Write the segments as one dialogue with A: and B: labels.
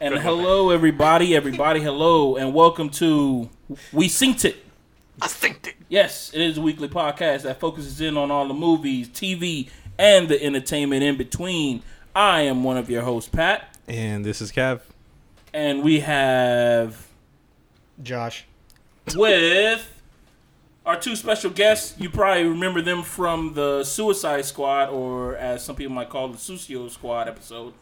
A: And hello, everybody, everybody, hello, and welcome to We Synced It.
B: I synced it.
A: Yes, it is a weekly podcast that focuses in on all the movies, TV, and the entertainment in between. I am one of your hosts, Pat,
C: And this is Cav.
A: and we have
D: Josh.
A: with our two special guests. You probably remember them from the Suicide Squad, or as some people might call it, the Sucio Squad episode.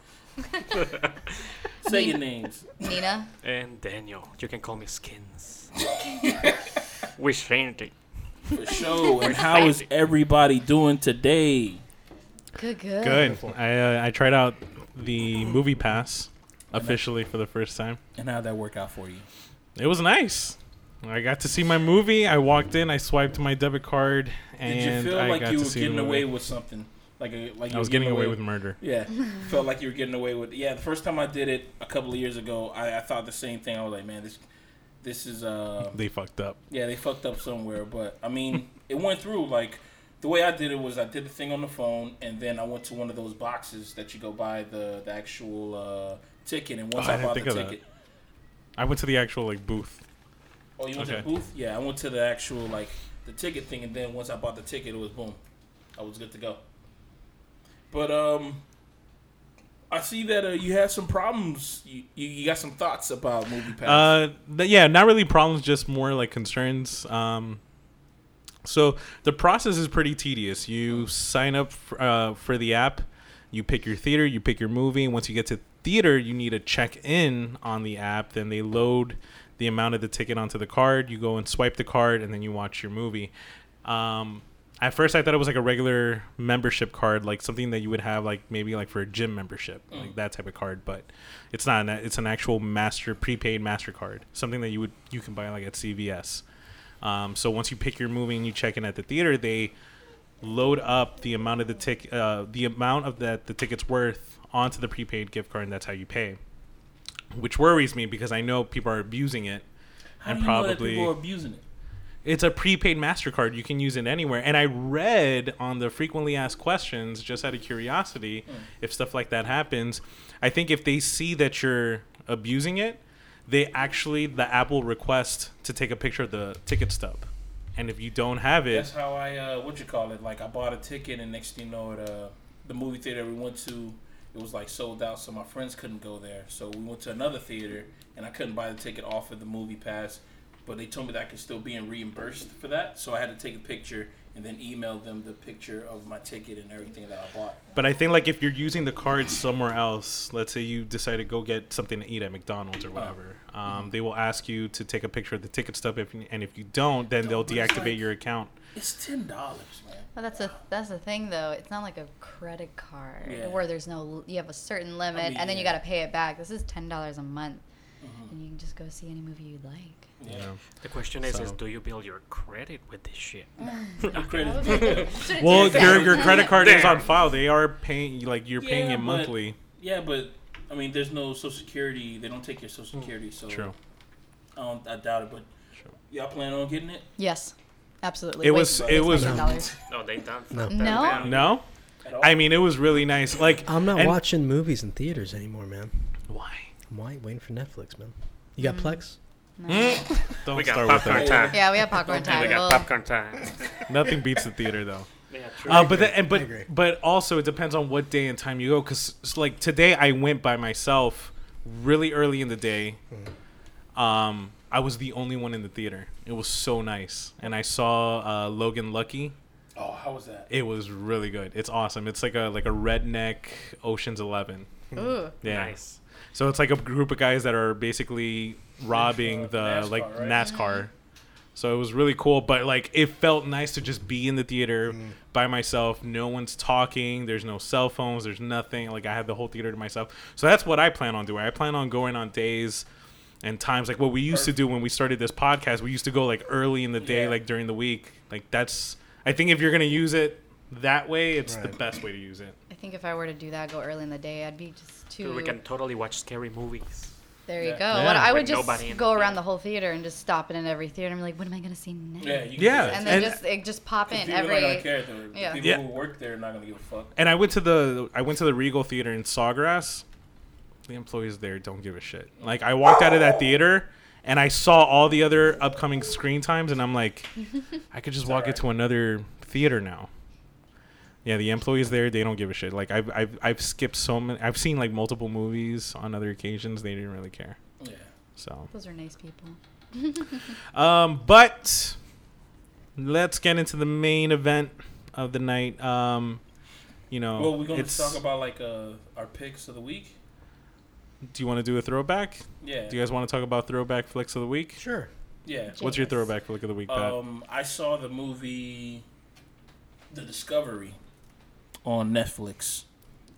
A: Say your names.
E: Nina.
B: And Daniel, you can call me Skins. we synced it.
A: For sure. And how is everybody doing today?
E: Good, good.
C: Good. I uh, I tried out the movie pass officially for the first time.
A: And how'd that work out for you?
C: It was nice. I got to see my movie. I walked in. I swiped my debit card, and
A: Did you feel
C: I
A: like
C: got
A: you
C: to
A: were
C: see
A: getting
C: the
A: away
C: movie.
A: with something? Like, a, like you
C: I was
A: were
C: getting away with murder.
A: Yeah, felt like you were getting away with. Yeah, the first time I did it a couple of years ago, I, I thought the same thing. I was like, man, this, this is uh,
C: They fucked up.
A: yeah, they fucked up somewhere. But I mean, it went through. Like the way I did it was I did the thing on the phone, and then I went to one of those boxes that you go buy the the actual uh, ticket. And once
C: Oh, I
A: I,
C: didn't
A: bought the
C: think of that.
A: ticket,
C: I went to the actual like booth.
A: oh, you went to the
C: Okay.
A: booth? Yeah, I went to the actual like the ticket thing, and then once I bought the ticket, it was boom, I was good to go. But um. I see that uh, you had some problems. You, you, you got some thoughts about movie pass.
C: Uh, th- yeah, not really problems, just more like concerns. Um, so the process is pretty tedious. You sign up for, uh, for the app, you pick your theater, you pick your movie. Once you get to theater, you need to check in on the app. Then they load the amount of the ticket onto the card. You go and swipe the card, and then you watch your movie. Um, at first, I thought it was like a regular membership card, like something that you would have, like maybe like for a gym membership, like that type of card. But it's not. An, it's an actual master prepaid Mastercard, something that you would you can buy like at CVS. Um, so once you pick your movie and you check in at the theater, they load up the amount of the tick, uh, the amount of that the ticket's worth onto the prepaid gift card, and that's how you pay. Which worries me because I know people are abusing it.
A: How
C: and
A: do you know that
C: probably-
A: people are abusing it?
C: It's a prepaid Mastercard; you can use it anywhere. And I read on the frequently asked questions, just out of curiosity, if stuff like that happens. I think if they see that you're abusing it, they actually the app will request to take a picture of the ticket stub. And if you don't have it,
A: That's how I uh, what you call it? Like I bought a ticket, and next thing you know, it, uh, the movie theater we went to, it was like sold out, so my friends couldn't go there. So we went to another theater, and I couldn't buy the ticket off of the movie pass, but they told me that I could still be reimbursed for that. So I had to take a picture and then email them the picture of my ticket and everything that I bought.
C: But I think like if you're using the card somewhere else, let's say you decide to go get something to eat at McDonald's or whatever, um, they will ask you to take a picture of the ticket stub. If and if you don't, then they'll
A: but it's
C: deactivate
A: like-
C: your account.
A: It's ten dollars, man.
E: Well, that's a that's the thing though. It's not like a credit card
A: Yeah.
E: where there's no you have a certain limit
A: mean,
E: and then you
A: yeah.
E: got to pay it back. This is ten dollars a month, and you can just go see any movie you like.
A: Yeah.
C: you know.
B: The question is, is
C: So-
B: do you build your credit with this shit?
A: Your credit-
C: Well, your your credit card is on file. They are paying like you're paying
A: Yeah,
C: it
A: but-
C: monthly.
A: yeah, but I mean, there's no social security. They don't take your social security, so
C: Mm. True.
A: I, don't, I doubt it. But
C: True.
A: y'all plan on getting it?
E: Yes, absolutely.
C: It
E: Wait,
C: was-
E: wait,
C: it
E: it's
C: was-
E: $10.
B: No, they don't.
D: No.
B: They
E: No?
B: don't.
C: No,
A: At all?
C: I mean it was really nice. Like
D: I'm not
C: and-
D: watching movies in theaters anymore, man.
C: Why?
D: I'm wait- waiting for Netflix, man. You
A: Mm.
D: got Plex?
C: Don't
B: We got
C: start with
B: popcorn
C: that.
B: time.
E: yeah, we have popcorn
B: We
E: time.
B: got
E: Well,
B: popcorn time.
C: Nothing beats the theater though.
B: yeah, true.
C: Uh, but the, and
D: I
C: but
D: agree.
C: but also it depends on what day and time you go. Cause s- like today I went by myself, really early in the day.
D: Hmm.
C: Um, I was the only one in the theater. It was so nice, and I saw uh, Logan Lucky.
A: Oh, how was that?
C: It was really good. It's awesome. It's like a like a redneck Ocean's Eleven.
E: ooh,
C: Yeah.
B: Nice.
C: So it's like a group of guys that are basically robbing
A: NASCAR,
C: the
A: NASCAR,
C: like
A: right?
C: NASCAR. So it was really cool, but like it felt nice to just be in the theater
A: Mm.
C: by myself. No one's talking. There's no cell phones. There's nothing. Like I had the whole theater to myself. So that's what I plan on doing. I plan on going on days and times like what we used to do when we started this podcast. We used to go like early in the day,
A: Yeah.
C: like during the week. Like that's. I think if you're gonna use it that way, it's the
D: Right.
C: best way to use it.
E: I think if I were to do that, go early in the day, I'd be just too.
B: Dude, we can totally watch scary movies.
E: There you
A: Yeah.
E: go.
C: Yeah.
E: What I would
B: With
E: just
B: nobody in
E: go
B: the
E: around
B: theater.
E: the whole theater and just stop it in every theater and be like, what am I gonna see next?
A: Yeah, you
C: Yeah.
E: and then
C: And-
E: just it just pop in
A: people
E: every.
A: are not gonna care. The
E: Yeah.
A: people
C: Yeah.
A: who work there are not gonna give a fuck.
C: And I went to the I went to the Regal Theater in Sawgrass. The employees there don't give a shit. Like I walked out of that theater and I saw all the other upcoming screen times and I'm like I could just walk
A: alright.
C: into another theater now. Yeah, the employees there they don't give a shit. Like I've I've, I've skipped so many I've seen like multiple movies on other occasions they didn't really care.
A: Yeah.
C: So
E: Those are nice people.
C: um, but let's get into the main event of the night. Um, you know,
A: Well, we're gonna
C: it's-
A: talk about like uh, our picks of the week.
C: Do you want to do a throwback?
A: Yeah.
C: Do you guys want to talk about throwback flicks of the week?
D: Sure.
A: Yeah.
C: What's your
E: Yes.
C: throwback flick of the week, Pat?
A: Um, I saw the movie The Discovery on Netflix,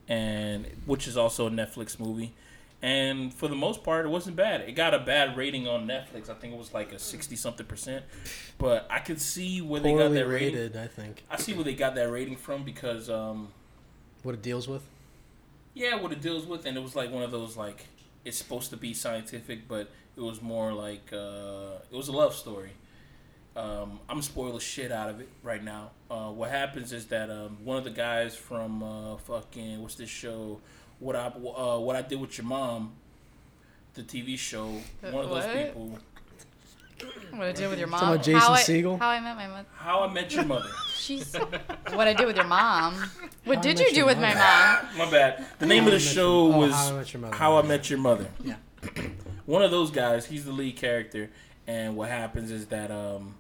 A: and which is also a Netflix movie. And for the most part, it wasn't bad. It got a bad rating on Netflix. I think it was like a sixty something percent. But I could see where they got
D: Poorly
A: that rating.
D: rated, I think.
A: I see where they got that rating from because um,
D: What it deals with.
A: yeah, what it deals with, and it was like one of those like it's supposed to be scientific, but it was more like uh, it was a love story. Um, I'm spoiling shit out of it right now. Uh, what happens is that um, one of the guys from uh, fucking what's this show? What I uh, what I did with your mom, the TV show.
E: The
A: One of those
E: what?
A: people.
E: What I did with your mom.
D: Talking about Jason
E: how I,
D: Segel?
E: How I met my mother.
A: How I Met Your Mother.
E: She's what I did with your mom. What
D: How I
E: did
D: Met
E: you do
D: Your
E: with my mom?
A: My bad. The name of the show
D: Oh,
A: was
D: How I Met Your Mother.
A: How I Met Your Mother.
D: Yeah.
A: One of those guys, he's the lead character, and what happens is that um,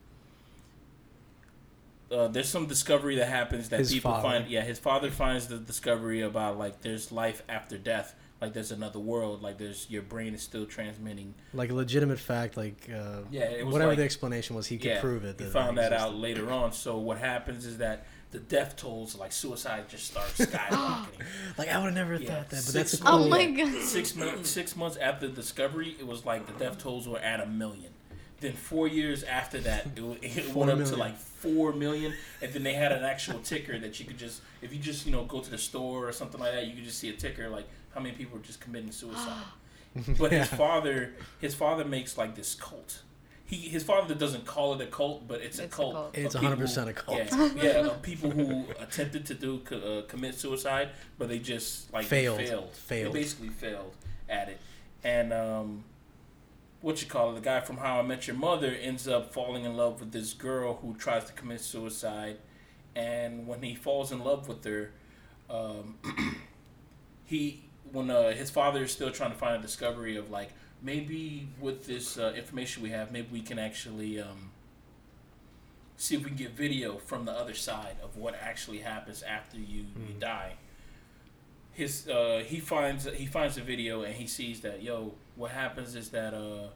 A: uh, there's some discovery that happens that
D: His
A: people
D: father.
A: find. Yeah, his father finds the discovery about like there's life after death, like there's another world, like there's your brain is still transmitting.
D: Like a legitimate fact, like uh,
A: Yeah, it was
D: whatever
A: like-
D: the explanation was, he could
A: yeah,
D: prove it.
A: He
D: it
A: found that out
D: existed.
A: later on. So what happens is that the death tolls, like suicide, just starts skyrocketing.
D: Like I would have never
A: Yeah,
D: thought that, but
A: six
D: that's a
E: Oh
D: cool.
E: my god.
A: six months six months after the discovery, it was like the death tolls were at a million. Then four years after that, it, w- it
D: Four
A: went up to
D: million.
A: like four million, and then they had an actual ticker that you could just, if you just you know go to the store or something like that, you could just see a ticker like how many people are just committing suicide. But his
D: Yeah.
A: father, his father makes like this cult. He his father doesn't call it a cult, but it's, a
E: It's a
A: cult.
E: cult.
A: of
D: It's
A: people-
D: 100% a cult.
A: Yeah, yeah of people who attempted to do co- uh, commit suicide, but they just like they
D: Failed.
A: failed.
D: Failed.
A: They basically failed at it, and um, what you call it, the guy from How I Met Your Mother ends up falling in love with this girl who tries to commit suicide, and when he falls in love with her, um, he when uh, his father is still trying to find a discovery of like maybe with this uh, information we have, maybe we can actually um, see if we can get video from the other side of what actually happens after you, you die. His uh, he finds he finds the video and he sees that yo what happens is that uh,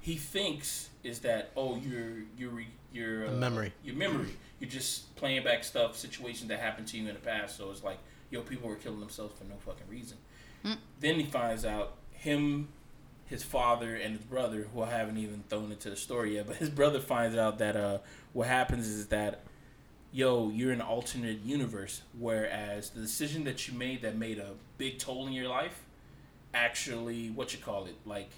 A: he thinks is that oh your your your uh,
D: memory.
A: your memory you're just playing back stuff situations that happened to you in the past so it's like yo people were killing themselves for no fucking reason. Then he finds out him his father and his brother, who I haven't even thrown into the story yet, but his brother finds out that uh, what happens is that, yo, you're in an alternate universe, whereas the decision that you made that made a big toll in your life, actually, what you call it, like,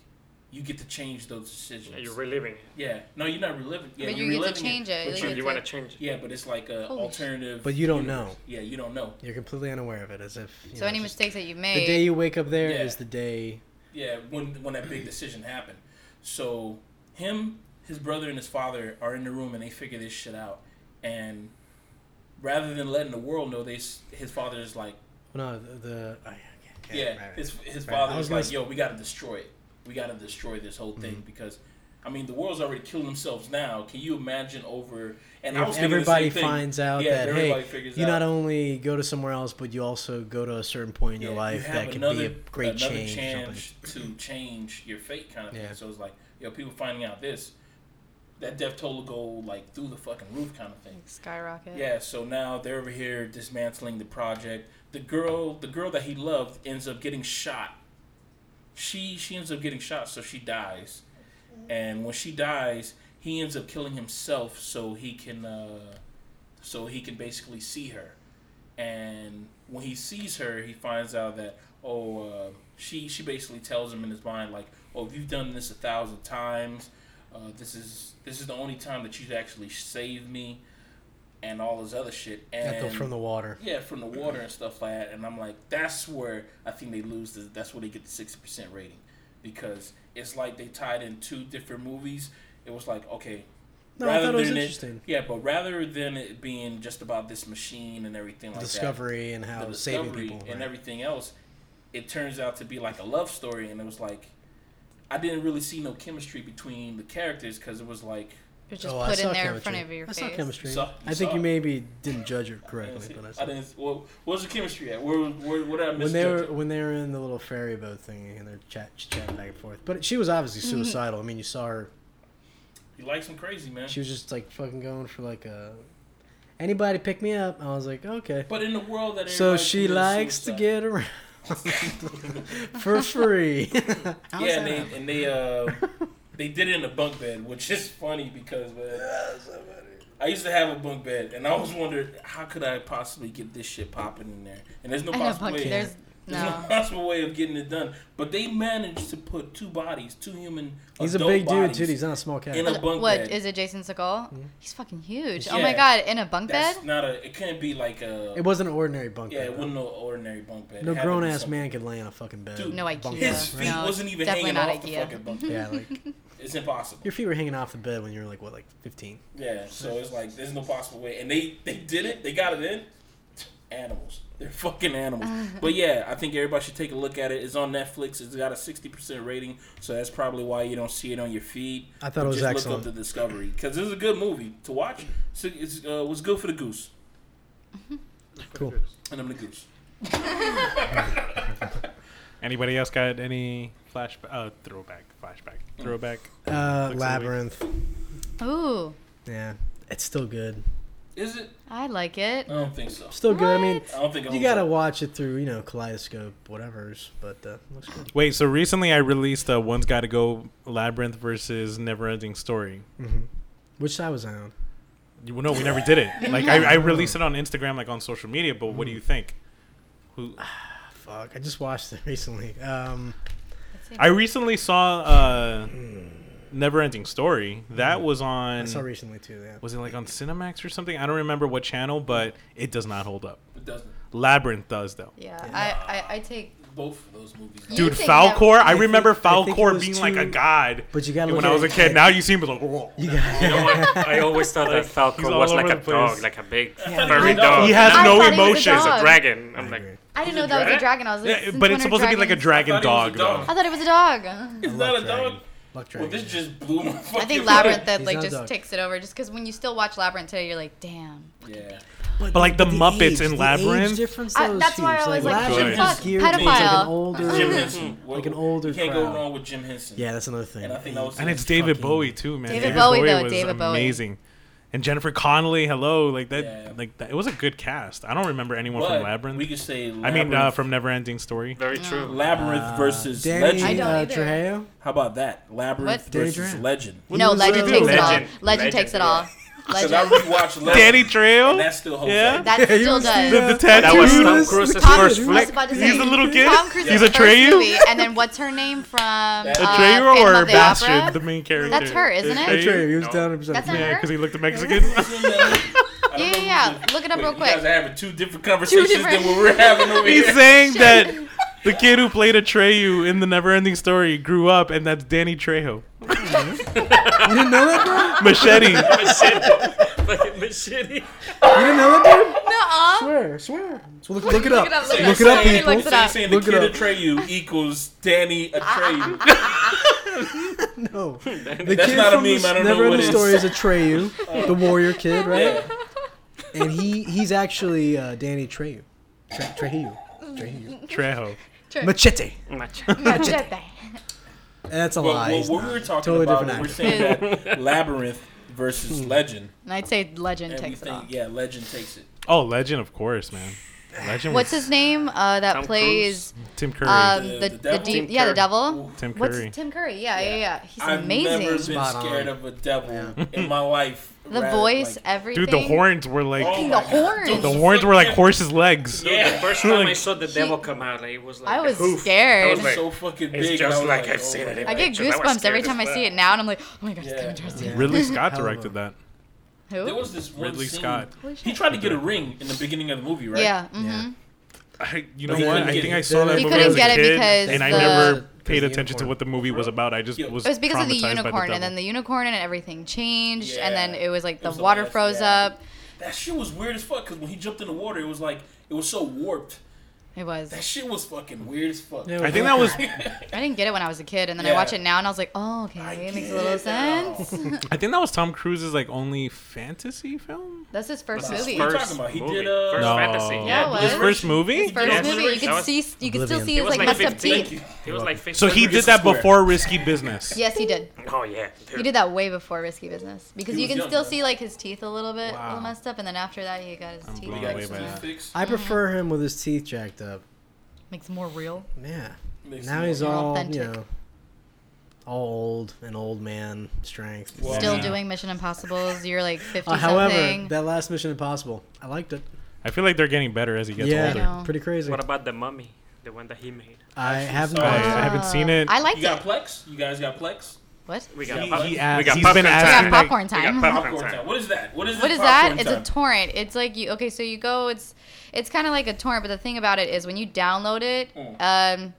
A: you get to change those decisions.
B: Yeah, you're reliving it.
A: Yeah. no, you're not reliving. Yeah,
E: But
A: you're
E: you get
A: reliving
E: to change it.
A: but
E: Like,
B: So
A: you-
B: you want to change it.
A: yeah, but it's like a
E: Holy
A: alternative.
D: But you don't know.
A: Yeah, you don't know.
D: You're completely unaware of it, as if. you
E: So
D: know,
E: any
D: just-
E: mistakes that you made.
D: The day you wake up there is
A: Yeah.
D: the day.
A: Yeah, when when that big decision happened. So him, his brother, and his father are in the room and they figure this shit out. And rather than letting the world know, they s- his father is like,
D: No, the. the oh, yeah,
A: yeah,
D: right, right.
A: his his
D: Right,
A: father
D: I
A: is
D: was gonna
A: like,
D: s-
A: yo, we gotta destroy it. We gotta destroy this whole thing because. I mean, the world's already killed themselves now. Can you imagine over? And I was
D: if
A: thinking the same
D: everybody
A: thing.
D: finds out
A: Yeah,
D: that
A: everybody
D: hey,
A: figures
D: you
A: out.
D: not only go to somewhere else, but you also go to a certain point in your
A: Yeah,
D: life
A: you have
D: that could be a great change. or something.
A: chance to change your fate, kind of
D: Yeah.
A: thing. So it's like, yo, people finding out this, that death toll will go like through the fucking roof, kind of thing.
E: skyrocket.
A: Yeah. So now they're over here dismantling the project. The girl, the girl that he loved, ends up getting shot. She she ends up getting shot, so she dies. And when she dies, he ends up killing himself so he can uh, so he can basically see her. And when he sees her, he finds out that oh, uh, she she basically tells him in his mind like, oh, if you've done this a thousand times, uh, this is this is the only time that you'd actually save me, and all this other shit.
D: Got
A: And
D: them from the water.
A: yeah, from the water and stuff like that. And I'm like, that's where I think they lose. The, that's where they get the sixty percent rating, because it's like they tied in two different movies. It was like, okay,
D: No, I thought it was
A: than
D: interesting.
A: yeah, but rather than it being just about this machine and everything like
D: discovery and
A: that,
D: how
A: the
D: saving
A: discovery
D: people.
A: and
D: right.
A: everything else, it turns out to be like a love story. And it was like, I didn't really see no chemistry between the characters because it was like,
E: It's just
D: Oh, I
E: put in there
D: saw
E: in
D: chemistry.
E: front of your
D: I
E: face.
D: saw chemistry.
A: You saw- you
D: I think
A: saw
D: you
A: it.
D: maybe didn't judge it
A: I didn't
D: correctly,
A: see,
D: but I
A: I
D: saw. it.
A: didn't. What, what was the chemistry at? Where, where, what did I miss?
D: When they were when they were in the little ferry boat thing and they're chat chatting back and forth, but she was obviously suicidal. I mean, you saw her;
A: he likes him crazy, man.
D: she was just like fucking going for like a anybody pick me up. I was like, okay.
A: But in the world that
D: So
A: everybody
D: she
A: commits
D: likes to
A: suicide.
D: get around for free. How's
A: yeah,
D: that
A: and they and they uh, they did it in a bunk bed, which is funny because man, I used to have a bunk bed, and I always wondered how could I possibly get this shit popping in there, and there's no
E: I know,
A: possible
E: but
A: way.
E: there's
A: There's no.
E: no.
A: possible way of getting it done, but they managed to put two bodies, two human.
D: He's a
A: adult
D: big dude
A: bodies.
D: too. He's not a small cat.
A: In a bunk
E: What
A: bed.
E: is it, Jason Segal?
D: Hmm?
E: He's fucking huge. Oh
A: Yeah.
E: my god, in a bunk
A: That's
E: bed?
A: not a. It couldn't be like a.
D: It wasn't an ordinary bunk
A: yeah,
D: bed.
A: it
D: though.
A: wasn't no ordinary bunk bed. It
D: No
A: had to be
D: grown ass
A: something-
D: man could lay on a fucking bed.
A: Dude,
E: No
D: Bunk
E: IKEA.
D: bed.
A: His feet
E: No,
A: wasn't even
E: definitely
A: hanging
E: not
A: off the
E: IKEA.
A: fucking bunk bed.
D: Yeah, like
A: It's impossible.
D: your feet were hanging off the bed when you were like what, like fifteen?
A: Yeah, so it's like there's no possible way, and they they did it. They got it in. Animals, they're fucking animals. but yeah, I think everybody should take a look at it. It's on Netflix. It's got a sixty percent rating, so that's probably why you don't see it on your feed.
D: I thought it was
A: Just
D: excellent.
A: look up the Discovery because this is a good movie to watch. So it's uh, was good for the goose,
D: Cool.
A: and I'm the goose.
C: Anybody else got any flashback? Uh, throwback, flashback, throwback.
D: Uh,
C: Looks
D: labyrinth.
E: Ooh,
D: Yeah, it's still good.
A: Is it?
E: I like it.
A: I don't think so.
D: Still good. I mean,
A: I don't think I
D: you
A: was-
D: gotta watch it through, you know, kaleidoscope, whatever's. But uh, looks good.
C: Wait, so recently I released uh, One's Got to Go Labyrinth versus Neverending Story.
D: Which side was I on?
C: You, no, we never did it. Like I, I released it on Instagram, like on social media. But what do you think? Who?
D: Fuck, I just watched it recently. Um,
E: Let's see.
C: I recently saw uh, Neverending Story. That was
D: I
C: on.
D: saw recently too. Yeah.
C: Was it like on Cinemax or something? I don't remember what channel, but it does not hold up.
A: It doesn't.
C: Labyrinth does though.
E: yeah, I, I, I take.
A: Both of those movies.
E: You
C: Dude,
E: think
C: Falcor, I
D: think-
C: remember
D: I think it
C: Falcor
D: was
C: being like a
D: too-
C: god.
D: But you gotta
C: when
D: look
C: I was a
D: at it
C: kid,
D: like-
C: now you seem like, oh.
D: You got-
B: You know what? I always thought that
C: he's
B: Falcor
C: all
B: was
C: over
B: like a
C: the
B: dog,
C: place.
B: like a big
A: Yeah.
B: furry
A: I thought-
B: dog.
C: He has
E: I
C: no
E: thought he was a
C: emotions.
E: dog.
B: a dragon. I'm
D: I
B: like,
D: agree.
E: I didn't
A: Is
E: know
A: it
E: that was a
A: dragon?
E: dragon. I was like,
C: Yeah, but it's supposed to be like a dragon
A: I thought
C: dog,
A: he was a dog.
C: though.
E: I thought it was a dog.
A: It's
D: I
A: not
D: love
A: a
D: Dragon.
A: dog.
D: Luck
A: Well,
D: Dragon.
A: this just blew my fucking.
E: I think Labyrinth that
D: He's
E: like
D: not a
E: just
D: dog.
E: takes it over, just because when you still watch Labyrinth today, you're like, damn.
A: Yeah.
C: But like the Muppets
D: in
C: in Labyrinth.
D: difference
E: I-
D: though, is
E: that's why I
D: huge.
E: always
C: like,
D: Labyrinth
A: fuck,
D: is geared towards like
E: pedophile.
D: an older.
A: Jim Henson,
D: Like an older
A: You can't
D: crowd.
A: go wrong with Jim Henson.
D: Oh, Yeah, that's another thing.
A: And I think that was
C: and
A: it.
C: it's David
D: fucking-
C: Bowie too, man.
E: David Bowie, though, David Bowie.
C: amazing. And Jennifer Connelly, hello, like that,
A: Yeah.
C: like that. It was a good cast. I don't remember anyone
A: But
C: from Labyrinth.
A: We could say Labyrinth,
C: I mean, uh, from Neverending Story.
B: very true.
A: Labyrinth versus
D: Uh, Danny
A: Legend.
E: don't
D: uh,
E: either.
D: Trejo.
A: How about that? Labyrinth
E: What?
D: Danny
A: versus
D: Trejo.
A: Legend.
E: no,
D: What did
E: Legend
D: we
E: takes
D: do?
E: it all. Legend,
B: Legend.
E: takes it
B: Legend,
E: all.
A: Because
E: Legend.
A: I rewatched Legend.
C: Danny Trail.
A: And that still holds
C: Yeah.
A: up.
E: that still does.
C: the, the tattoo.
B: That was Tom
D: Judas.
B: Cruise's
E: Tom
B: first
E: Cruise, I was
B: flick.
E: about to say,
C: He's a little kid.
E: Tom Cruise's
C: He's
E: first
C: Atreyu?
E: movie, and then what's her name from uh,
C: Atreyu
E: Phantom
C: or
E: of the
C: Bastion,
E: Opera?
C: the main character.
E: That's her, isn't it?
D: Trejo. He was
B: No.
D: down 100%.
E: That's not
C: Yeah,
E: her.
C: because he looked Mexican.
A: I don't
E: Yeah,
A: know who
E: yeah,
A: did-
E: yeah. Look it up
A: Wait,
E: real
A: You guys
E: quick.
A: are having two different conversations
E: different-
A: than what we're having over
C: He's
A: here.
C: saying that the kid who played Atreyu in the Neverending Story grew up, and that's Danny Trejo.
D: You didn't know that, bro?
C: Machete.
B: Machete. Fucking machete.
D: You didn't know that, dude?
E: Nuh-uh.
D: Swear, swear. So look, look it up.
E: Look
D: Look it up,
E: Somebody
D: people.
E: looks
A: So
E: it
A: you're
E: up. Ah,
A: saying the
D: Look it
A: kid
D: up.
A: Atreyu equals Danny Atreyu.
D: No. The
A: That's
D: kid
A: not a meme,
D: from this
A: I don't know
D: Never
A: what
D: Ending
A: it is.
D: Story is Atreyu, the warrior kid, right?
A: Yeah.
D: And he he's actually uh, Danny Treyu. Tre- Treyu. Treyu.
C: Trejo.
D: Machete.
B: Machete.
E: Machete.
D: That's a
A: Well,
E: ah.
D: lie.
A: well,
D: He's
A: what
D: not.
A: we were talking
D: Totally
A: about,
D: different
A: we're
D: actor. Hmm.
A: saying that Labyrinth versus Legend.
E: And I'd say Legend
A: And we
E: takes it all.
A: think, yeah, Legend takes it.
C: Oh, Legend, of course, man. Legend.
E: What's
C: was
E: his name uh, that
B: Tom
E: plays
C: Tim Curry.
E: um,
A: The- the
E: the, the,
A: devil?
E: deep,
B: Tim
E: yeah, the
B: Curry.
E: devil?
A: Ooh.
C: Tim Curry.
E: What's Tim Curry? Yeah, yeah, yeah. He's
A: I've never been
E: amazing.
D: Spot on.
A: scared of a devil in my life
E: The
A: Rather,
E: voice,
A: like-
E: everything.
C: Dude, the horns were like
A: Oh
E: the
A: my God.
E: horns.
C: the horns were like horse's legs.
B: No,
A: Yeah.
B: the first time I
C: Like-
B: saw the devil come out, like, it was like
E: I
B: a
E: was
B: hoof.
E: scared.
B: I
E: It's
B: was like,
A: so fucking big.
B: it's
A: and
B: just
A: was
B: like I've seen
A: oh.
B: it in
E: I get
B: pictures. was
E: goosebumps every
B: scared
E: time I
B: as
E: see
B: well.
E: it now, and I'm like, oh my god, it's
A: Yeah.
E: coming towards you.
C: Ridley Scott
D: Hell of a-
C: directed that.
E: Who?
A: There was this one
C: Ridley
A: scene-
C: Scott.
E: Holy shit.
A: He tried to get a ring in the beginning of the movie, right?
E: Yeah. Mm-hmm.
D: Yeah.
C: I, you know
A: He
C: what?
A: couldn't
C: I
A: get
C: think
A: it.
C: I saw that
E: He
C: movie
E: couldn't
C: as a
E: get it
C: kid,
E: because
C: and I
E: the-
C: never
D: Because
C: paid
D: the
C: attention to
D: unicorn.
C: what the movie was about. I just
A: Yeah.
C: was
E: It was because of the
C: traumatized by
E: unicorn, and then
C: devil.
E: the unicorn and everything changed, and then
A: Yeah.
E: it was like
A: It
E: the
A: was the
E: water
A: last-
E: froze
A: yeah.
E: up.
A: That shit was weird as fuck. Cause when he jumped in the water, it was like it was so warped.
E: It was.
A: That shit was fucking weird as fuck.
D: Yeah,
C: I think that was
E: I didn't get it when I was a kid, and then I
A: Yeah.
E: watch it now, and I was like, oh, okay,
A: I
E: it makes a
A: get
E: little
A: it now.
E: sense.
C: I think that was Tom Cruise's like only fantasy film.
E: That's his first
A: That's his
E: movie.
A: What are you talking about? He did, uh,
B: first
A: No.
B: fantasy.
E: Yeah, it
B: Yeah,
E: was.
C: His first movie.
E: His first
B: Yeah,
E: movie, you
B: that
E: could
B: was-
E: see, you could still
D: Oblivion.
E: see
D: It
E: his
B: was
E: like
B: like
E: messed up
B: 15.
A: Thank
E: teeth.
A: you.
B: It was like 15.
C: So he
A: Burgess
C: did that
A: Square.
C: before Risky Business.
E: Yes, he did.
B: Oh yeah.
E: He did that way before Risky Business because
A: He
E: you
A: was
E: can
A: young,
E: still
A: though.
E: see like his teeth a little bit, a
C: Wow.
E: little messed up, and then after that, he got his teeth.
C: blown
A: We
E: fixed.
A: got
C: Way
A: his
C: by
A: teeth
C: that.
A: fixed.
D: I prefer him with his teeth jacked up.
E: Makes more real.
D: Yeah.
A: Makes
D: now
A: it
D: he's
A: more-
E: more
D: all
E: authentic.
D: you know, all old, an old man strength.
A: Well,
E: Still
C: Yeah.
E: doing Mission Impossibles. You're like 50
D: Uh, however,
E: something.
D: that last Mission Impossible, I liked it.
C: I feel like they're getting better as he gets
D: yeah,
E: I
C: older.
E: know.
D: pretty crazy.
B: What about the mummy? The one that he made.
D: I haven't.
C: I, I
A: Ah.
D: watched it.
C: haven't seen it.
E: Uh, I liked
A: You got
E: it.
A: Plex? You guys got Plex?
E: What?
B: We
A: He-
B: got.
A: he
C: asked-
B: we got
C: he's been
B: popcorn
E: Yeah,
C: asking-
B: time.
C: like-
E: popcorn
B: We
E: time.
B: got popcorn
A: Popcorn
B: time.
A: time. What is that? What is,
E: What
A: this
E: is that?
A: popcorn
E: It's a
A: time?
E: torrent. It's like you. Okay, so you go. It's it's kind of like a torrent, but the thing about it is when you download it, um,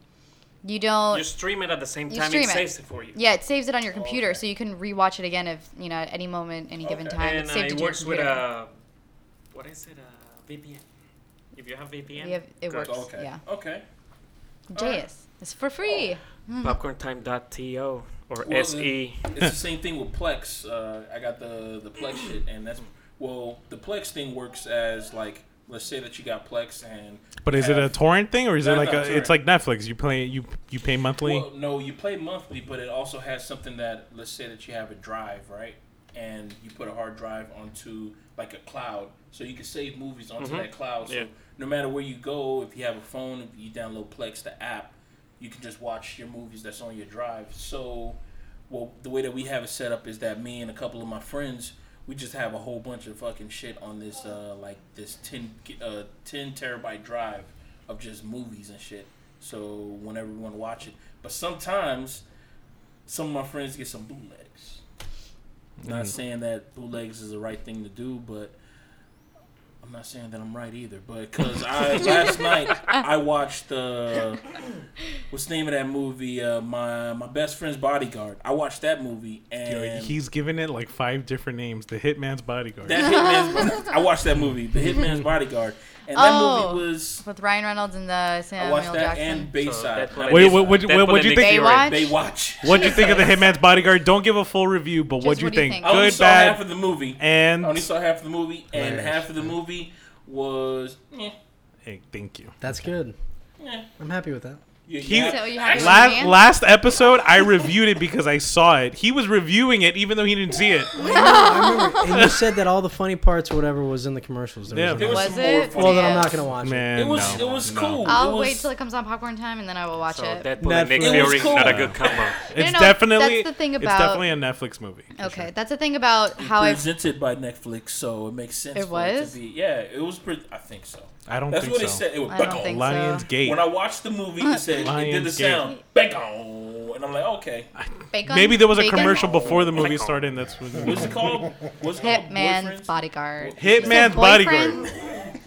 E: you don't.
B: Mm. You Oh, stream it at the same
E: You
B: time.
E: stream
B: It
E: it.
B: saves it for you.
E: yeah, it saves it on your computer,
A: okay.
E: so you can rewatch it again if you know at any moment, any given
A: Okay.
E: time.
B: And
E: it's
B: uh,
E: saved
B: it
E: to your
B: works with
E: computer.
B: a. What is it? uh, A VPN. If you have VPN.
E: We have- it
B: good.
E: works.
A: Okay.
E: Yeah.
A: Okay.
E: JS. It's for free.
B: Popcorntime.to or E.
A: Well,
B: se.
A: It's the same thing with Plex. Uh, I got the the Plex shit, and that's well, the Plex thing works as like let's say that you got Plex and
C: But is it a
A: have-
C: torrent thing or is it
A: No,
C: like
A: no,
C: a? It's like
A: torrent.
C: Netflix. You play you you pay monthly.
A: Well, no, you play monthly, but it also has something that let's say that you have a drive, right? And you put a hard drive onto like a cloud, so you can save movies onto that cloud. So
B: Yeah.
A: no matter where you go, if you have a phone, if you download Plex the app, you can just watch your movies that's on your drive. So, well, the way that we have it set up is that me and a couple of my friends. We just have a whole bunch of fucking shit on this, uh, like this 10, gi- uh, 10 terabyte drive of just movies and shit. So whenever we want to watch it, but sometimes some of my friends get some bootlegs.
C: Mm-hmm.
A: Not saying that bootlegs is the right thing to do, but I'm not saying that I'm right either. But because I last night I watched the what's the name of that movie? Uh, my my best friend's bodyguard. I watched that movie
C: Yo,
A: and
C: he's given it like five different names. The Hitman's Bodyguard.
A: that hitman's. I watched that movie, The Hitman's Bodyguard, and that
E: Oh.
A: movie was.
E: With Ryan Reynolds and the
A: I
E: Samuel
A: watched that and
E: Jackson.
A: Bayside.
B: Deadpool and
C: Wait,
B: Nick-
C: what- what-
B: Deadpool
C: what'd you
B: and Nick
C: think?
B: Fury.
E: Baywatch?
A: Baywatch.
C: What'd you think of the Hitman's Bodyguard? Don't give a full review, but what'd you
E: what do you
C: think?
E: think?
A: I only
C: Good,
A: saw half
C: bad,
A: of the movie.
C: and
A: I only saw half of the movie, and
D: Hilarious.
A: half of the movie was. eh,
C: hey, thank you.
D: That's good.
A: eh.
D: I'm happy with that.
A: You-
C: He-
A: you have-
E: So you have your
C: Last
E: man?
C: last episode, I reviewed it because I saw it. He was reviewing it even though he didn't see it.
D: I remember, and you said that all the funny parts, or whatever, was in the commercials. There
C: Yeah.
D: was
A: There was,
E: Was
A: some more
E: it?
A: funny-
D: well, then I'm
E: Yeah.
D: not gonna watch it.
C: Man,
A: It was
C: no,
A: it was
C: no.
A: cool.
E: I'll
A: it was,
E: wait till it comes on popcorn time and then I will watch
B: So
E: it.
B: Deadpool and Nick
A: It was
D: Netflix.
B: Fury,
A: cool.
B: not a good combo.
C: It's
E: no,
C: definitely
E: that's the thing
C: it's
E: about-
C: definitely a Netflix movie.
E: okay, that's the thing about how I.
A: presented by Netflix, so it makes sense.
E: It
A: for
E: was?
A: to be, yeah, it was. Pre- I think so.
C: I don't
A: That's
C: think
A: what
C: so.
A: it said. It was
E: I don't
A: Beckham.
E: think so.
C: Lions Gate.
A: When I watched the movie, it said it did the
C: Lionsgate.
A: sound Beckham, and I'm like, okay,
E: Bacon?
C: Maybe there was a
E: Bacon?
C: commercial before the movie
B: Bacon.
C: started. And that's what
A: what's it called? What's it called?
E: Hitman's
A: Boyfriends?
E: bodyguard.
C: Hitman's
E: boyfriend?
C: Bodyguard.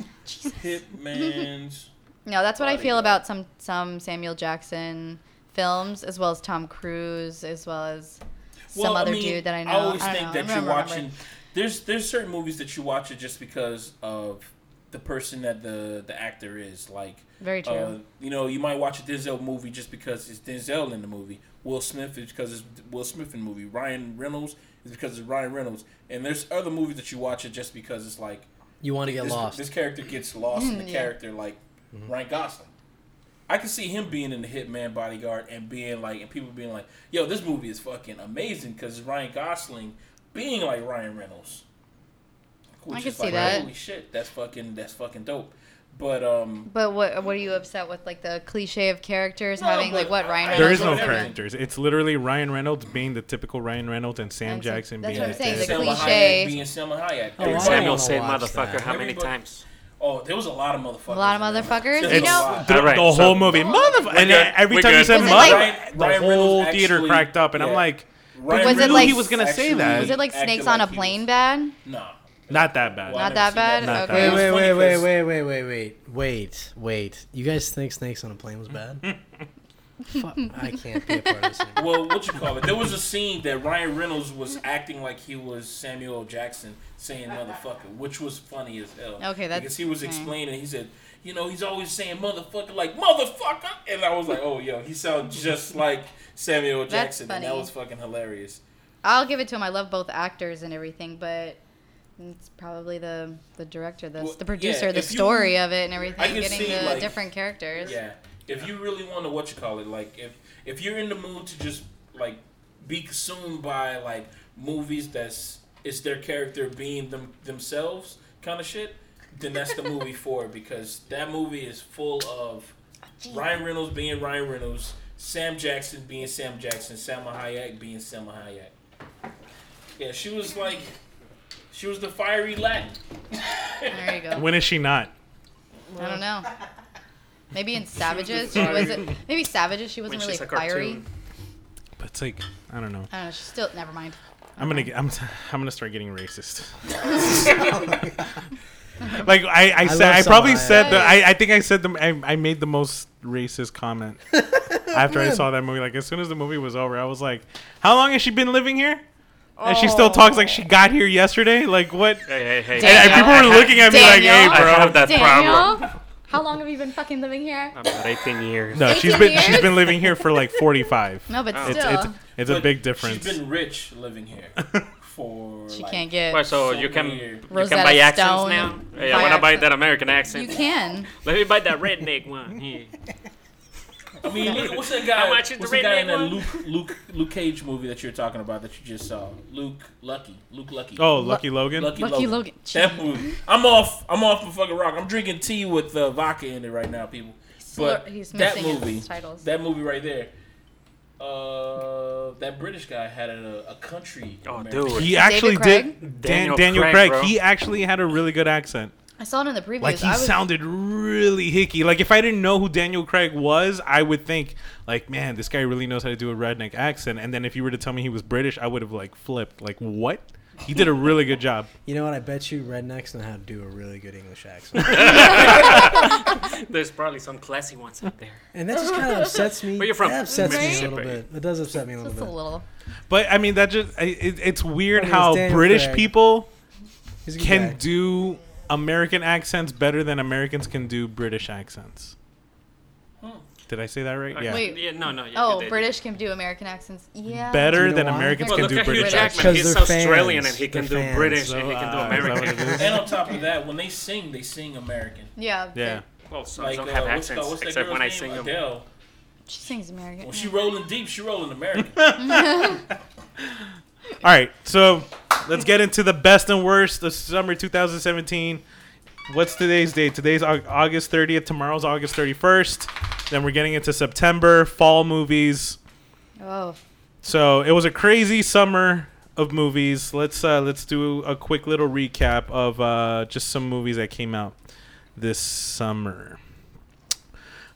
A: Hitman's.
E: No, that's what I feel
A: Bodyguard.
E: about some some Samuel Jackson films, as well as Tom Cruise, as well as some
A: Well,
E: other
A: mean,
E: dude that I know.
A: always
E: don't
A: think
E: know.
A: that
E: I'm
A: you're
E: gonna remember.
A: watching. There's there's certain movies that you watch it just because of the person that the the actor is. Like
E: Very true.
A: uh, you know, you might watch a Denzel movie just because it's Denzel in the movie. Will Smith is because it's Will Smith in the movie. Ryan Reynolds is because it's Ryan Reynolds. And there's other movies that you watch it just because it's like
D: You want to get
A: this,
D: lost?
A: this character gets lost in the
E: Mm, Yeah.
A: character, like Ryan Gosling. I can see him being in the Hitman Bodyguard and being like, and people being like, "Yo, this movie is fucking amazing" because Ryan Gosling being like Ryan Reynolds. Which
E: I can
A: is
E: see that.
A: Holy shit, that's fucking that's fucking dope. But um,
E: But what what are you upset with? Like the cliche of characters
A: No,
E: having
A: but
E: like what
A: I-
E: Ryan
A: I-
C: There
E: Reynolds
C: is no
E: was in it?
A: character.
C: characters. It's literally Ryan Reynolds being the typical Ryan Reynolds and Sam
E: That's a-
C: Jackson
E: that's
C: being
E: what I'm
C: the
E: saying,
C: typical-
E: like-
A: Selma
E: cliche.
A: Hayek being Selma Hayek.
D: Oh, wow.
A: Everybody-
B: Samuel said
D: watch
B: motherfucker
D: that.
B: how many
A: Everybody-
B: times?
A: Oh, there was a lot of motherfuckers.
E: A lot of
A: in that
E: motherfuckers?
A: movie. There
E: You
A: was a
E: know-
A: lot.
C: The,
B: All right,
C: the
B: so-
C: whole movie, motherfucker! And
B: good.
C: every
B: We're
C: time you
B: good.
C: said
E: Was it
C: mother,
A: like-
C: the
A: Ryan
C: whole
A: Reynolds
C: theater
A: actually-
C: cracked up, and I'm
A: yeah.
C: like,
A: Ryan
E: Was it
A: Reynolds
E: like-
C: he was gonna say
A: actually
C: that.
E: Was it like
A: acted
E: snakes on a
A: he
E: plane
A: was-
E: bad?
A: Nah.
C: not that bad.
A: Well, I've never
E: Not that
A: seen
E: bad?
C: Not
E: okay.
C: that
D: Wait,
A: It was
D: wait,
A: funny
D: wait, wait,
A: 'cause-
D: wait, wait, wait, wait, wait, wait. You guys think snakes on a plane was bad? Fuck, I can't be a part of this. anymore.
A: Well, what you call it? There was a scene that Ryan Reynolds was acting like he was Samuel L. Jackson saying motherfucker, which was funny as hell.
E: Okay, that's-
A: because he was
E: okay.
A: explaining. He said, you know, he's always saying motherfucker like motherfucker, and I was like, oh yo, he sounds just like Samuel L.
E: That's
A: Jackson, and that
E: funny.
A: was fucking hilarious.
E: I'll give it to him. I love both actors and everything, but it's probably the the director, the
A: Well,
E: the producer,
A: yeah,
E: the
A: if you-
E: story of it, and everything.
A: can
E: Getting
A: see,
E: the
A: like-
E: different characters.
A: Yeah, if you really want to, what you call it, like if if you're in the mood to just like be consumed by like movies that's it's their character being them themselves kind of shit, then that's the movie for it because that movie is full of Ryan Reynolds being Ryan Reynolds, Sam Jackson being Sam Jackson, Salma Hayek being Salma Hayek. Yeah, she was like, she was the fiery Latin.
E: There you go.
C: When is she not?
E: I don't know. Maybe in Savages, she
A: fiery-
E: wasn't. Maybe Savages, she wasn't
B: When
E: really
B: she's a
E: fiery.
B: cartoon.
C: But it's like, I don't know.
E: I don't know. She's still. Never mind.
C: I'm gonna get, I'm I'm gonna start getting racist. like I, I, said
D: love
C: I probably
D: Salma
C: said
E: Hayek.
C: the I, I think I said the I, I made the most racist comment after I saw that movie. Like as soon as the movie was over, I was like, "How long has she been living here?" And she still talks like she got here yesterday. Like what?
B: Hey, hey, hey.
E: Daniel.
C: And people were looking at me like, "Hey,
E: Daniel?
B: I
C: bro."
B: have that problem.
E: Daniel, how long have you been fucking living here?
B: About 18 years.
C: No, she's
E: 18
C: been
E: years?
C: she's been living here for like 45.
E: No, but
B: Oh.
E: still,
C: It's it's it's a
A: But
C: big difference.
A: She's been rich living here for.
E: she
A: like,
E: can't get.
B: Wait, so
A: So
B: you can
A: weird.
B: you
E: Rosetta
B: can buy accents
E: Stone.
B: now?
E: Buy
B: Hey, I wanna buy
E: accent.
B: that American
E: You
B: accent.
E: can.
B: Let me buy that redneck one. Yeah.
A: I mean, look, what's that guy?
B: How much is
A: what's
B: the
A: that guy
B: redneck
A: in that
B: one?
A: Luke Luke Luke Cage movie that you're talking about that you just saw? Luke Lucky, Luke Lucky.
C: oh, Lucky Logan.
A: Lucky,
E: Lucky
A: Logan.
E: Logan.
A: That movie. I'm off. I'm off the fucking rock. I'm drinking tea with uh, vodka in it right now, people. But
E: He's
A: that
E: missing his
A: movie,
E: titles.
A: that movie right there. Uh, that British guy had a, a country.
B: Oh,
A: American-
B: dude.
C: He actually
E: Craig?
C: did Dan,
B: Daniel
C: Daniel
B: Craig,
C: Craig.
B: bro.
C: He actually had a really good accent.
E: I saw it in the previews.
C: Like he
E: I was,
C: sounded really hicky. Like if I didn't know who Daniel Craig was, I would think like, man, this guy really knows how to do a redneck accent. And then if you were to tell me he was British, I would have like flipped. Like what? He did a really good job.
D: You know what? I bet you rednecks know how to do a really good English accent,
B: There's probably some classy ones out there.
D: and that just kind of upsets me.
B: Where you from?
D: That upsets me a
E: Mississippi.
D: little bit. It does upset me a little
E: just a
D: bit.
E: little.
C: But I mean, that just I- it, it's weird
D: I mean, it's
C: how
D: Daniel
C: British
D: Craig.
C: people
D: He's a good
C: can
D: guy.
C: do American accents better than Americans can do British accents.
B: Hmm.
C: Did I say that right? Yeah.
E: Wait.
B: yeah no, no. Yeah,
E: Oh,
B: they- they-
E: British can do American accents. Yeah.
C: Better
D: you know
C: than
D: why?
C: Americans
B: Well,
C: can
B: look
C: do
B: at Hugh
C: British accents.
B: Jackman. He's
D: Because they're
B: Australian
D: fans.
B: and he can
D: They're
B: do
D: fans,
B: British
D: so,
B: and he can do
C: uh, is that
B: American.
C: what it is?
A: And on top of that, when they sing, they sing American.
E: Yeah.
C: Yeah.
B: Well, some
A: Like,
B: don't
A: uh,
B: have
A: what's, the,
B: accents
A: what's that
B: except
A: girl's
B: when I
A: name?
B: sing them.
A: Adele.
E: She sings American.
A: When she rolling deep, she rolling American.
C: All right, so let's get into the best and worst of summer 2017. What's today's date? Today's Au- August 30th. Tomorrow's August 31st. Then we're getting into September fall movies.
E: oh.
C: So it was a crazy summer of movies. Let's uh, let's do a quick little recap of uh, just some movies that came out this summer.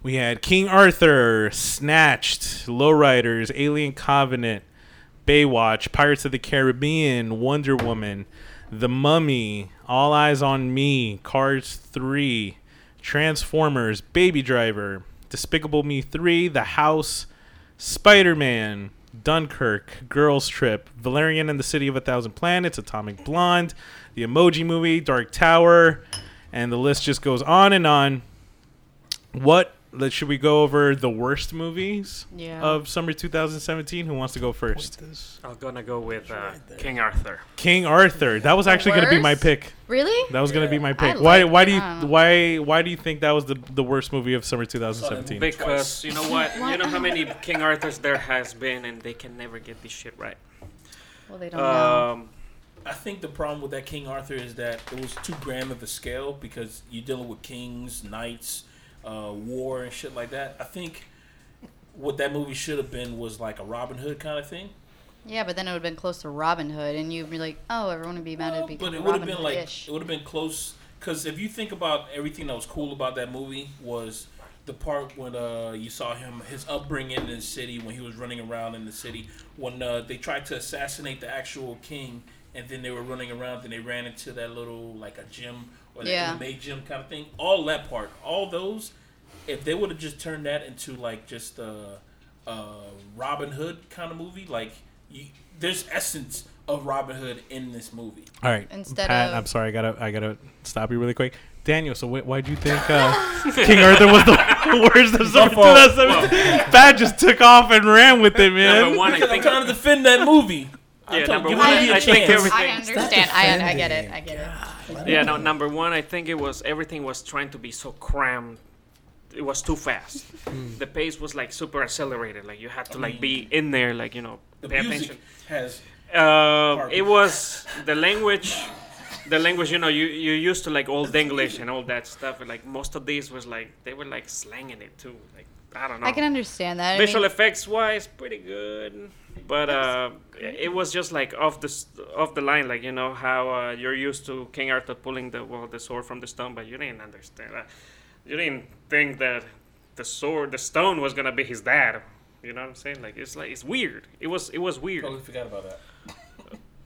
C: We had King Arthur, Snatched, Lowriders, Alien Covenant, Baywatch, Pirates of the Caribbean, Wonder Woman, The Mummy, All Eyes on Me, Cars 3, Transformers, Baby Driver, Despicable Me 3, The House, Spider Man, Dunkirk, Girls Trip, Valerian and the City of a Thousand Planets, Atomic Blonde, The Emoji Movie, Dark Tower, and the list just goes on and on. What let- should we go over the worst movies
E: Yeah.
C: of summer 2017? Who wants to go first?
B: I'm gonna go with uh, King Arthur.
C: King Arthur. That was actually going to be my
E: worst?
C: pick.
E: Really?
C: That was going to be my pick.
E: I
C: why?
E: like-
C: Why do you?
E: I don't know.
C: Why? Why do you think that was the the worst movie of summer 2017?
B: Because you know what?
E: Why-
B: You know how many King Arthurs there has been, and they can never get this shit right.
E: Oh,
A: Uh,
E: Well, they don't know.
B: Um,
A: I think the problem with that King Arthur is that it was too grand of a scale because you're dealing with kings, knights, uh, war, and shit like that. I think what that movie should have been was like a Robin Hood kind of thing.
E: Yeah, but then it would have been close to Robin Hood, and you'd be like, oh, everyone would be mad
A: Well,
E: at becoming
A: but it would have
E: Robin
A: been like
E: Hood-ish.
A: it would have been close because if you think about everything that was cool about that movie was the part when uh, you saw him his upbringing in the city when he was running around in the city when uh, they tried to assassinate the actual king and then they were running around and they ran into that little like a gym or that
E: Yeah.
A: MMA gym kind of thing all that part all those if they would have just turned that into like just a, a Robin Hood kind of movie like you, there's essence of Robin Hood in this movie.
C: All right,
E: Instead
C: Pat,
E: of-
C: I'm sorry, I gotta, I gotta stop you really quick. Daniel, so wh- why'd you think uh, King Arthur was the worst of
A: My
C: some?
A: fault.
C: Pat just took off and ran with it, man.
B: Number one, I
A: Because I'm
B: think.
A: trying to defend that movie. I
B: Yeah,
A: told-
B: number
A: give
B: one,
A: the
E: I,
A: movie a
B: I think
A: chance.
E: I
B: everything.
E: understand. I, I get it. I get it.
B: Yeah, no. Number one, I think it was everything was trying to be so crammed. It was too fast.
A: Hmm.
B: the pace was like super accelerated. Like you had to like be in there. Like you know,
A: The
B: pay
A: music
B: attention.
A: has
B: Uh, it
A: Garbage.
B: was the language. The language, you know, you you used to like old English and all that stuff. And, like most of these was like they were like slanging it too. Like I don't know.
E: I can understand that. I
B: Visual
E: mean,
B: effects wise, pretty good, but uh, it was just like off the s- off the line, like you know how uh, you're used to King Arthur pulling the well the sword from the stone, but you didn't understand that. You didn't think that the sword, the stone, was gonna be his dad. You know what I'm saying? Like it's like it's weird. It was it was weird.
A: totally forgot about that.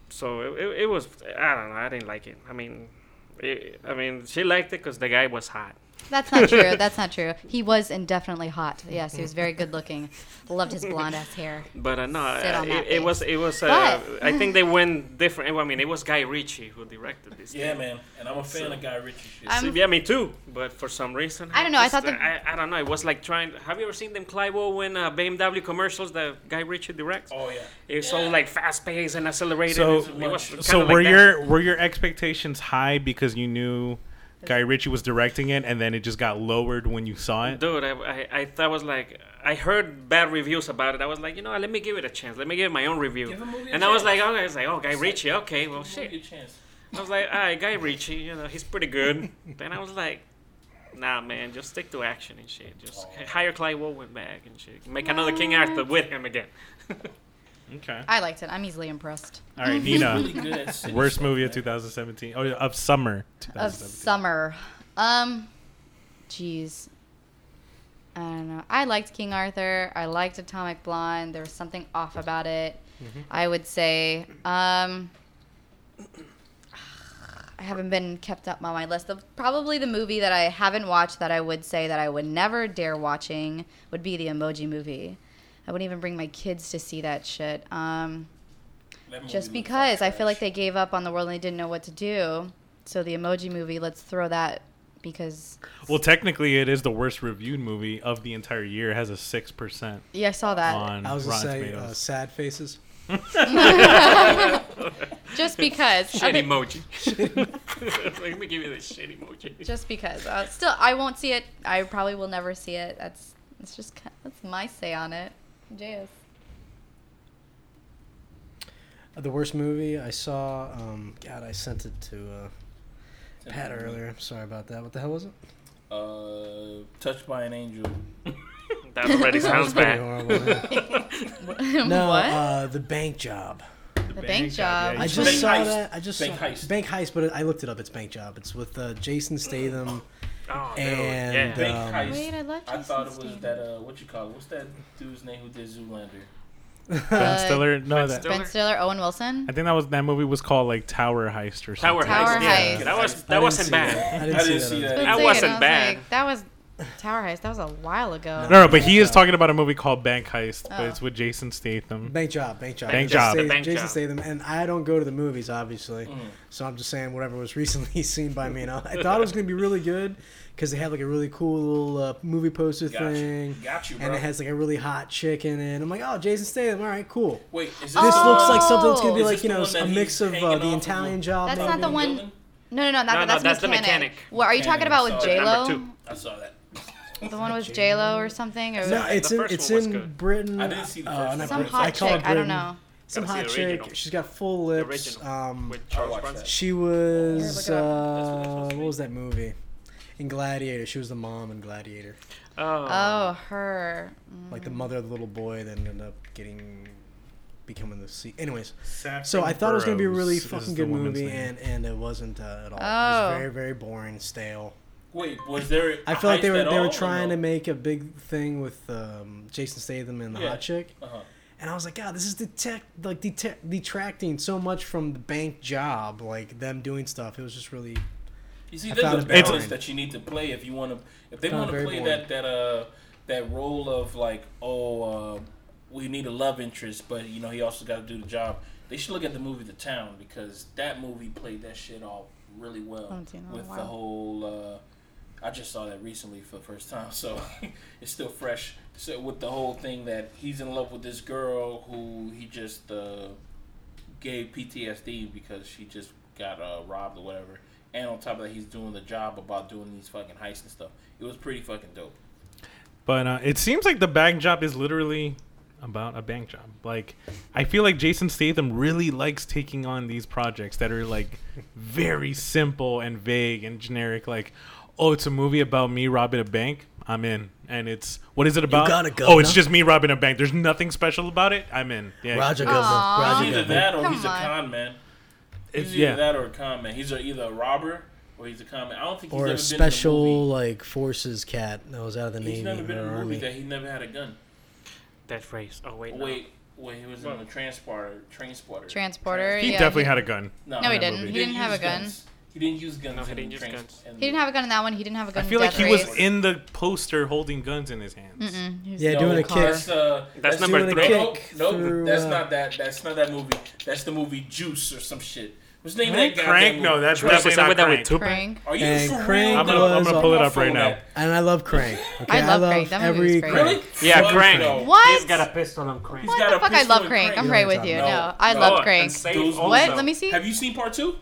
B: So it, it, it was I don't know. I didn't like it. I mean, it, I mean she liked it because the guy was hot.
E: that's not true. That's not true. He was indefinitely hot. Yes, he was very good looking. Loved his blonde ass hair.
B: But uh, no,
E: Sit
B: uh,
E: on that
B: it, it was it was. Uh, I think they went different. I mean, it was Guy Ritchie who directed this.
A: Yeah, man. And I'm a fan of Guy Ritchie shit.
E: I'm-
B: So, yeah, me too. But for some reason,
E: Um,
B: uh,
E: I don't know, I thought that-
B: I, I don't know. It was like trying. Have you ever seen them Clive Owen uh, BMW commercials that Guy Ritchie directs?
A: oh yeah.
B: It's all like fast paced and accelerated.
C: So,
B: It's- it was kinda
C: so
B: like
C: were
B: that.
C: your were your expectations high because you knew Guy Ritchie was directing it, and then it just got lowered when you saw it?
B: Dude, I, I, I thought was like, I heard bad reviews about it. I was like, you know, what, let me give it a chance. Let me give it my own review.
A: Give a movie a
B: and I was
A: chance.
B: like, okay, it's like, oh, Guy Ritchie. Okay, well,
A: Give the
B: shit.
A: movie a chance.
B: I was like, all right, Guy Ritchie, you know, he's pretty good. then I was like, nah, man, just stick to action and shit. Just hire Clive Owen back and shit. Make another King Arthur with him again.
C: Okay.
E: I liked it. I'm easily impressed.
C: All right,
A: Really
C: Nina.
A: good at city
C: Worst
A: stuff,
C: movie of
A: man.
C: 2017. Oh, yeah, of summer.
E: of
C: 2017.
E: summer. Um, jeez. I don't know. I liked King Arthur. I liked Atomic Blonde. There was something off about it. I would say. Um, I haven't been kept up on my list. The, probably the movie that I haven't watched that I would say that I would never dare watching would be the Emoji Movie. I wouldn't even bring my kids to see that shit. Um,
A: That movie looks
E: just because I feel like
A: trash.
E: they gave up on the world and they didn't know what to do. So the emoji movie, let's throw that because
C: Well, technically, it is the worst reviewed movie of the entire year. It has a six percent
E: yeah, I saw that.
C: on
D: I was
C: Rotten
D: gonna say uh,
C: Tomatoes.
D: sad faces.
E: Just because.
B: Shit
E: Okay,
B: emoji. Let me give you this shit emoji.
E: just because. Uh, still, I won't see it. I probably will never see it. That's that's just ki- that's my say on it. JS.
D: Uh, The worst movie I saw. Um, God, I sent it to uh, Pat earlier. I'm sorry about that. What the hell was it?
A: Uh, touched by an angel.
B: That already sounds
D: Pretty
B: bad.
D: horrible. yeah. No,
E: what?
D: Uh, the bank job.
E: the bank job.
C: yeah,
D: I
C: It's
D: just
A: Bank
D: saw
A: Heist.
D: that. I just
A: Bank
D: saw,
A: Heist.
D: Bank heist, but I looked it up. It's bank job. It's with uh, Jason Statham.
B: Oh, dude.
D: And,
B: yeah.
A: Big
D: Um,
A: Heist.
E: Wait, I love
A: I
E: Jason
A: thought it was
E: Statham.
A: that uh, what you call it? What's that dude's name who did Zoolander?
D: uh,
C: Ben Stiller. No,
B: Ben
C: that,
B: Stiller.
E: Ben Stiller, Owen Wilson.
C: I think that was that movie was called like Tower Heist or something.
B: Tower,
E: Tower
B: Heist. Yeah.
E: Heist.
B: That was
D: I
B: that
D: didn't
B: wasn't
D: see
B: bad.
D: that. I
A: I didn't see that.
E: Been
B: That
E: saying it,
B: wasn't
E: I was
B: bad.
E: like, that was Tower Heist. That was a while ago.
C: No, no, but he is talking about a movie called Bank Heist, but it's with Jason Statham.
D: Bank job, bank job,
C: Bank
D: Jason
C: job.
D: Statham,
B: Bank
D: Jason
B: job.
D: Statham, and I don't go to the movies, obviously.
A: Mm.
D: So I'm just saying whatever was recently seen by me. And I, I thought it was gonna be really good because they had like a really cool little uh, movie poster
A: Got you.
D: thing,
A: Got you, bro.
D: and it has like a really hot chick in it. I'm like, oh, Jason Statham, all right, cool.
A: Wait, is this,
D: This
A: the-
D: looks like something that's gonna be
A: Is
D: like
A: this
D: you
A: the
D: know
A: one that
D: a
A: he's
D: mix of
A: hanging
D: uh,
A: off
D: the
A: of
D: Italian
A: the-
D: job.
E: That's
D: maybe.
E: not the one-
A: Villain?
E: No, no, no, not
B: No,
E: that.
B: no,
E: That's,
B: that's the mechanic.
E: mechanic. What are you talking
A: Mechanic.
E: about with
A: So,
E: J
A: number
E: Lo?
B: two.
A: I saw that.
E: The one with J Lo or something? Or
D: No, it's
B: the
D: in
B: first
D: it's
B: one was
D: in
B: good.
D: Britain.
A: I didn't see the
D: uh,
A: first
D: not
A: one.
E: some
D: Britain.
E: hot
D: I call it
E: chick. I don't
D: Britain.
E: know.
D: Some
B: Gotta see
D: hot
B: the
D: chick.
B: original.
D: She's got full
B: The
D: lips.
B: original
D: Um,
B: with
A: I'll
B: Charles
A: watch
B: Bronson.
D: she was
E: Yeah, look it
D: uh,
A: supposed to
D: what
A: be.
D: was that movie? In Gladiator, she was the mom in Gladiator,
B: Oh,
E: Oh, her. Mm.
D: like the mother of the little boy, then ended up getting becoming the sea. Anyways,
C: Saffron
D: so I thought it was gonna be a really
C: Burrows is
D: fucking
C: the
D: good
C: woman's
D: movie,
C: name.
D: and and it wasn't uh, at all. It was
E: Oh.
D: very very boring, stale.
A: Wait, was there?
D: I feel like they were they were trying to make a big thing with um, Jason Statham and the
A: Yeah.
D: hot chick,
A: Uh-huh.
D: and I was like, God, this is detect like detec- detracting so much from the bank job, like them doing stuff. It was just really
A: You see,
D: I
A: there's
D: found
A: a
D: it boring.
A: balance that you need to play if you want to. If they
D: Found
A: want
D: it
A: to
D: very
A: play
D: boring.
A: that that uh that role of like, oh, uh, we need a love interest, but you know he also got to do the job. They should look at the movie The Town because that movie played that shit off really well
E: haven't seen that in a
A: with the
E: while.
A: whole. Uh, I just saw that recently for the first time, so it's still fresh. So with the whole thing that he's in love with this girl who he just uh, gave PTSD because she just got uh, robbed or whatever, and on top of that, he's doing the job about doing these fucking heists and stuff. It was pretty fucking dope.
C: But uh, it seems like the bank job is literally about a bank job. Like, I feel like Jason Statham really likes taking on these projects that are like very simple and vague and generic. Like, oh, it's a movie about me robbing a bank. I'm in. And it's what is it about?
D: got it,
C: oh, it's
D: governor.
C: just me robbing a bank. There's nothing special about it. I'm in. Yeah,
E: Governor. Aw.
D: Oh,
E: Roger
A: Either that or
E: Come
A: he's a
E: on.
A: con man. He's
C: It's-
A: either
C: yeah.
A: that or a con man. He's a, either a robber or he's a con man. I don't think he's
D: or
A: ever been
D: a
A: in a
D: special
A: movie.
D: like forces cat that was out of the
A: He's never
D: navy
A: been
D: or
A: in a movie
D: army.
A: that he never had a gun.
B: that race. Oh wait, no.
A: Wait, wait, he was in the transporter. Transporter.
E: transporter.
C: he
E: yeah,
C: definitely had a gun.
E: No, he
C: that
E: didn't.
C: movie.
E: He didn't have a
A: use
E: gun.
A: guns. He didn't use guns.
B: No, he
A: in
B: didn't use
A: trans-
B: guns.
A: in
E: He didn't have a gun in that one. He didn't have a
C: I
E: gun.
C: feel like
E: Death
C: he
E: Race.
C: was in the poster holding guns in his hands.
E: Mm-mm, he was
D: Yeah,
E: in
D: doing
E: the
D: a
E: car.
A: That's, uh,
B: That's number
D: doing a
B: three.
D: kick.
A: Nope, nope,
D: through,
A: that's
D: uh,
A: not that. That's not that movie. That's the movie Juice or some shit. What's the name
C: Ain't
A: of that
C: Crank?
A: goddamn
C: No,
A: movie?
C: that's
B: That
C: definitely
B: was that
C: not
B: with that
C: Crank.
B: with Tupac.
E: Crank.
A: Are you
D: And
A: for real?
D: Crank
C: I'm gonna, I'm gonna
D: was
C: pull it
A: on
C: up right
A: phone
C: now.
A: app.
D: And I love Crank. Okay,
E: I
D: I,
E: love
D: love
E: Crank. That movie was
D: every
E: great.
D: Crank.
A: Really?
B: Yeah,
A: Fuck
B: Crank.
A: no.
E: What?
B: He's got a pistol on Crank.
A: He's
E: What
A: got
E: the
A: a
E: fuck? I
A: pistol
E: love
A: and
E: Crank. I'm
A: Crank.
E: right
D: No,
E: with you.
A: no,
E: No, I
A: no.
E: love
A: Oh,
E: Crank.
B: and Safe
A: Those
B: also.
E: What? Let me see.
A: Have you seen part two?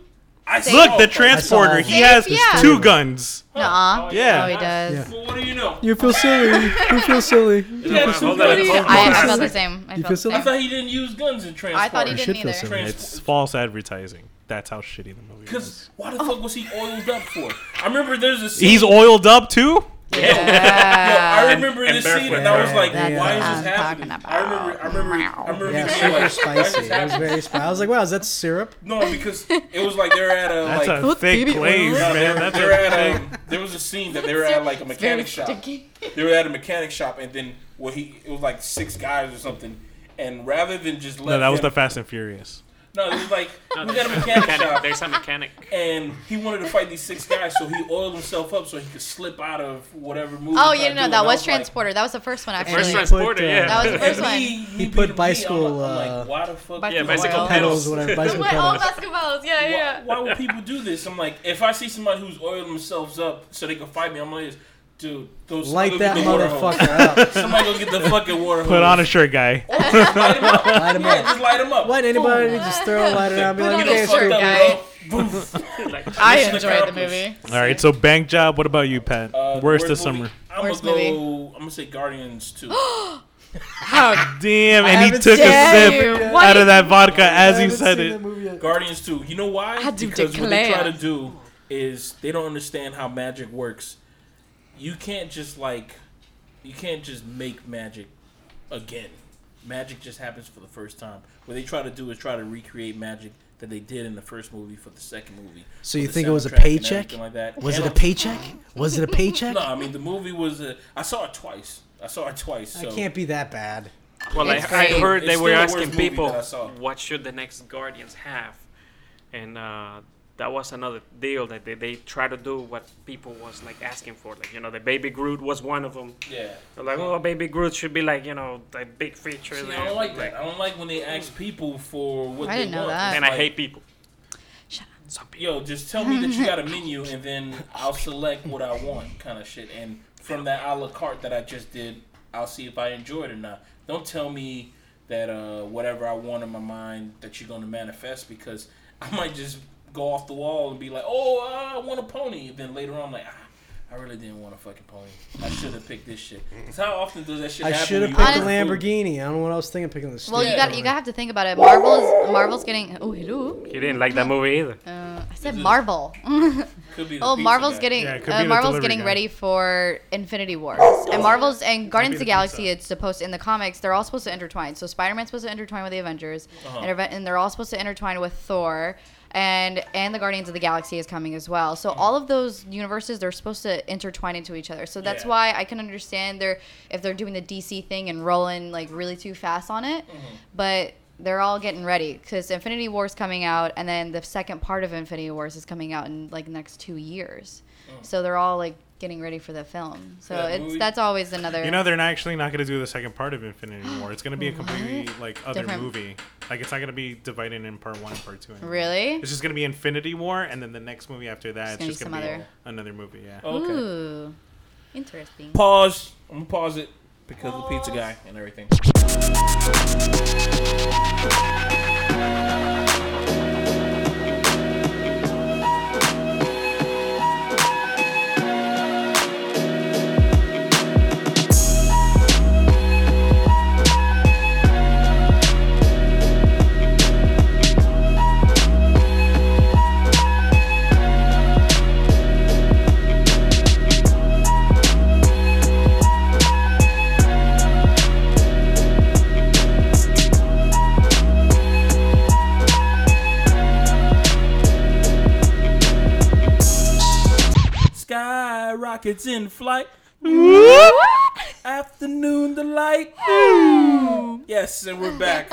A: I
E: Safe.
A: saw
C: Look, the
A: part two.
C: transporter.
D: all
C: He
D: of
C: has
E: them. Yeah.
C: two guns.
E: Nuh-uh.
B: Oh,
C: yeah.
E: Oh, he does.
D: Yeah.
A: Well, what do you know?
D: You feel silly. You feel silly.
A: Yeah,
B: Hold
A: so
B: on,
A: good.
B: hold on.
E: I, I
D: You
E: felt the
D: feel
E: same. I
D: you
E: felt
D: feel
E: the
A: I
E: same.
D: silly?
A: thought he didn't use guns in Transporter.
E: I thought he
D: You
E: didn't
D: should feel
E: either.
D: silly.
A: Transport-
C: It's false advertising. That's how shitty the movie is.
A: Because why the fuck was he oiled up for? I remember there's a scene.
C: He's oiled up too.
A: Yo, I
E: Yeah.
A: remember
B: And-
A: this
B: and
A: scene and I was
D: barefoot.
A: like, why
D: That's what
A: is this
E: I'm
A: happening?
E: talking
A: I remember, I remember, I remember
D: Yeah,
A: being
D: super
A: like,
D: spicy. It was very spicy. I was like, wow, is that syrup?
A: no, because it was like they're at a
C: That's
A: like.
C: a
E: What's
C: thick
E: baby
C: glaze,
E: oil?
A: no, they
C: man.
A: were-
C: That's
A: they were
C: a
A: at,
C: thick.
A: um, there was a scene that they were at like a
E: It's very
A: mechanic shop.
E: sticky.
A: They were at a mechanic shop and then well he it was like six guys or something. And rather than just let
C: No, that was the
A: them-
C: Fast and Furious.
A: no, it was like we got
B: there's,
A: a
B: a
A: mechanic
B: mechanic.
A: shop
B: there's a mechanic.
A: and he wanted to fight these six guys, so he oiled himself up so he could slip out of whatever movie.
E: Oh,
A: he
E: yeah,
A: tried
E: no,
A: to do. And
E: that
A: I
E: was
A: like,
E: Transporter. That was the first one,
B: First
E: actually.
D: he put,
B: transporter.
D: uh,
B: yeah.
E: That was the
A: and
E: first one.
A: me- me
D: He put
A: being me, I'm
D: bicycle,
A: like- I'm
D: uh,
A: like, why the fuck?
E: Bicycle
A: do
B: Yeah, bicycle
A: I-
B: pedal.
D: Pedals, whatever. Bicycle
E: Wait, all
D: pedals.
E: basketballs. Yeah,
A: why,
E: yeah.
A: why would people do this? I'm like, if I see somebody who's oiling themselves up so they can fight me, I'm like, this, dude, those
D: Light
A: go
D: that
A: get the water hose.
D: motherfucker up.
A: Somebody go get the fucking water hose.
C: Put on a shirt, guy.
A: light 'em up.
D: Light him
A: Yeah,
D: up.
A: just light him up.
D: What? Anybody just throw a lighter out and be
E: Put
D: like,
E: on a
D: okay,
E: shirt,
D: screw it.
E: guy.
B: Like,
E: I
A: Mission
E: enjoyed the
A: accomplished.
E: movie.
C: All right, so bank job. What about you, Pat?
A: Uh,
C: Worst of
A: movie?
C: summer.
A: I'm
E: Worst
A: gonna
E: movie.
A: go. I'm gonna say Guardians Two.
E: How
C: Damn, and he
D: haven't
C: took a
D: seen
E: dare
C: sip
E: you? What?
C: out of that vodka as
D: I
C: he
D: haven't
C: said
D: seen
C: it.
D: that movie yet.
A: Guardians 2. You know why?
E: I do
A: because what they try
E: declare.
A: to do is they don't understand how magic works. You can't just like you can't just make magic again. Magic just happens for the first time. What they try to do is try to recreate magic that they did in the first movie for the second movie.
D: So you
A: with the
D: think it was a
A: soundtrack and
D: paycheck?
A: everything Like that.
D: Was it
A: And
D: a paycheck? Was it a paycheck?
A: No, I mean the movie was. A, I saw it twice. I saw it twice.
D: I
A: So
D: can't be that bad.
B: well, I,
E: It's
B: I
E: great.
B: heard they
A: It's still
B: were
A: the worst
B: asking
A: movie
B: people
A: that I saw.
B: what should the next Guardians have, and uh, that was another deal that they, they try to do what people was like asking for. Like you know, the Baby Groot was one of them.
A: Yeah.
B: They're like, oh, Baby Groot should be like you know the big feature.
A: See,
B: there.
A: I don't like that. I don't like when they ask people for what
E: I
A: they
E: didn't know
A: want.
E: that.
A: It's
B: And I
A: like,
B: hate people.
E: Shut up.
B: Some people.
A: yo, just tell me that you got a menu, and then I'll select what I want, kind of shit. And from that a la carte that I just did, I'll see if I enjoy it or not. Don't tell me that uh, whatever I want in my mind that you're gonna manifest because I might just go off the wall and be like, oh, I want a pony, and then later on, like. "Ah, I I really didn't want a fucking pony. I should have picked this shit. 'Cause how often does that shit
D: I
A: happen?
D: should have
A: when
D: picked
A: you
E: Honest-
D: the
A: order food?
D: Lamborghini. I don't know what I was thinking. Picking the.
E: Well, you
A: Yeah.
E: got you got to have to think about it. Marvel's Marvel's getting. Oh, hello.
B: He didn't like that movie either.
E: Uh, I said
A: This is-
E: Marvel.
A: Could be the pizza
E: oh, Marvel's
A: guy.
E: getting
F: Yeah, it could be
E: uh,
F: the
E: Marvel's
F: delivery
E: getting
F: guy.
E: ready for Infinity War, and Marvel's and Guardians of the
F: the
E: Galaxy.
F: pizza.
E: It's supposed in the comics they're all supposed to intertwine. So Spider-Man's supposed to intertwine with the Avengers,
A: Uh-huh.
E: and, event- and they're all supposed to intertwine with Thor, and and the Guardians of the Galaxy is coming as well.
A: Mm-hmm.
E: So all of those universes they're supposed to intertwine into each other. So that's
A: Yeah.
E: why I can understand they're if they're doing the DC thing and rolling like really too fast on it,
A: Mm-hmm.
E: but. They're all getting ready because Infinity War is coming out, and then the second part of Infinity Wars is coming out in like next two years. So they're all like getting ready for the film. So
A: That
E: it's
A: Mm. movie-
E: that's always another.
F: You know they're not actually not going to do the second part of Infinity War. It's going to be a completely
E: What?
F: like other
E: Different-
F: movie. Like it's not going to be divided in part one and part two. Anymore.
E: really?
F: It's just going to be Infinity War, and then the next movie after that,
E: It's
F: it's,
E: gonna
F: just going
E: be
F: to be
E: some
F: another movie. Yeah.
A: Okay.
E: Ooh, interesting.
A: Pause. I'm gonna pause it because of the pizza guy and everything. Sky rockets in flight. Afternoon delight. yes, and we're back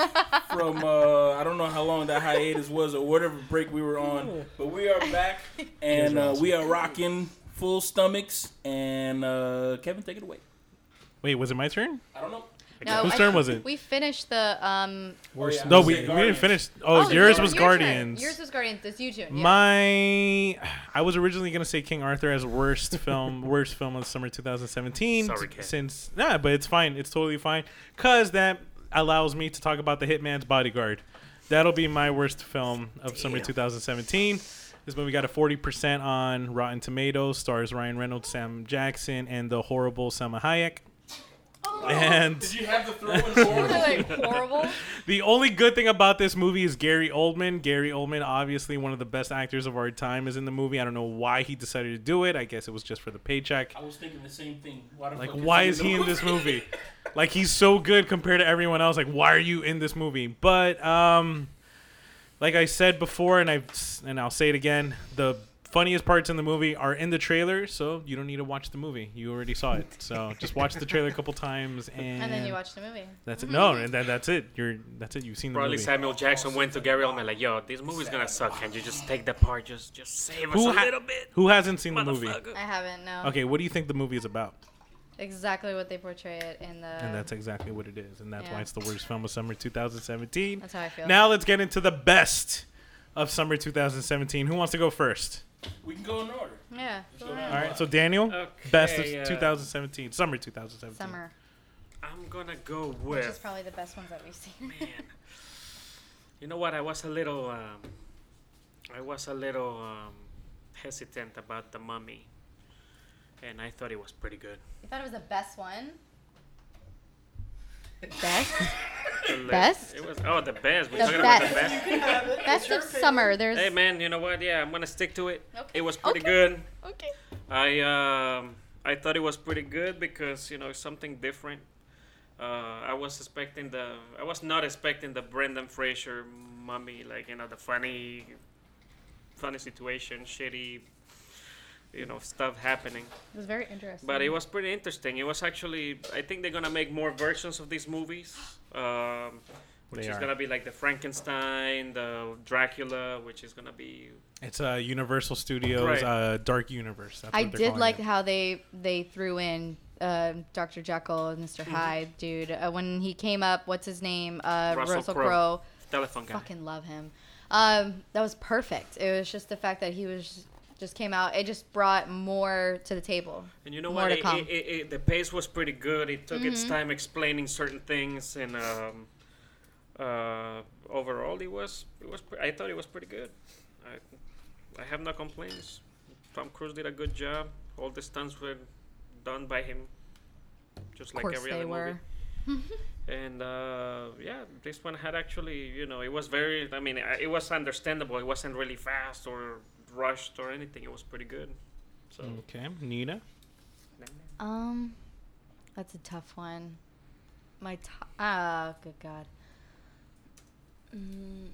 A: from uh, I don't know how long that hiatus was or whatever break we were on, but we are back and uh, we are rocking full stomachs. And uh, Kevin, take it away.
C: Wait, was it my turn?
A: I don't know.
E: No,
C: Whose
E: I
C: turn
E: think
C: was it?
E: We finished the um.
A: Worst.
C: No, we, we didn't finish. Oh, yours was
E: your turn.
C: Guardians.
E: Yours was Guardians. It's you, June. Yeah.
C: My, I was originally gonna say King Arthur as worst film, worst film of the summer 2017.
B: Sorry, Ken.
C: Since nah, but it's fine. It's totally fine. Cause that allows me to talk about the Hitman's Bodyguard. That'll be my worst film of summer 2017. This movie got a 40% on Rotten Tomatoes. Stars Ryan Reynolds, Sam Jackson, and the horrible Selma Hayek. And
A: Did you have the throw in forward?
E: like horrible.
C: the only good thing about this movie is Gary Oldman. Gary Oldman, obviously one of the best actors of our time, is in the movie. I don't know why he decided to do it. I guess it was just for the paycheck.
A: I was thinking the same thing. Why the
C: Like,
A: fuck
C: why is he in this movie? Like, he's so good compared to everyone else. Like, why are you in this movie? But, um, like I said before, and I and I'll say it again, the funniest parts in the movie are in the trailer, so you don't need to watch the movie. You already saw it, so just watch the trailer a couple times, and,
E: And then you watched the movie.
C: That's it. No, and that, that's it. You're that's it. You've seen the
B: Probably
C: movie.
B: Samuel Jackson went to Gary Oldman like, "Yo, this movie's gonna suck. Can you just take the part? Just, just save us
C: Who
B: a
C: ha-
B: little bit,
C: Who hasn't seen the movie?
B: motherfucker."
E: I haven't. No.
C: Okay, what do you think the movie is about?
E: Exactly what they portray it in the.
C: And that's exactly what it is, and that's
E: Uh, Yeah.
C: why it's the worst film of summer 2017.
E: That's how I feel.
C: Now let's get into the best of summer 2017. Who wants to go first?
A: We can go in order.
E: yeah.
A: All
C: All right, so Daniel, best of
B: Okay, uh,
C: 2017, summer 2017.
E: Summer,
B: I'm gonna go
E: which is
B: with.
E: probably the best ones that we've seen.
B: Man, you know what? I was a little, um, I was a little um, hesitant about the mummy, and I thought it was pretty good.
E: you thought it was the best one. Best.
B: Like,
E: Best?
B: It was oh the best. We're
E: The
B: talking about the
E: best.
B: best.
E: best of summer. There's.
B: hey man, you know what? Yeah, I'm gonna stick to it.
E: Okay.
B: It was pretty
E: Okay.
B: good.
E: Okay.
B: I um I thought it was pretty good because you know it's something different. Uh, I was expecting the I was not expecting the Brendan Fraser mummy like you know the funny, funny situation, shitty, you know stuff happening.
E: It was very interesting.
B: But it was pretty interesting. It was actually I think they're gonna make more versions of these movies, um, which
C: They
B: is
C: are.
B: gonna be like the Frankenstein, the Dracula, which is gonna be
C: It's uh, Universal Studios
B: Right.
C: uh, Dark Universe. That's
E: I
C: what they're
E: did
C: calling
E: like
C: it.
E: how they they threw in uh, Dr. Jekyll and mister Hyde, dude. Uh, when he came up, what's his name? Uh,
B: Russell
E: Russell,
B: Crowe.
E: Crowe.
B: telephone guy.
E: Fucking love him. Um, that was perfect. It was just the fact that he was just came out. It just brought more to the table.
B: And you know
E: More
B: what?
E: to
B: It,
E: come. Mm-hmm.
B: it, it, it, the pace was pretty good. It took its time explaining certain things, and um, uh, overall, it was it was. Pre- I thought it was pretty good. I I have no complaints. Tom Cruise did a good job. All the stunts were done by him, just
E: of
B: like
E: course
B: every
E: they
B: other
E: were.
B: movie. And uh, yeah, this one had actually, you know, it was very. I mean, uh, it was understandable. It wasn't really fast or rushed or anything. It was pretty good. So
C: Okay, Nina.
E: Um, that's a tough one. My top. Ah, good God. Mm,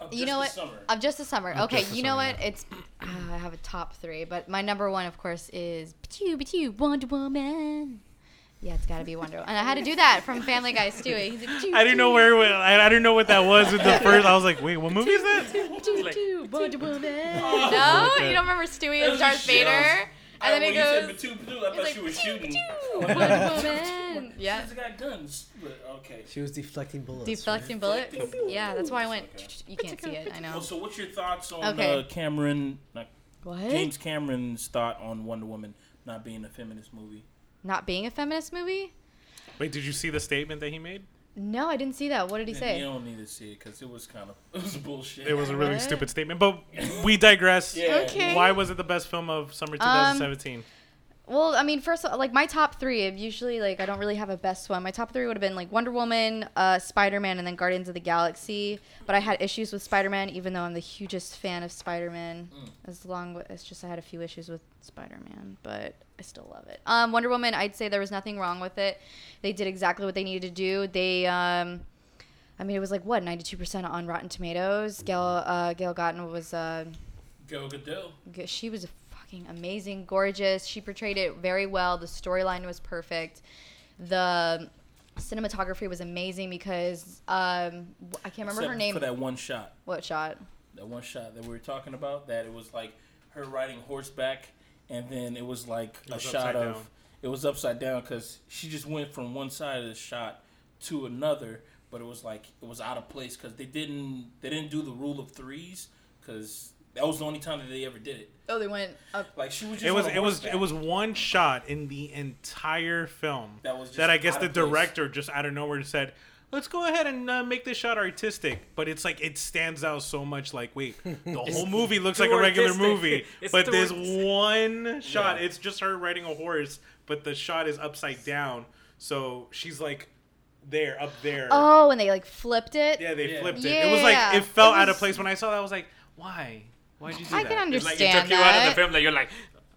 A: Of
E: you
A: just
E: know
A: the
E: what?
A: Summer.
E: Of just the summer. okay,
C: Just the
E: you know
C: Summer,
E: what? It's ah, I have a top three, but my number one, of course, is Pichu Pichu Wonder Woman. Yeah, it's got to be Wonder Woman. And I had to do that from Family Guy Stewie. He's like, "Pichu,
C: I didn't know
E: pichu,
C: where it was. I, I didn't know what that was at the first. I was like, wait, what movie is that?
E: pichu,
B: Like-
E: pichu, Wonder Woman.
A: Oh,
E: No, you don't remember Stewie
A: That
E: as
A: was
E: Darth
A: just shit. I was-
E: Vader,
A: I-
E: and then
A: when
E: it
A: you said
E: goes.
A: Batu Batu, I thought
E: It's
A: she
E: like,
A: was
E: "Pichu,
A: shooting.
E: pichu, Wonder Woman. Yeah.
A: She's got guns. But, okay.
D: She was deflecting bullets.
E: Deflecting bullet.
A: Deflecting
E: Yeah, that's why I went.
A: bullets,
E: You can't see it. I
A: Well,
E: know.
A: so what's your thoughts on
E: Okay. Hmm?
A: uh, Cameron, not, James
E: What?
A: Cameron's thought on Wonder Woman not being a feminist movie?
E: Not being a feminist movie?
C: Wait, did you see the statement that he made?
E: No, I didn't see that. What did he
A: And You
E: say?
A: don't need to see it because it was kind of it was bullshit.
C: It was a really
E: What?
C: stupid statement, but we digress.
A: Yeah.
E: Okay. Um,
C: Why was it the best film of summer 2017?
E: Well, I mean, first, of all, like my top three. Usually, like I don't really have a best one. My top three would have been like Wonder Woman, uh, Spider Man, and then Guardians of the Galaxy. But I had issues with Spider Man, even though I'm the hugest fan of Spider Man. As long wi- it's just I had a few issues with Spider Man, but I still love it. Um, Wonder Woman, I'd say there was nothing wrong with it. They did exactly what they needed to do. They um, I mean, it was like what 92% on Rotten Tomatoes. Gail uh, Gail Gotten was uh,
A: Go Gadot.
E: g- she was fucking amazing, gorgeous. She portrayed it very well. The storyline was perfect. The cinematography was amazing because um, w- I can't remember her
A: Except
E: name.
A: for that one shot.
E: What shot?
A: that one shot that we were talking about that it was like her riding horseback and then it was like a
C: was
A: shot
C: upside
A: of
C: down.
A: it was upside down because she just went from one side of the shot to another but it was like it was out of place because they didn't they didn't do the rule of threes because that was the only time that they ever did it
E: Oh, they went up.
A: like she was just
C: It was
A: on a
C: it was
A: horseback.
C: it was one shot in the entire film
A: That was just
C: I guess
A: out
C: the
A: of place.
C: director just out of nowhere said, "Let's go ahead and uh, make this shot artistic." But it's like it stands out so much. Like, wait, the whole movie looks
B: too
C: like a regular
B: artistic.
C: movie,
B: It's
C: but
B: too
C: there's
B: artistic.
C: one shot.
A: Yeah.
C: It's just her riding a horse, but the shot is upside down, so she's like there, up there.
E: Oh, and they like flipped it.
C: Yeah, they
A: Yeah.
C: flipped it. It was like
E: Yeah.
C: it fell
E: It
C: out of
E: was-
C: place when I saw that. I was like, why? Why'd you do
E: I
C: that?
E: can
B: It's like it
E: understand
B: took you out of the
E: that.
B: film. Like you're like,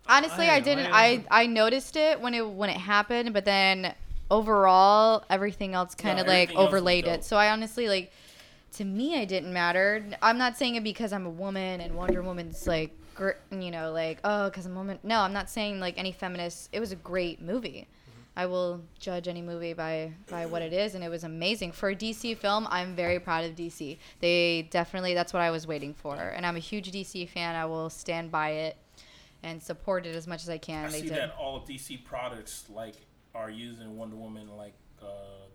E: Honestly,
C: Why?
E: I didn't.
C: Why?
E: I I noticed it when it when it happened, but then overall, everything else kind of like
A: everything else was
E: overlaid
A: dope.
E: it. So I honestly like. To me, it didn't matter. I'm not saying it because I'm a woman and Wonder Woman's like, gr- you know, like oh, because I'm a woman. No, I'm not saying like any feminist. It was a great movie. I will judge any movie by by what it is, and it was amazing for a DC film. I'm very proud of DC. They definitely that's what I was waiting for, and I'm a huge DC fan. I will stand by it and support it as much as I can.
A: i
E: they
A: see
E: did.
A: that all dc products like are using wonder woman like uh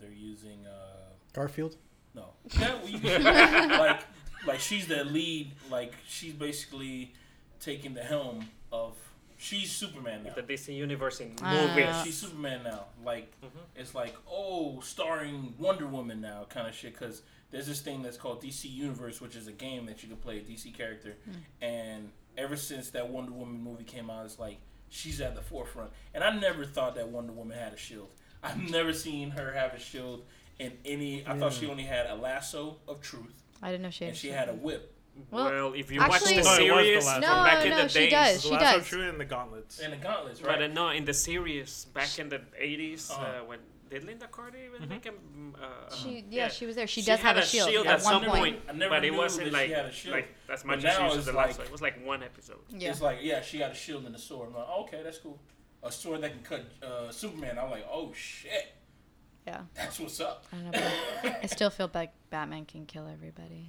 A: they're using uh
D: Garfield.
A: No. Yeah, well, you can- like, like she's the lead. Like she's basically taking the helm of. She's Superman now.
B: the DC universe in
E: Ah.
B: movies.
E: Yeah.
A: She's Superman now. Like it's like oh, starring Wonder Woman now, kind of shit. Because there's this thing that's called DC Universe, which is a game that you can play a DC character. And ever since that Wonder Woman movie came out, it's like she's at the forefront. And I never thought that Wonder Woman had a shield. I've never seen her have a shield in any. I thought she only had a lasso of truth,
E: I didn't know she.
A: and she had a whip
E: Well,
B: Well, if you
E: actually-
C: it was
B: watch the
E: No,
C: the
B: series
C: last
B: from
E: no,
C: one.
B: back in
E: no,
B: the
E: she
B: days,
C: It was
E: does.
C: the
E: She
C: last time
E: does.
C: she was in the gauntlets.
A: and the gauntlets, right?
B: But uh, no, in the series back in the 80s, uh
A: Uh-huh.
B: when did Linda Carter even
A: Mm-hmm.
B: make a? mm, Uh,
E: She,
B: uh,
E: yeah, she was there. She, does have
B: had
E: a shield,
B: at
E: at one
B: some
E: point.
B: point,
A: I never
B: but it
A: knew that
B: wasn't
A: she
B: like
A: had a shield.
B: like as
A: But
B: much
A: now
B: as she
A: it's
B: used the last.
A: like-
B: one. It was like one episode.
E: Yeah.
A: It's like, yeah, she got a shield and a sword. I'm like, oh, okay, that's cool. A sword that can cut uh, Superman. I'm like, oh shit,
E: yeah.
A: that's what's up.
E: I don't know. But I still feel like Batman can kill everybody.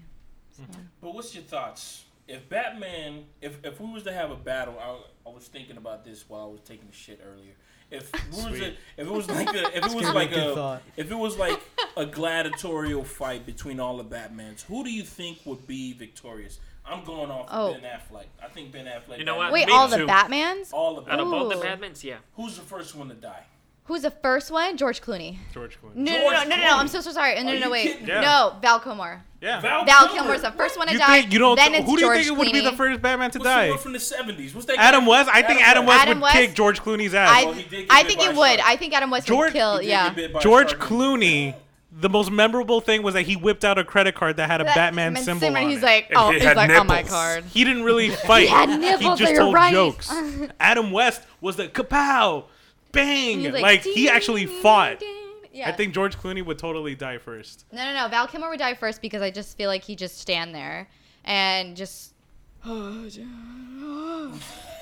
E: So.
A: But what's your thoughts? If Batman, if if we was to have a battle, I, I was thinking about this while I was taking the shit earlier. If we was to, if it was like a, if it was
D: Good-
A: like
D: good
A: a
D: thought.
A: if it was like a gladiatorial fight between all the Batmans, who do you think would be victorious? I'm going off
E: Oh.
A: Ben Affleck. I think Ben Affleck.
B: You know what?
E: Wait,
B: me
E: all the
B: too.
E: Batmans?
A: All of
B: Out
A: them.
B: of all the
E: Ooh.
B: Batmans, yeah,
A: Who's the first one to die?
E: Who's the first one? George Clooney.
F: George Clooney.
E: No, no,
A: George
E: no, no, no, no. I'm
A: Clooney.
E: so so sorry. No,
A: Are
E: no, no,
A: you
E: wait.
A: kidding
F: me?
E: No, Val Kilmer.
F: Yeah.
E: Val Kilmer's the first one to
F: you
E: die.
F: think you don't?
E: then it's
F: who do you
E: George
F: think it would be the
E: Clooney.
F: first Batman to
A: What's the
F: die?
A: one from the seventies? What's that?
F: Adam
A: guy?
F: West. I think Adam West
E: Adam
F: would
E: West?
F: kick George Clooney's ass.
A: Well, Oh, he did
E: I,
A: get
E: I
A: bit
E: think
A: by a
E: it would.
A: shark.
E: I think Adam West
F: George-
E: would kill.
A: He did
E: Yeah.
A: get bit by a
F: George
A: shark.
F: Clooney. The most memorable thing was that he whipped out a credit card that had a
E: That-
F: Batman
E: Simon-
F: symbol on
E: He's
F: it.
E: like,
B: And
E: oh,
B: he
E: he's
B: had
E: like on my
B: nipples.
E: card.
F: He didn't really fight. he
E: had nipples,
F: just
E: you're
F: told
E: right.
F: jokes. Adam West was the kapow, bang.
E: He's
F: Like, he actually
E: ding,
F: fought.
E: ding, ding. Yeah.
F: I think George Clooney would totally die first.
E: No, no, no. Val Kilmer would die first because I just feel like he just stand there and just just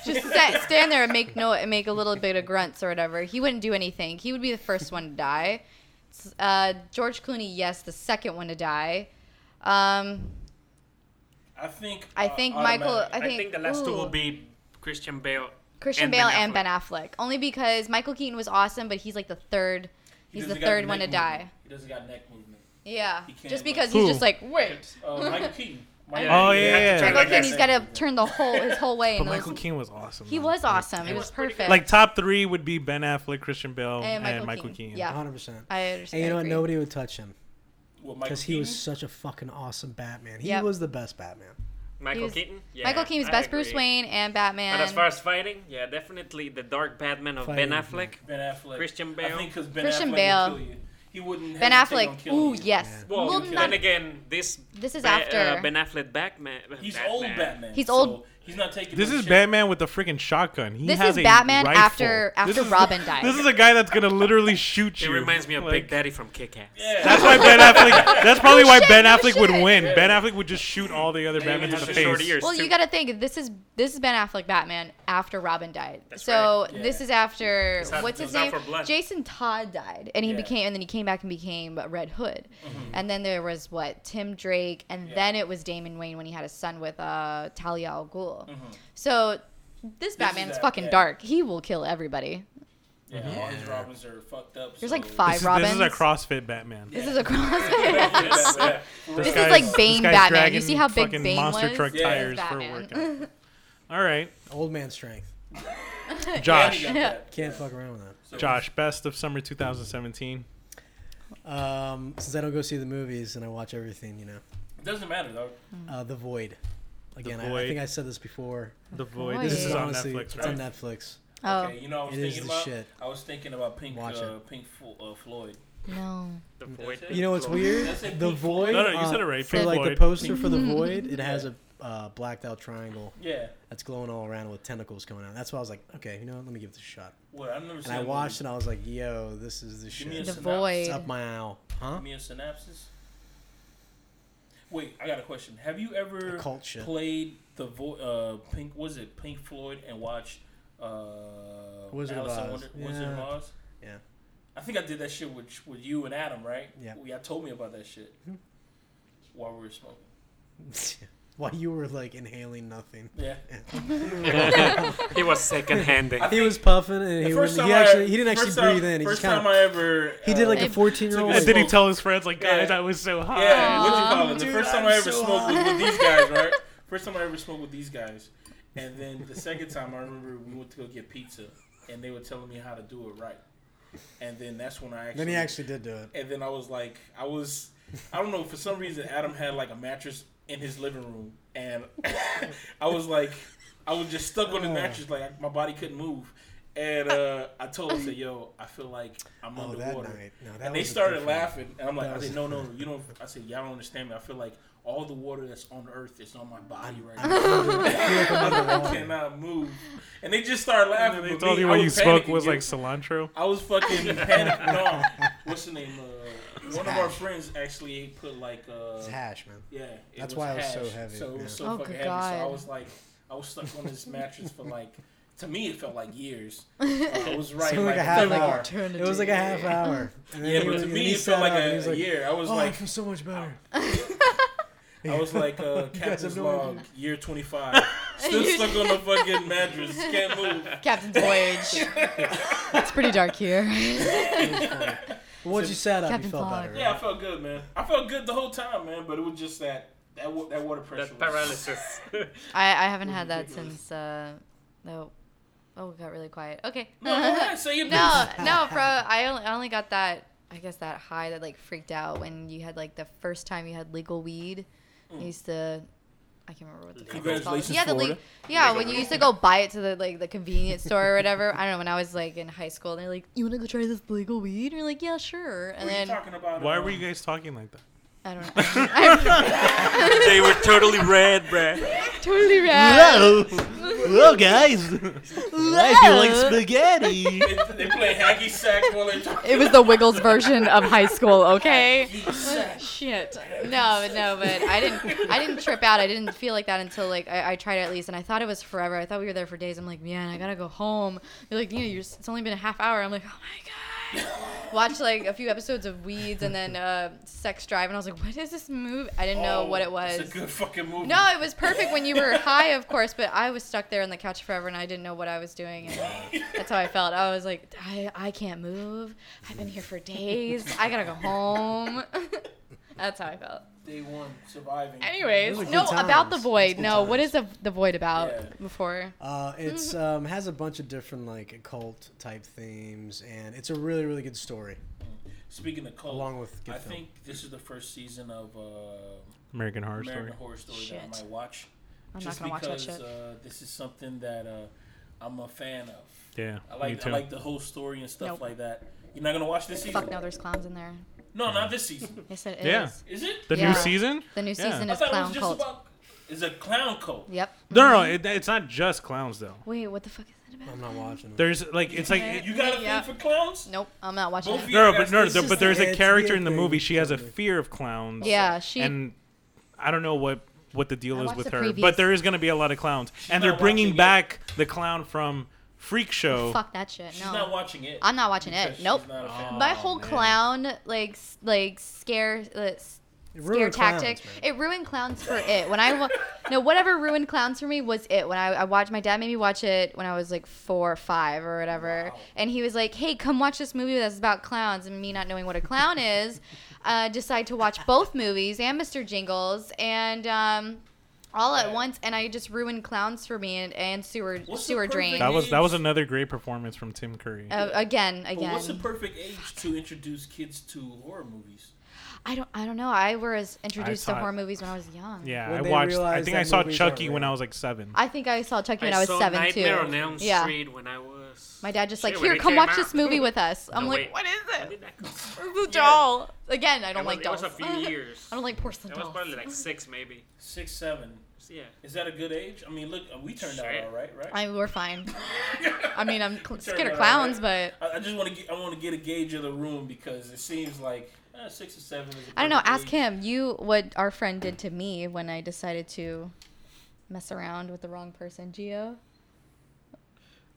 E: sta- stand there and make no and make a little bit of grunts or whatever. He wouldn't do anything. He would be the first one to die. S- Uh, George Clooney, yes, the second one to die. Um,
A: I think.
E: I
A: uh,
E: think Michael.
A: automatic.
E: I
B: I
E: think,
B: think the last two
E: ooh.
B: will be Christian Bale.
E: Christian
B: and Ben
E: Bale and
B: Affleck.
E: Ben Affleck. Only because Michael Keaton was awesome, but he's like the third.
A: He
E: He's the
A: doesn't got
E: third
A: neck
E: one to
A: movement.
E: die.
A: He doesn't got neck movement.
E: Yeah,
A: He can't,
E: just
A: like-
E: because
F: Who?
E: he's just like wait.
A: Uh, Michael Keaton. Michael
B: Oh,
A: Keaton.
F: yeah, yeah, yeah.
E: Michael
B: Like
E: Keaton,
B: that.
E: he's got to turn the whole his whole way.
F: But
E: And
F: Michael Keaton was awesome.
E: he
F: though.
E: was awesome. It was
B: was pretty good.
E: perfect.
F: Like top three would be Ben Affleck, Christian Bale,
E: And
F: and
E: Michael
F: Michael, Keaton.
E: Keaton. Yeah.
D: 100%.
E: I just
D: And you know what?
E: agree.
D: Nobody would touch him
A: Well, Michael
D: because he was
A: Keaton?
D: such a fucking awesome Batman. He
E: Yep.
D: was the best Batman.
B: Michael
E: He was-
B: Keaton. Yeah,
E: Michael Keaton was
B: I
E: best Bruce
B: agree.
E: Wayne and Batman.
B: But as far as fighting, yeah, definitely the Dark Batman of
D: Fighting,
B: Ben Affleck.
A: Ben Affleck.
B: Christian
A: I
B: Bale.
A: think because Ben
E: Christian
A: Affleck
E: Bale.
A: Would kill you. He wouldn't.
E: ben
A: hesitate on
E: Affleck.
A: killing
E: Ooh
A: you.
E: yes.
B: Well,
E: Well,
B: then
E: not-
B: again, this
E: This is
B: Ba-
E: after.
B: uh, Ben Affleck Batman.
A: He's old Batman.
E: He's
A: so
E: old.
A: He's not taking.
F: This
A: no
F: is
A: shit.
F: Batman with a freaking shotgun. He
E: This
F: has
E: is
F: a
E: Batman
F: rifle.
E: after- after
F: this is,
E: Robin died.
F: This is a guy that's gonna literally shoot
B: It
F: you.
B: reminds me of
F: Like,
B: Big Daddy from Kick-Ass.
A: Yeah.
F: That's why Ben Affleck. That's probably why
E: shit,
F: Ben
E: no
F: Affleck would
E: shit.
F: win. Ben Affleck would just shoot all the other Batman in
B: has
F: the
B: the short
F: face.
B: ears.
E: Well, you
B: too.
E: got to think this is this is Ben Affleck Batman after Robin died. so
A: right.
E: this
A: Yeah.
E: is after
B: not-
E: what's
B: it's
E: his
B: not
E: name?
B: for blood.
E: Jason Todd died, and he
A: Yeah.
E: became and then he came back and became Red Hood, and then there was what Tim Drake, and
A: Yeah.
E: then it was Damon Wayne when he had a son with uh, Talia al Ghul. So this Batman's
A: that,
E: fucking
A: yeah.
E: dark. He will kill everybody.
A: Yeah, all his Robins are fucked up.
E: There's
A: so-
E: like five
F: This is,
E: Robins.
F: this is a CrossFit Batman.
E: This is a cross.
A: Yeah, yeah.
E: This is
F: guy's-
E: like Bane
F: guy's
E: Batman. You
F: dragging
E: see how big
F: fucking
E: Bane
F: monster
E: was?
F: truck
A: Yeah.
F: tires for a
E: Batman.
F: workout. All right,
D: Old man strength.
F: Josh.
A: Yeah, he got that.
D: Can't fuck around with that.
A: So-
F: Josh, best of summer 2017.
D: Um, since I don't go see the movies and I watch everything, you know,
A: It doesn't matter though.
E: Mm.
D: uh, The Void. Again, I- I,
F: Void.
D: think I said this before.
F: The Void.
E: Void.
F: This is
E: It's
F: on
D: honestly-
F: Netflix.
D: It's
F: Right?
D: on Netflix.
E: oh
A: Okay, you know what I was
D: It is
A: thinking
D: the
A: about.
D: shit.
A: I was thinking about Pink,
D: Watch
A: uh, Pink Flo- uh, Floyd.
E: no.
B: The void.
A: it.
D: You know what's weird?
A: That's it,
D: The
A: Pink
D: Void.
F: No, no, you
D: uh,
F: said it right.
D: For
F: Pink
D: like the
F: Floyd.
D: poster for The Void, it has a uh, blacked out triangle
A: Yeah.
D: that's glowing all around with tentacles coming out. That's why I was like, okay, you know, what? let me give this a shot.
A: What? I've never seen.
D: And I
A: that
D: watched
A: movie.
D: and I was like, yo, this is the
A: Give me a
D: shit.
E: The
A: synopsis.
D: It's
E: Void.
D: up my owl, huh?
A: Give me a synopsis. Wait, I got a question. Have you ever
D: Occult shit.
A: played the vo- uh, Pink? Was it Pink Floyd and watched uh,
D: Wizard of
A: Alice in
D: Oz.
A: Wonder- Wizard of
D: Yeah.
A: Oz?
D: Yeah.
A: I think I did that shit with with you and Adam, right?
D: Yeah. Mm-hmm.
A: Y'all told me about that shit while we were smoking.
D: Why you were like inhaling nothing?
A: Yeah.
B: he was second handed.
D: He was puffing and he, was, he actually he didn't actually
A: first
D: breathe
A: time,
D: in. He
A: First
D: just
A: time
D: kind
A: I ever. uh,
D: he did like
E: I-
D: a fourteen year
A: Took
D: old.
A: a
F: And then he
A: Smoke.
F: tell his friends, like, guys,
A: Yeah.
F: I was so hot.
A: Yeah,
E: Aw.
A: what you call it? The
D: Dude,
A: first time
D: I'm
A: I ever
D: so
A: smoked was
D: high.
A: with these guys, right? First time I ever smoked with these guys, and then the second time I remember we went to go get pizza, and they were telling me how to do it right, and then that's when I actually.
D: Then he actually did do it.
A: And then I was like, I was, I don't know, for some reason Adam had like a mattress in his living room, and I was like, I was just stuck on
D: Uh.
A: the mattress, like my body couldn't move. And uh, I told him, I said, "Yo, I feel like I'm
D: Oh, that
A: underwater."
D: night. No, that
A: and they
D: was a
A: started
D: different-
A: laughing, and I'm like,
D: That
A: I
D: was
A: said,
D: a
A: no, no,
D: different-
A: you don't. I said, y'all don't understand me. I feel like all the water that's on Earth is on my body right now. I cannot move. And they just started laughing.
F: They
A: but
F: told
A: me,
F: you
A: I
F: what you
A: was
F: smoked
A: panicking,
F: was
A: yo.
F: like cilantro.
A: I was fucking panicked. No, what's the name? Uh, one of our friends actually put like, uh,
D: It's hash, man.
A: yeah, it
D: That's why it was so
A: hash.
D: heavy,
A: So it
D: yeah.
A: was so
E: Oh,
A: fucking
E: good
A: heavy. So I
E: God.
A: was like, I was stuck on this mattress for like. To me, it felt like years. Uh, it was right.
D: It was
A: like,
D: like a half
A: like,
D: hour. It was like a half hour. And then
A: Yeah,
D: he
A: but
D: was-
A: to
D: and
A: me,
D: he
A: it felt
D: sat
A: like
D: up and he
A: a,
D: was
A: a
D: like,
A: year. I was
D: Oh, I
A: like,
D: feel so much better.
A: I was like uh, Captain's
D: have no
A: log,
D: idea.
A: year 25. Still stuck on the fucking mattress. Can't move.
E: Captain's Voyage. it's pretty dark here.
D: Well, once you sat up, you
E: Captain
D: felt
E: Fogg.
D: better.
A: Yeah, I felt good, man. I felt good the whole time, man. But it was just that that, wa- that water pressure.
B: That
A: was-
B: paralysis.
E: I, I haven't had that since uh, the Oh, it got really quiet. Okay.
A: No, go ahead, say your
E: No,
A: piece.
E: no, bro. I only, I only got that. I guess that high that like freaked out when you had like the first time you had legal weed. You used to. I can't remember what the fuck it's
A: Mm.
E: called.
A: Congratulations,
E: Yeah, the le-
A: Florida.
E: yeah.
B: Legal
E: When you
B: weed.
E: used to go buy it to the like the convenience store or whatever. I don't know. When I was like in high school, they're like, "You want to go try this legal weed?" And you're like, "Yeah, sure." And
A: What are you
E: then
A: talking about?
C: Why
A: um,
C: were you guys talking like that?
E: I don't know. I'm
B: they were totally red, bruh.
E: totally rad.
D: Whoa, whoa, guys! I feel like spaghetti.
A: They, they play hacky sack while they're talking.
E: It was the Wiggles version of high school. Okay.
A: sack.
E: Shit. No, no, but I didn't. I didn't trip out. I didn't feel like that until like I, I tried it at least, and I thought it was forever. I thought we were there for days. I'm like, man, I gotta go home. You're like, you know, you're, s- it's only been a half hour. I'm like, oh my god. Watched like a few episodes of Weeds and then uh, Sex Drive, and I was like, what is this movie? I didn't know
A: Oh,
E: what it was.
A: It's a good fucking movie.
E: No, it was perfect when you were high, of course, but I was stuck there on the couch forever and I didn't know what I was doing. And that's how I felt. I was like, I, I can't move. I've been here for days. I gotta go home. that's how I felt.
A: Day one, surviving.
E: Anyways,
D: Those were
E: no,
D: good
E: about the
D: times.
E: void.
D: Good
E: No, what is
D: times.
E: the, the void about
A: Yeah.
E: before?
D: Uh, it's um, has a bunch of different like occult type themes, and it's a really really good story.
A: Speaking of cult,
D: Along with good
A: Oh, I
D: film.
A: think this is the first season of uh,
C: American Horror
A: American
C: Story.
A: Horror Story that I
E: Shit.
A: might watch.
E: I'm
A: just
E: not gonna watch that
A: because
E: shit.
A: Uh, this is something that uh, I'm a fan of.
C: Yeah,
A: I
C: me
A: like
C: too.
A: I like the whole story and stuff
E: Nope.
A: like that. You're not gonna watch this season?
E: Fuck no, there's clowns in there.
A: No, not this season.
E: Yes, it is.
C: Yeah.
A: Is it?
C: the
E: Yeah.
C: new season.
E: The new
C: Yeah.
E: season
A: I
E: is
A: thought it
E: clown
A: was just
E: cult.
A: about. It's a clown cult.
E: Yep.
C: No, no, it, it's not just clowns though.
E: Wait, what the fuck is that about?
D: I'm not watching. it.
C: There's like it's like it-
A: You got a
E: Yeah.
A: thing for clowns?
E: Nope, I'm not watching
A: Both
E: it.
A: of you
C: no, no,
A: guys-
C: but no,
A: this
C: no,
A: is
C: but there's
D: it's
C: a
D: the
C: character in the
D: thing.
C: movie. She has a fear of clowns.
E: Yeah, she.
C: and I don't know what what the deal
E: I
C: is
E: watched
C: with
E: the
C: her,
E: previews.
C: but there is going to be a lot of clowns, and they're
A: not watching
C: bringing
A: it.
C: back the clown from Freak Show.
E: fuck that shit.
A: She's
E: no.
A: not watching it.
E: I'm not watching
A: because
E: it.
A: she's
E: Nope.
A: not a fan.
E: My whole clown like s- like scare uh, s-
D: It
E: scare
D: ruined Clowns,
E: tactic.
D: man.
E: it ruined clowns for it. When I wa- no whatever ruined clowns for me was it when I, I watched my dad made me watch it when I was like four or five or whatever, and he was like, "Hey, come watch this movie with us It's about clowns." And me not knowing what a clown is, uh, decide to watch both movies and Mr. Jingles and. um all at once, and I just ruined clowns for me and, and sewer
A: What's the
E: sewer
A: perfect
E: drain.
C: That was that was
A: Jeez.
C: another great performance from Tim Curry.
E: Uh, again, again.
A: But what's the perfect age to introduce kids to horror movies?
E: I don't. I don't know. I was introduced to
C: saw it.
E: horror movies when I was young.
C: yeah,
D: When
C: I
D: they
C: watched. I
D: realized
C: think
D: that
C: I saw
D: movies
C: Chucky
D: aren't
C: when I
D: real.
C: was like seven.
E: I think I saw Chucky when
B: I
E: I was
B: saw
E: seven
B: Nightmare on
E: too.
B: Elm
E: yeah.
B: Street when I was.
E: My dad just like,
B: Shit, when
E: here,
B: it
E: come
B: came
E: watch
B: out."
E: this movie with us. I'm
B: No,
E: like,
B: wait.
E: what is
B: When
E: it?
B: did that come out?
E: It's a doll. Again, I don't
B: It was-
E: like
B: it was
E: dolls.
B: a few years.
E: I don't like porcelain
B: That was
E: dolls.
B: probably like six, maybe.
A: Six, seven.
B: So, yeah.
A: Is that a good age? I mean, look, we turned out
B: Shit.
A: all right, right?
E: I mean, we're fine. I mean, I'm cl-
A: Sorry
E: scared
A: about that.
E: of clowns, but
A: I, I just want to get I want to get a gauge of the room because it seems like eh, six or seven. Is a
E: I don't know.
A: perfect
E: Ask
A: age.
E: him. You what our friend did to me when I decided to mess around with the wrong person, Geo,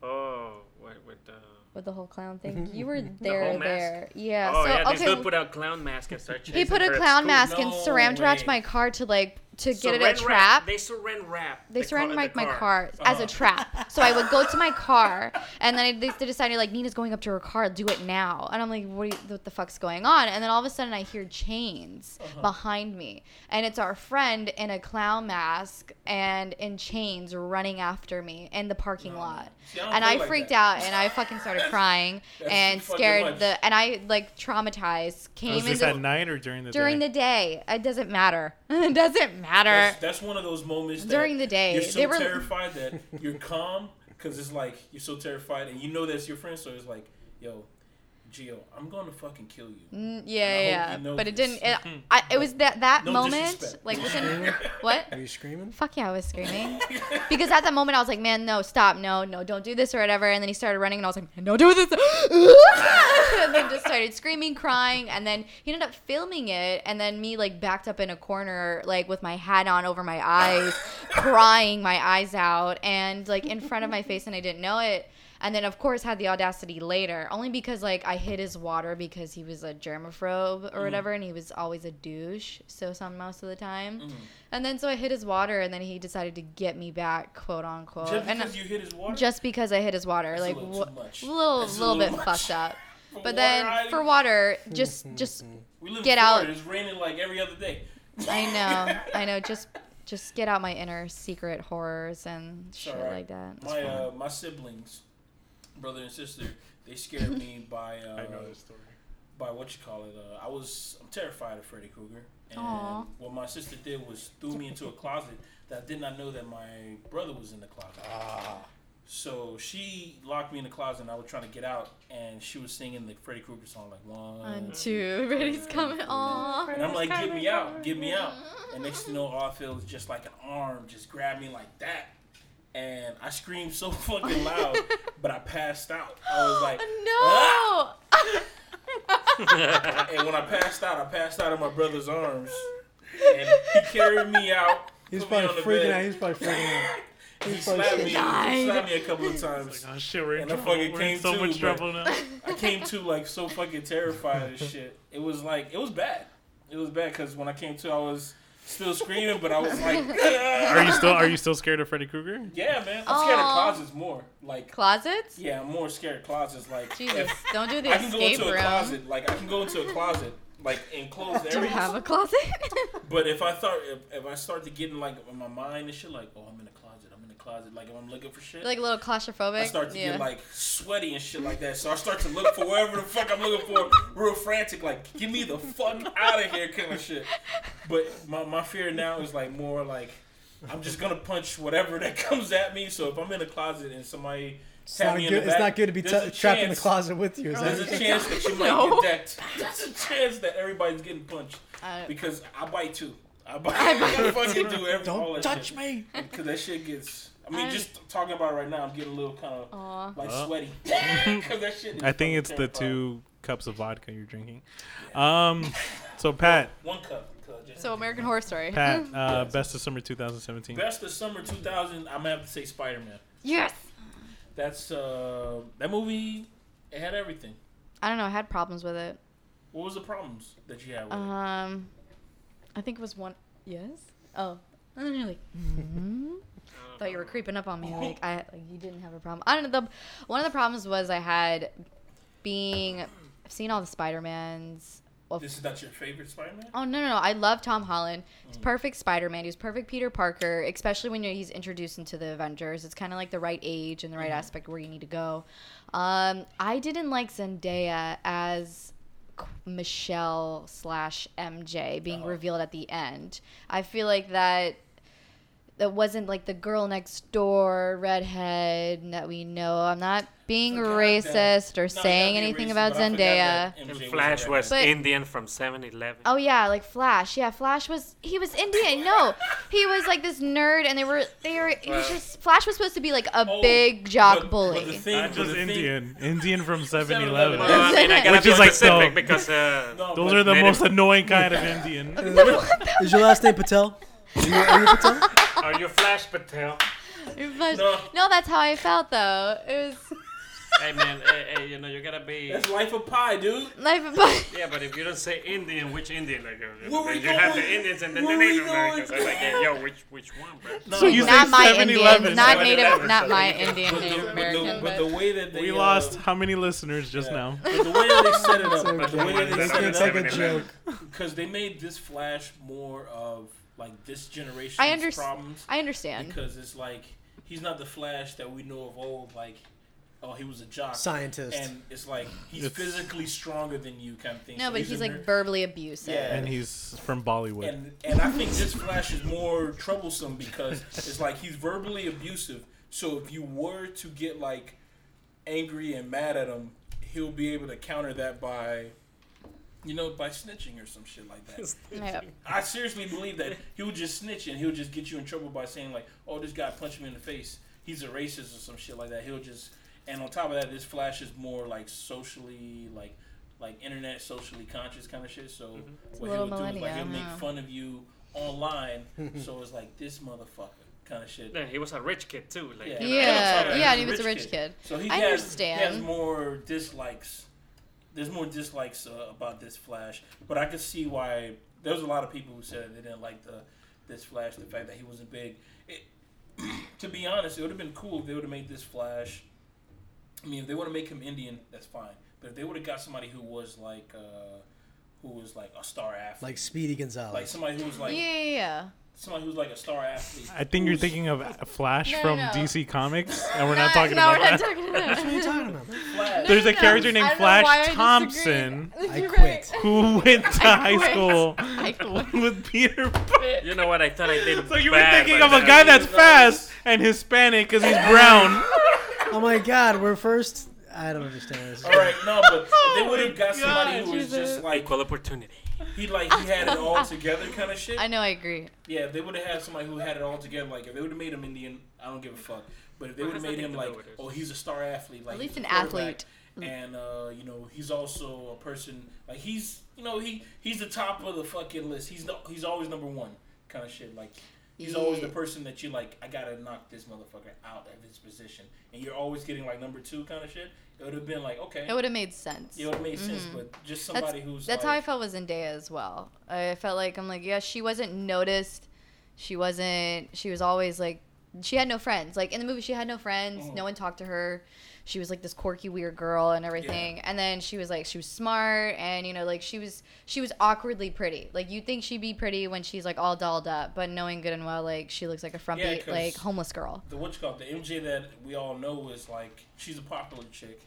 B: Oh, what with the.
E: with the whole clown thing. You were there,
B: Mm-hmm, whole mask?
E: there. Yeah.
B: oh
E: so
B: yeah, this
E: okay.
B: dude put a clown mask and started
E: He
B: chasing
E: put
B: her
E: a
B: at
E: clown
B: school.
E: mask and
A: No
E: saran wrapped
A: way.
E: my car to like to get it
B: Saran
E: a
B: wrap.
E: trap.
B: They saran wrap. the
E: They
B: car-
E: surrounded my,
B: the
E: my car as
A: Uh-huh.
E: a trap. So I would go to my car, and then I, they, they decided like Nina's going up to her car. Do it now. And I'm like, what, do you- what the fuck's going on? And then all of a sudden I hear chains
A: Uh-huh.
E: behind me, and it's our friend in a clown mask and in chains running after me in the parking lot.
A: See, I don't
E: and
A: feel
E: I
A: like
E: freaked
A: that.
E: out, and I fucking started crying
A: That's
E: and
A: too fucking much.
E: scared the and I like traumatized came
C: was
E: into
C: this at night or during the
E: during
C: day?
E: the day. It doesn't matter. it doesn't matter.
A: That's, that's one of those moments that
E: During the day,
A: You're so
E: they were-
A: terrified that you're calm because it's like you're so terrified and you know that's your friend, so it's like, yo, Gio, I'm going to fucking kill you.
E: Mm,
A: I
E: Yeah,
A: hope
E: yeah,
A: you know
E: but it
A: this. Mm-hmm.
E: didn't. It, I, it was that that
A: No
E: moment,
A: disrespect.
E: like within what?
D: Are you screaming?
E: Fuck yeah, I was screaming because at that moment I was like, man, no, stop, no, no, don't do this or whatever. And then he started running, and I was like, no, do this, and then just started screaming, crying, and then he ended up filming it, and then me like backed up in a corner, like with my hat on over my eyes, crying my eyes out, and like in front of my face, and I didn't know it. And then, of course, had the audacity later, only because like I hid his water because he was a germaphobe
A: Mm-hmm.
E: or whatever, and he was always a douche. So some most of the time,
A: Mm-hmm.
E: and then so I hid his water, and then he decided to get me back, quote unquote.
A: Just
E: and
A: because you hit his water,
E: just because I hit his water,
A: That's a
E: like
A: little too
E: wha-
A: much.
E: little,
A: That's a
E: little
A: little
E: bit
A: much.
E: fucked up.
A: For
E: But
A: water, I-
E: then for water, just just
A: we live in
E: get
A: Florida,
E: out.
A: It's raining like every other day.
E: I know, I know, just just get out my inner secret horrors and
A: It's
E: shit
A: alright.
E: like that.
A: my uh, my siblings, brother and sister, they scared me by uh,
F: I know this story.
A: by what you call it. Uh, I was I'm terrified of Freddy Krueger, and
E: Aw.
A: what my sister did was threw me into a closet that I did not know that my brother was in the closet. So she locked me in the closet, and I was trying to get out, and she was singing the Freddy Krueger song like one.
E: One, two, Freddy's coming. Aw.
A: and I'm like, get me out, get me out. And next thing you know, all I feel is just like an arm just grabbed me like that. And I screamed so fucking loud, but I passed out. I was
E: Oh,
A: like,
E: No.
A: Ah! And when I passed out, I passed out in my brother's arms. And he carried me out.
D: He's
A: put me
D: probably
A: on the
D: freaking
A: bed.
D: out. He's probably freaking out.
A: He
D: He's
A: slapped me. He
D: probably
A: slapped me a couple of times.
F: Oh shit, we're in
A: And the
F: trouble.
A: fucking
F: We're in
A: came
F: so
A: too,
F: much
A: but-
F: trouble now.
A: I came to like so fucking terrified and shit. It was like it was bad. It was bad because when I came to, I was still screaming, but I was like, "Ah."
F: Are you still are you still scared of Freddy Krueger?
A: yeah, man. I'm scared of
E: Aw.
A: closets more. Like,
E: Closets?
A: yeah, I'm more scared of closets. Like,
E: Jesus,
A: if
E: don't do the
A: I can go
E: escape
A: into a
E: room.
A: closet, like I can go into a closet, like enclosed
E: Do you
A: areas.
E: have a closet?
A: But if I start, if, if I start to get in like in my mind and shit, like, oh, I'm in a closet, I'm in a closet, like if I'm looking for shit,
E: like a little claustrophobic.
A: I start to
E: yeah.
A: get like sweaty and shit like that. So I start to look for wherever the fuck I'm looking for, real frantic, like, get me the fuck out of here, kind of shit. But my my fear now is like more like, I'm just gonna punch whatever that comes at me. So if I'm in a closet and somebody
D: It's
A: tap
D: not,
A: me
D: good,
A: in the
D: it's
A: back,
D: not good to be
A: there's
D: t-
A: a
D: trapped in the
A: chance-
D: closet with you. Is
A: There's
D: that
A: a chance that you might
E: No.
A: get decked. There's a chance that everybody's getting punched
E: I-
A: because I bite too. I bite. I fucking do every, all
D: Don't
A: that
D: touch
A: shit.
D: me.
A: Because that shit gets. I mean,
E: I-
A: just talking about it right now, I'm getting a little kind of
E: Aw.
A: like sweaty. 'Cause that shit. Is
C: Uh. I think
A: fucking
C: it's the
A: terrifying.
C: two cups of vodka you're drinking. Um, so Pat,
A: One cup. 'cause I just-
E: So American Horror Story.
C: Pat, uh, best of summer 2017.
A: Best of summer 2000. I'm gonna have to say Spider Man.
E: Yes.
A: That's uh that movie. It had everything.
E: I don't know. I had problems with it.
A: What was the problems that you had with it?
E: Um, I think it was one. Yes. Oh, and you're like, hmm thought you were creeping up on me. Like I, like you didn't have a problem. I don't know. The one of the problems was I had being. I've seen all the Spider Mans. Well,
A: This is not your favorite Spider Man.
E: Oh no no no! I love Tom Holland. He's perfect Spider Man. He's perfect Peter Parker, especially when you're, he's introduced into the Avengers. It's kind of like the right age and the
A: Mm-hmm.
E: right aspect where you need to go. Um, I didn't like Zendaya as Qu- Michelle slash MJ being
A: Oh.
E: revealed at the end. I feel like that that wasn't like the girl next door redhead that we know. I'm not being
A: Forgot that-
E: racist or
A: No,
E: saying
A: yeah, I mean
E: anything
A: racist,
E: about
A: but I forgot
E: Zendaya.
A: that MJ
B: And
A: was
B: Flash
A: there.
B: was
E: But-
B: Indian from 7-Eleven.
E: Oh yeah, like Flash. Yeah, Flash was he was Indian. No, he was like this nerd, and they were they were. He was
A: Right.
E: just Flash was supposed to be like a
A: Oh,
E: big jock
A: but- but
E: bully.
A: the thing-
F: Not
A: but
F: just
A: the thing-
F: Indian. Indian from 7
A: 7-Eleven.
B: Well, I mean, I gotta
C: Which
B: be
C: is like
B: specific
C: so-
B: because uh,
A: No,
C: Those
A: but-
C: are the most
B: Native.
C: annoying kind of Indian.
D: Is your last name Patel? Are you, are you Patel?
B: are you Flash Patel?
E: But-
A: No.
E: no. that's how I felt though. It was
B: hey man, hey, hey, you know you gotta be.
A: That's life of pie, dude.
E: life. But
B: Yeah, but if you don't say Indian, which Indian? Like, uh,
A: Where we
B: you have
A: going?
B: the Indians and then
A: Where
B: the
A: we
B: Native
A: going?
B: Americans. I'm like, yeah, yo, which which one, bro?
A: No,
C: you
A: but-
E: not
C: say
E: my
C: 7-Eleven,
E: Indian, not
B: 7-Eleven,
E: native, not my
B: so you
E: Indian
A: but the-
E: Native
A: but the-
E: American.
A: but the way that they
C: We
A: uh,
C: lost how many listeners just now?
A: but the way that they set it up, but
D: It's
A: the way that
D: okay.
A: they
D: It's
A: set
D: gonna
A: it
D: take
A: up,
D: a joke.
A: because they made this Flash more of like this generation's
E: I underst-
A: problems
E: I understand.
A: because it's like he's not the Flash that we know of old. Like, oh, he was a jock,
D: Scientist.
A: and it's like he's
C: It's-
A: physically stronger than you, kind of thing.
E: No,
A: So
E: but he's
A: a
E: like
A: nerd.
E: verbally abusive.
A: Yeah.
C: And he's from Bollywood.
A: And and I think this Flash is more troublesome because it's like he's verbally abusive. So if you were to get like angry and mad at him, he'll be able to counter that by, you know, by snitching or some shit like that.
E: Yeah.
A: I seriously believe that he would just snitch and he'll just get you in trouble by saying like, "Oh, this guy punched me in the face. He's a racist or some shit like that." He'll just and on top of that, this Flash is more like socially like like internet socially conscious kind of shit. So what
E: a
A: he'll
E: little
A: do is like
E: millennial,
A: he'll
E: huh?
A: make fun of you online. so it's like this motherfucker kind of shit.
B: Yeah, he was a rich kid too. Like,
A: Yeah.
B: you know,
E: Yeah,
A: Yeah.
E: yeah, and he was a rich kid.
A: So he
E: I
A: has,
E: understand.
A: He has more dislikes. There's more dislikes uh, about this Flash, but I could see why there was a lot of people who said they didn't like the this Flash, the fact that he wasn't big. It, to be honest, it would have been cool if they would have made this Flash. I mean, if they want to make him Indian, that's fine. But if they would have got somebody who was like, uh, who was like a star athlete,
D: Like Speedy
A: like
D: Gonzalez.
A: somebody who was like
E: yeah, yeah, yeah.
A: somebody who's like a star athlete.
C: I think you're thinking of Flash
E: No,
C: from
E: no.
C: DC Comics, and we're not, talking
E: Uh, no,
C: about
E: we're
C: that.
E: not talking about
D: What are you talking about?
A: Flash.
C: There's
E: No,
C: a
E: no,
C: character
E: no.
C: named
E: I don't know
C: Flash
E: why I disagreed.
C: Thompson
D: I
E: You're
D: quit.
E: right.
C: who went to high
E: quit.
C: school
E: I quit.
C: with Peter Pan.
B: You know what? I thought I did.
C: So you were
B: bad,
C: thinking
B: but
C: of a
B: then I
C: guy
B: did-
C: that's fast and Hispanic because he's brown.
D: Oh my God, we're first. I don't understand this.
A: All right, no, but they would have got somebody who was
E: Oh Jesus.
A: just like
B: equal opportunity.
A: he like he had it all together kind of shit.
E: I know, I agree.
A: Yeah, if they would have had somebody who had it all together, like if they would have made him Indian, I don't give a fuck. But if they would
B: What
A: have
B: does that
A: made
B: need
A: him
B: to
A: like,
B: do with it?
A: oh, he's a star athlete, like
E: At least
A: he's
E: an
A: a quarterback,
E: athlete. Mm.
A: and uh, you know he's also a person like he's you know he he's the top of the fucking list. He's no, he's always number one kind of shit. Like he's always the
E: Yeah.
A: person that you like. I gotta knock this motherfucker out of his position, and you're always getting like number two kind of shit. It would have been like okay,
E: It would have made sense.
A: it would have made sense, but just somebody who's
E: Mm-hmm. That's
A: like,
E: how I felt with Zendaya as well. I felt like I'm like, yeah, she wasn't noticed. She wasn't. She was always like, she had no friends. Like in the movie, she had no friends.
A: Mm-hmm.
E: No one talked to her. She was like this quirky, weird girl and everything. And then she was like, she was smart, and you know, like she was, she was awkwardly pretty. Like you would think she'd be pretty when she's like all dolled up, but knowing good and well, like she looks like a frumpy,
A: 'cause-
E: like homeless girl.
A: the what's called the MJ that we all know is like she's a popular chick.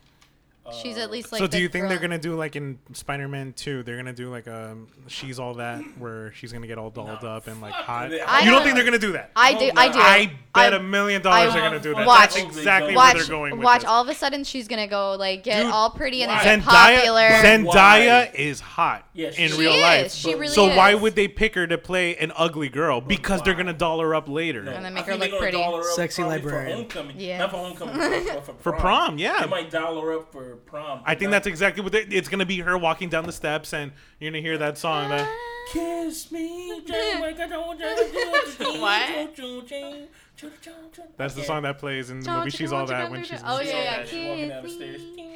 A: Uh,
E: She's at least like.
F: so do
E: the
F: you think they're
E: girl-
F: gonna do like in Spider-Man 2, they're gonna do like um she's all that where she's gonna get all dolled up and like hot.
A: I
F: you don't
E: don't-
F: think they're gonna do that?
E: I do.
A: Oh,
E: I
A: no.
E: do.
F: I bet
E: I-
F: a million dollars they're
E: I-
F: gonna do that.
E: watch-
F: That's exactly
E: watch,
F: where they're going with
E: watch.
F: this.
E: All of a sudden, she's gonna go like get
F: Dude,
E: all pretty and
A: why?
E: then get popular.
F: Zendaya,
A: Why?
F: Zendaya is hot
A: Yes,
F: in
A: she
F: real
E: is.
F: life.
E: She really
F: so why
E: is.
F: would they pick her to play an ugly girl? Because they're
A: why?
F: gonna doll her up later.
E: And then
A: I
E: make
A: think
E: her look
A: they're gonna
E: pretty.
A: doll her up
D: Sexy
A: probably
D: librarian.
A: For homecoming.
E: Yeah.
A: Not for homecoming, but for,
F: For prom, yeah.
A: They might dial her up for prom.
F: I think that's exactly what they, it's gonna be. Her walking down the steps, and you're gonna hear that song. That,
A: Kiss me, Jane, like I don't wanna-
E: What?
A: Choo, choo, choo, choo, choo, choo.
F: that's the
A: Yeah.
F: song that plays in the movie. She's all that when she's.
E: Oh yeah, yeah.
A: She's walking down the
E: kiss
A: stairs.
E: me.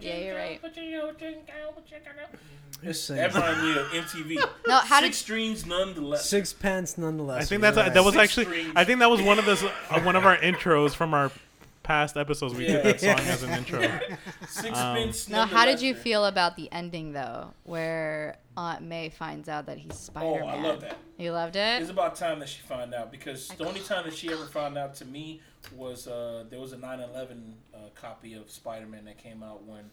E: Yeah, you're right.
D: Just saying.
A: That reminded me of MTV.
E: No, how
A: Six
E: did
A: strings nonetheless.
D: Six pence nonetheless.
F: I think
D: you're
F: that's
D: right.
F: that was
A: Six
F: actually.
A: strings.
F: I think that was one of those uh, one of our intros from our past episodes. We did that
D: Yeah.
F: song as an intro.
A: Sixpence.
E: now? How did you
A: nonetheless.
E: feel about the ending though, where Aunt May finds out that he's
A: Oh,
E: Spider Man?
A: I love that.
E: You loved
A: It's
E: it.
A: about time that she found out because the only time that she ever found out to me was uh, there was a 9/11 uh, copy of Spider-Man that came out when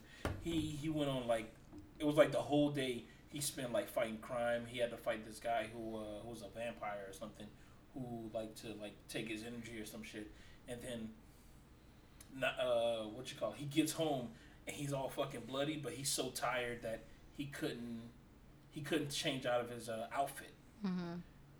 A: he he went on like it was like the whole day he spent like fighting crime. He had to fight this guy who uh, who was a vampire or something who like to like take his energy or some shit, and then no- uh, what you call it? he gets home and he's all fucking bloody, but he's so tired that he couldn't he couldn't change out of his uh, outfit.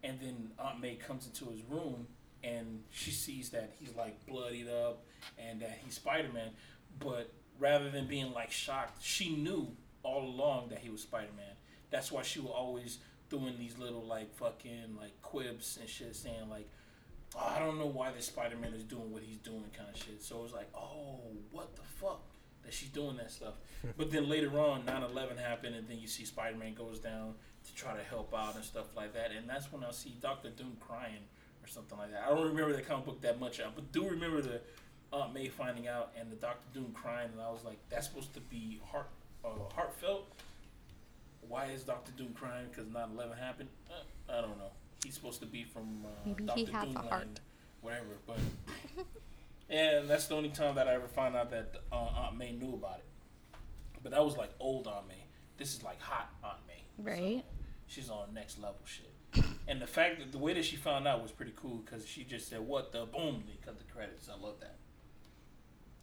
A: And then Aunt May comes into his room and she sees that he's like bloodied up and that he's Spider Man. But rather than being like shocked, she knew all along that he was Spider Man. That's why she was always doing these little like fucking like quibs and shit, saying like, "Oh, I don't know why this Spider Man is doing what he's doing, kind of shit. So it was like, oh, what the fuck that she's doing that stuff. but then later on, 9/11 happened, and then you see Spider Man goes down to try to help out and stuff like that. And that's when I see Doctor Doom crying or something like that. I don't remember the comic book that much, uh, but do remember the Aunt May finding out and the Doctor Doom crying, and I was like, that's supposed to be heart uh, heartfelt. Why is Doctor Doom crying? Because 9/11 happened. Uh, I don't know. He's supposed to be from uh,
E: Maybe
A: Doctor
E: he has
A: Doom
E: a
A: land,
E: heart.
A: whatever. But and that's the only time that I ever found out that uh, Aunt May knew about it. But that was like old Aunt May. This is like hot Aunt May.
E: Right.
A: She's on next level shit. And the fact that the way that she found out was pretty cool because she just said, "What the boom?" They cut the credits. I love that.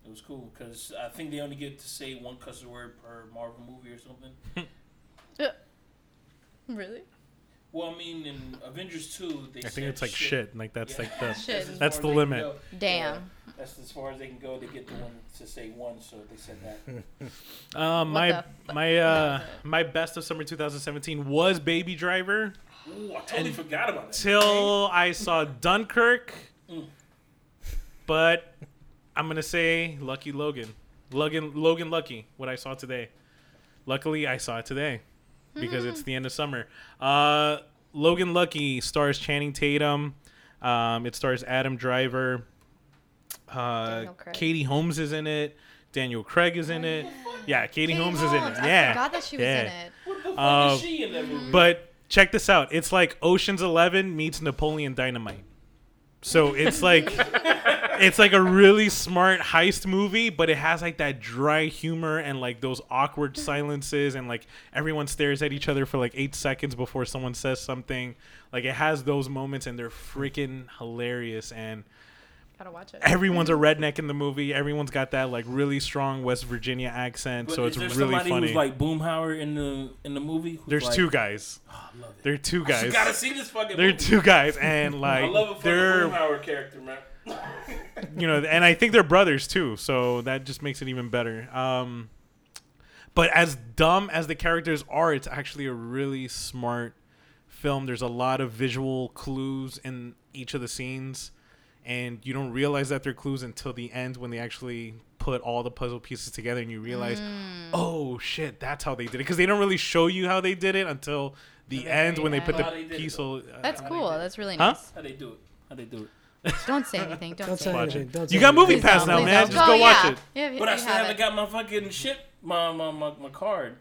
A: It was cool because I think they only get to say one cuss word per Marvel movie or something.
E: Really?
A: Well, I mean, in Avengers Two, they
F: I think
A: said
F: it's like
A: shit.
F: shit. Like that's
A: Yeah.
F: like the
E: Shit.
A: as
F: That's
A: far
F: the
A: as they
F: limit.
A: can go.
E: Damn.
A: Yeah, that's as far as they can go to get the one to say one. So they said that.
F: Um,
E: What
F: my
E: the fu-
F: my uh my best of summer 2017 was Baby Driver
A: Ooh, I totally forgot about that.
F: till I saw Dunkirk,
A: Mm.
F: but I'm gonna say Lucky Logan, Logan Logan Lucky. What I saw today, luckily I saw it today because it's the end of summer. Uh, Logan Lucky stars Channing Tatum. Um, it stars Adam Driver. Uh,
E: Daniel Craig.
F: Katie Holmes is in it. Daniel Craig is in it. Yeah, Katie, Holmes, is in it.
E: I
F: Yeah.
E: forgot that she was
F: yeah.
E: in it.
A: What the fuck
F: Uh,
A: is she in that movie?
F: But
C: check this out. It's like Ocean's Eleven meets Napoleon Dynamite. So it's like it's like a really smart heist movie, but it has like that dry humor and like those awkward silences and like everyone stares at each other for like eight seconds before someone says something. Like it has those moments and they're freaking hilarious and
E: Gotta watch it.
C: everyone's a redneck in the movie. Everyone's got that like really strong West Virginia accent, so
A: But
C: it's
A: is there
C: really
A: somebody
C: funny.
A: Who's like Boomhauer in the in the movie. Who's
C: There's
A: like, "Oh,
C: two guys. There are two
A: You
C: guys.
A: gotta see this fucking.
C: There are
A: movie.
C: two guys, and like
A: I love it for
C: they're
A: the Boomhauer character, man.
C: you know, and I think they're brothers too, so that just makes it even better. Um, but as dumb as the characters are, it's actually a really smart film. There's a lot of visual clues in each of the scenes, and you don't realize that they're clues until the end when they actually put all the puzzle pieces together and you realize,
E: Mm. Hmm.
C: oh shit, that's how they did it. Because they don't really show you how they did it until the
A: the
C: end
E: very
C: when they put
E: end.
A: How
C: the
A: they did it,
C: piece.
A: though.
C: all- uh,
E: That's
A: How they
E: cool.
A: did it.
E: That's really
C: Huh?
E: nice.
A: How they do it? How they do it?
E: Don't say anything. Don't,
D: Don't
E: say
D: say
C: Watch
D: anything.
C: it.
D: Don't
C: You
D: say
C: got
D: anything.
C: movie
E: Please
C: pass
E: don't,
C: now,
E: please
C: man.
E: don't.
C: Just go
E: Oh,
C: watch
E: yeah.
C: it.
E: Yeah, you
A: But I still
E: have
A: haven't
E: it.
A: got my fucking shit, my, my my my card.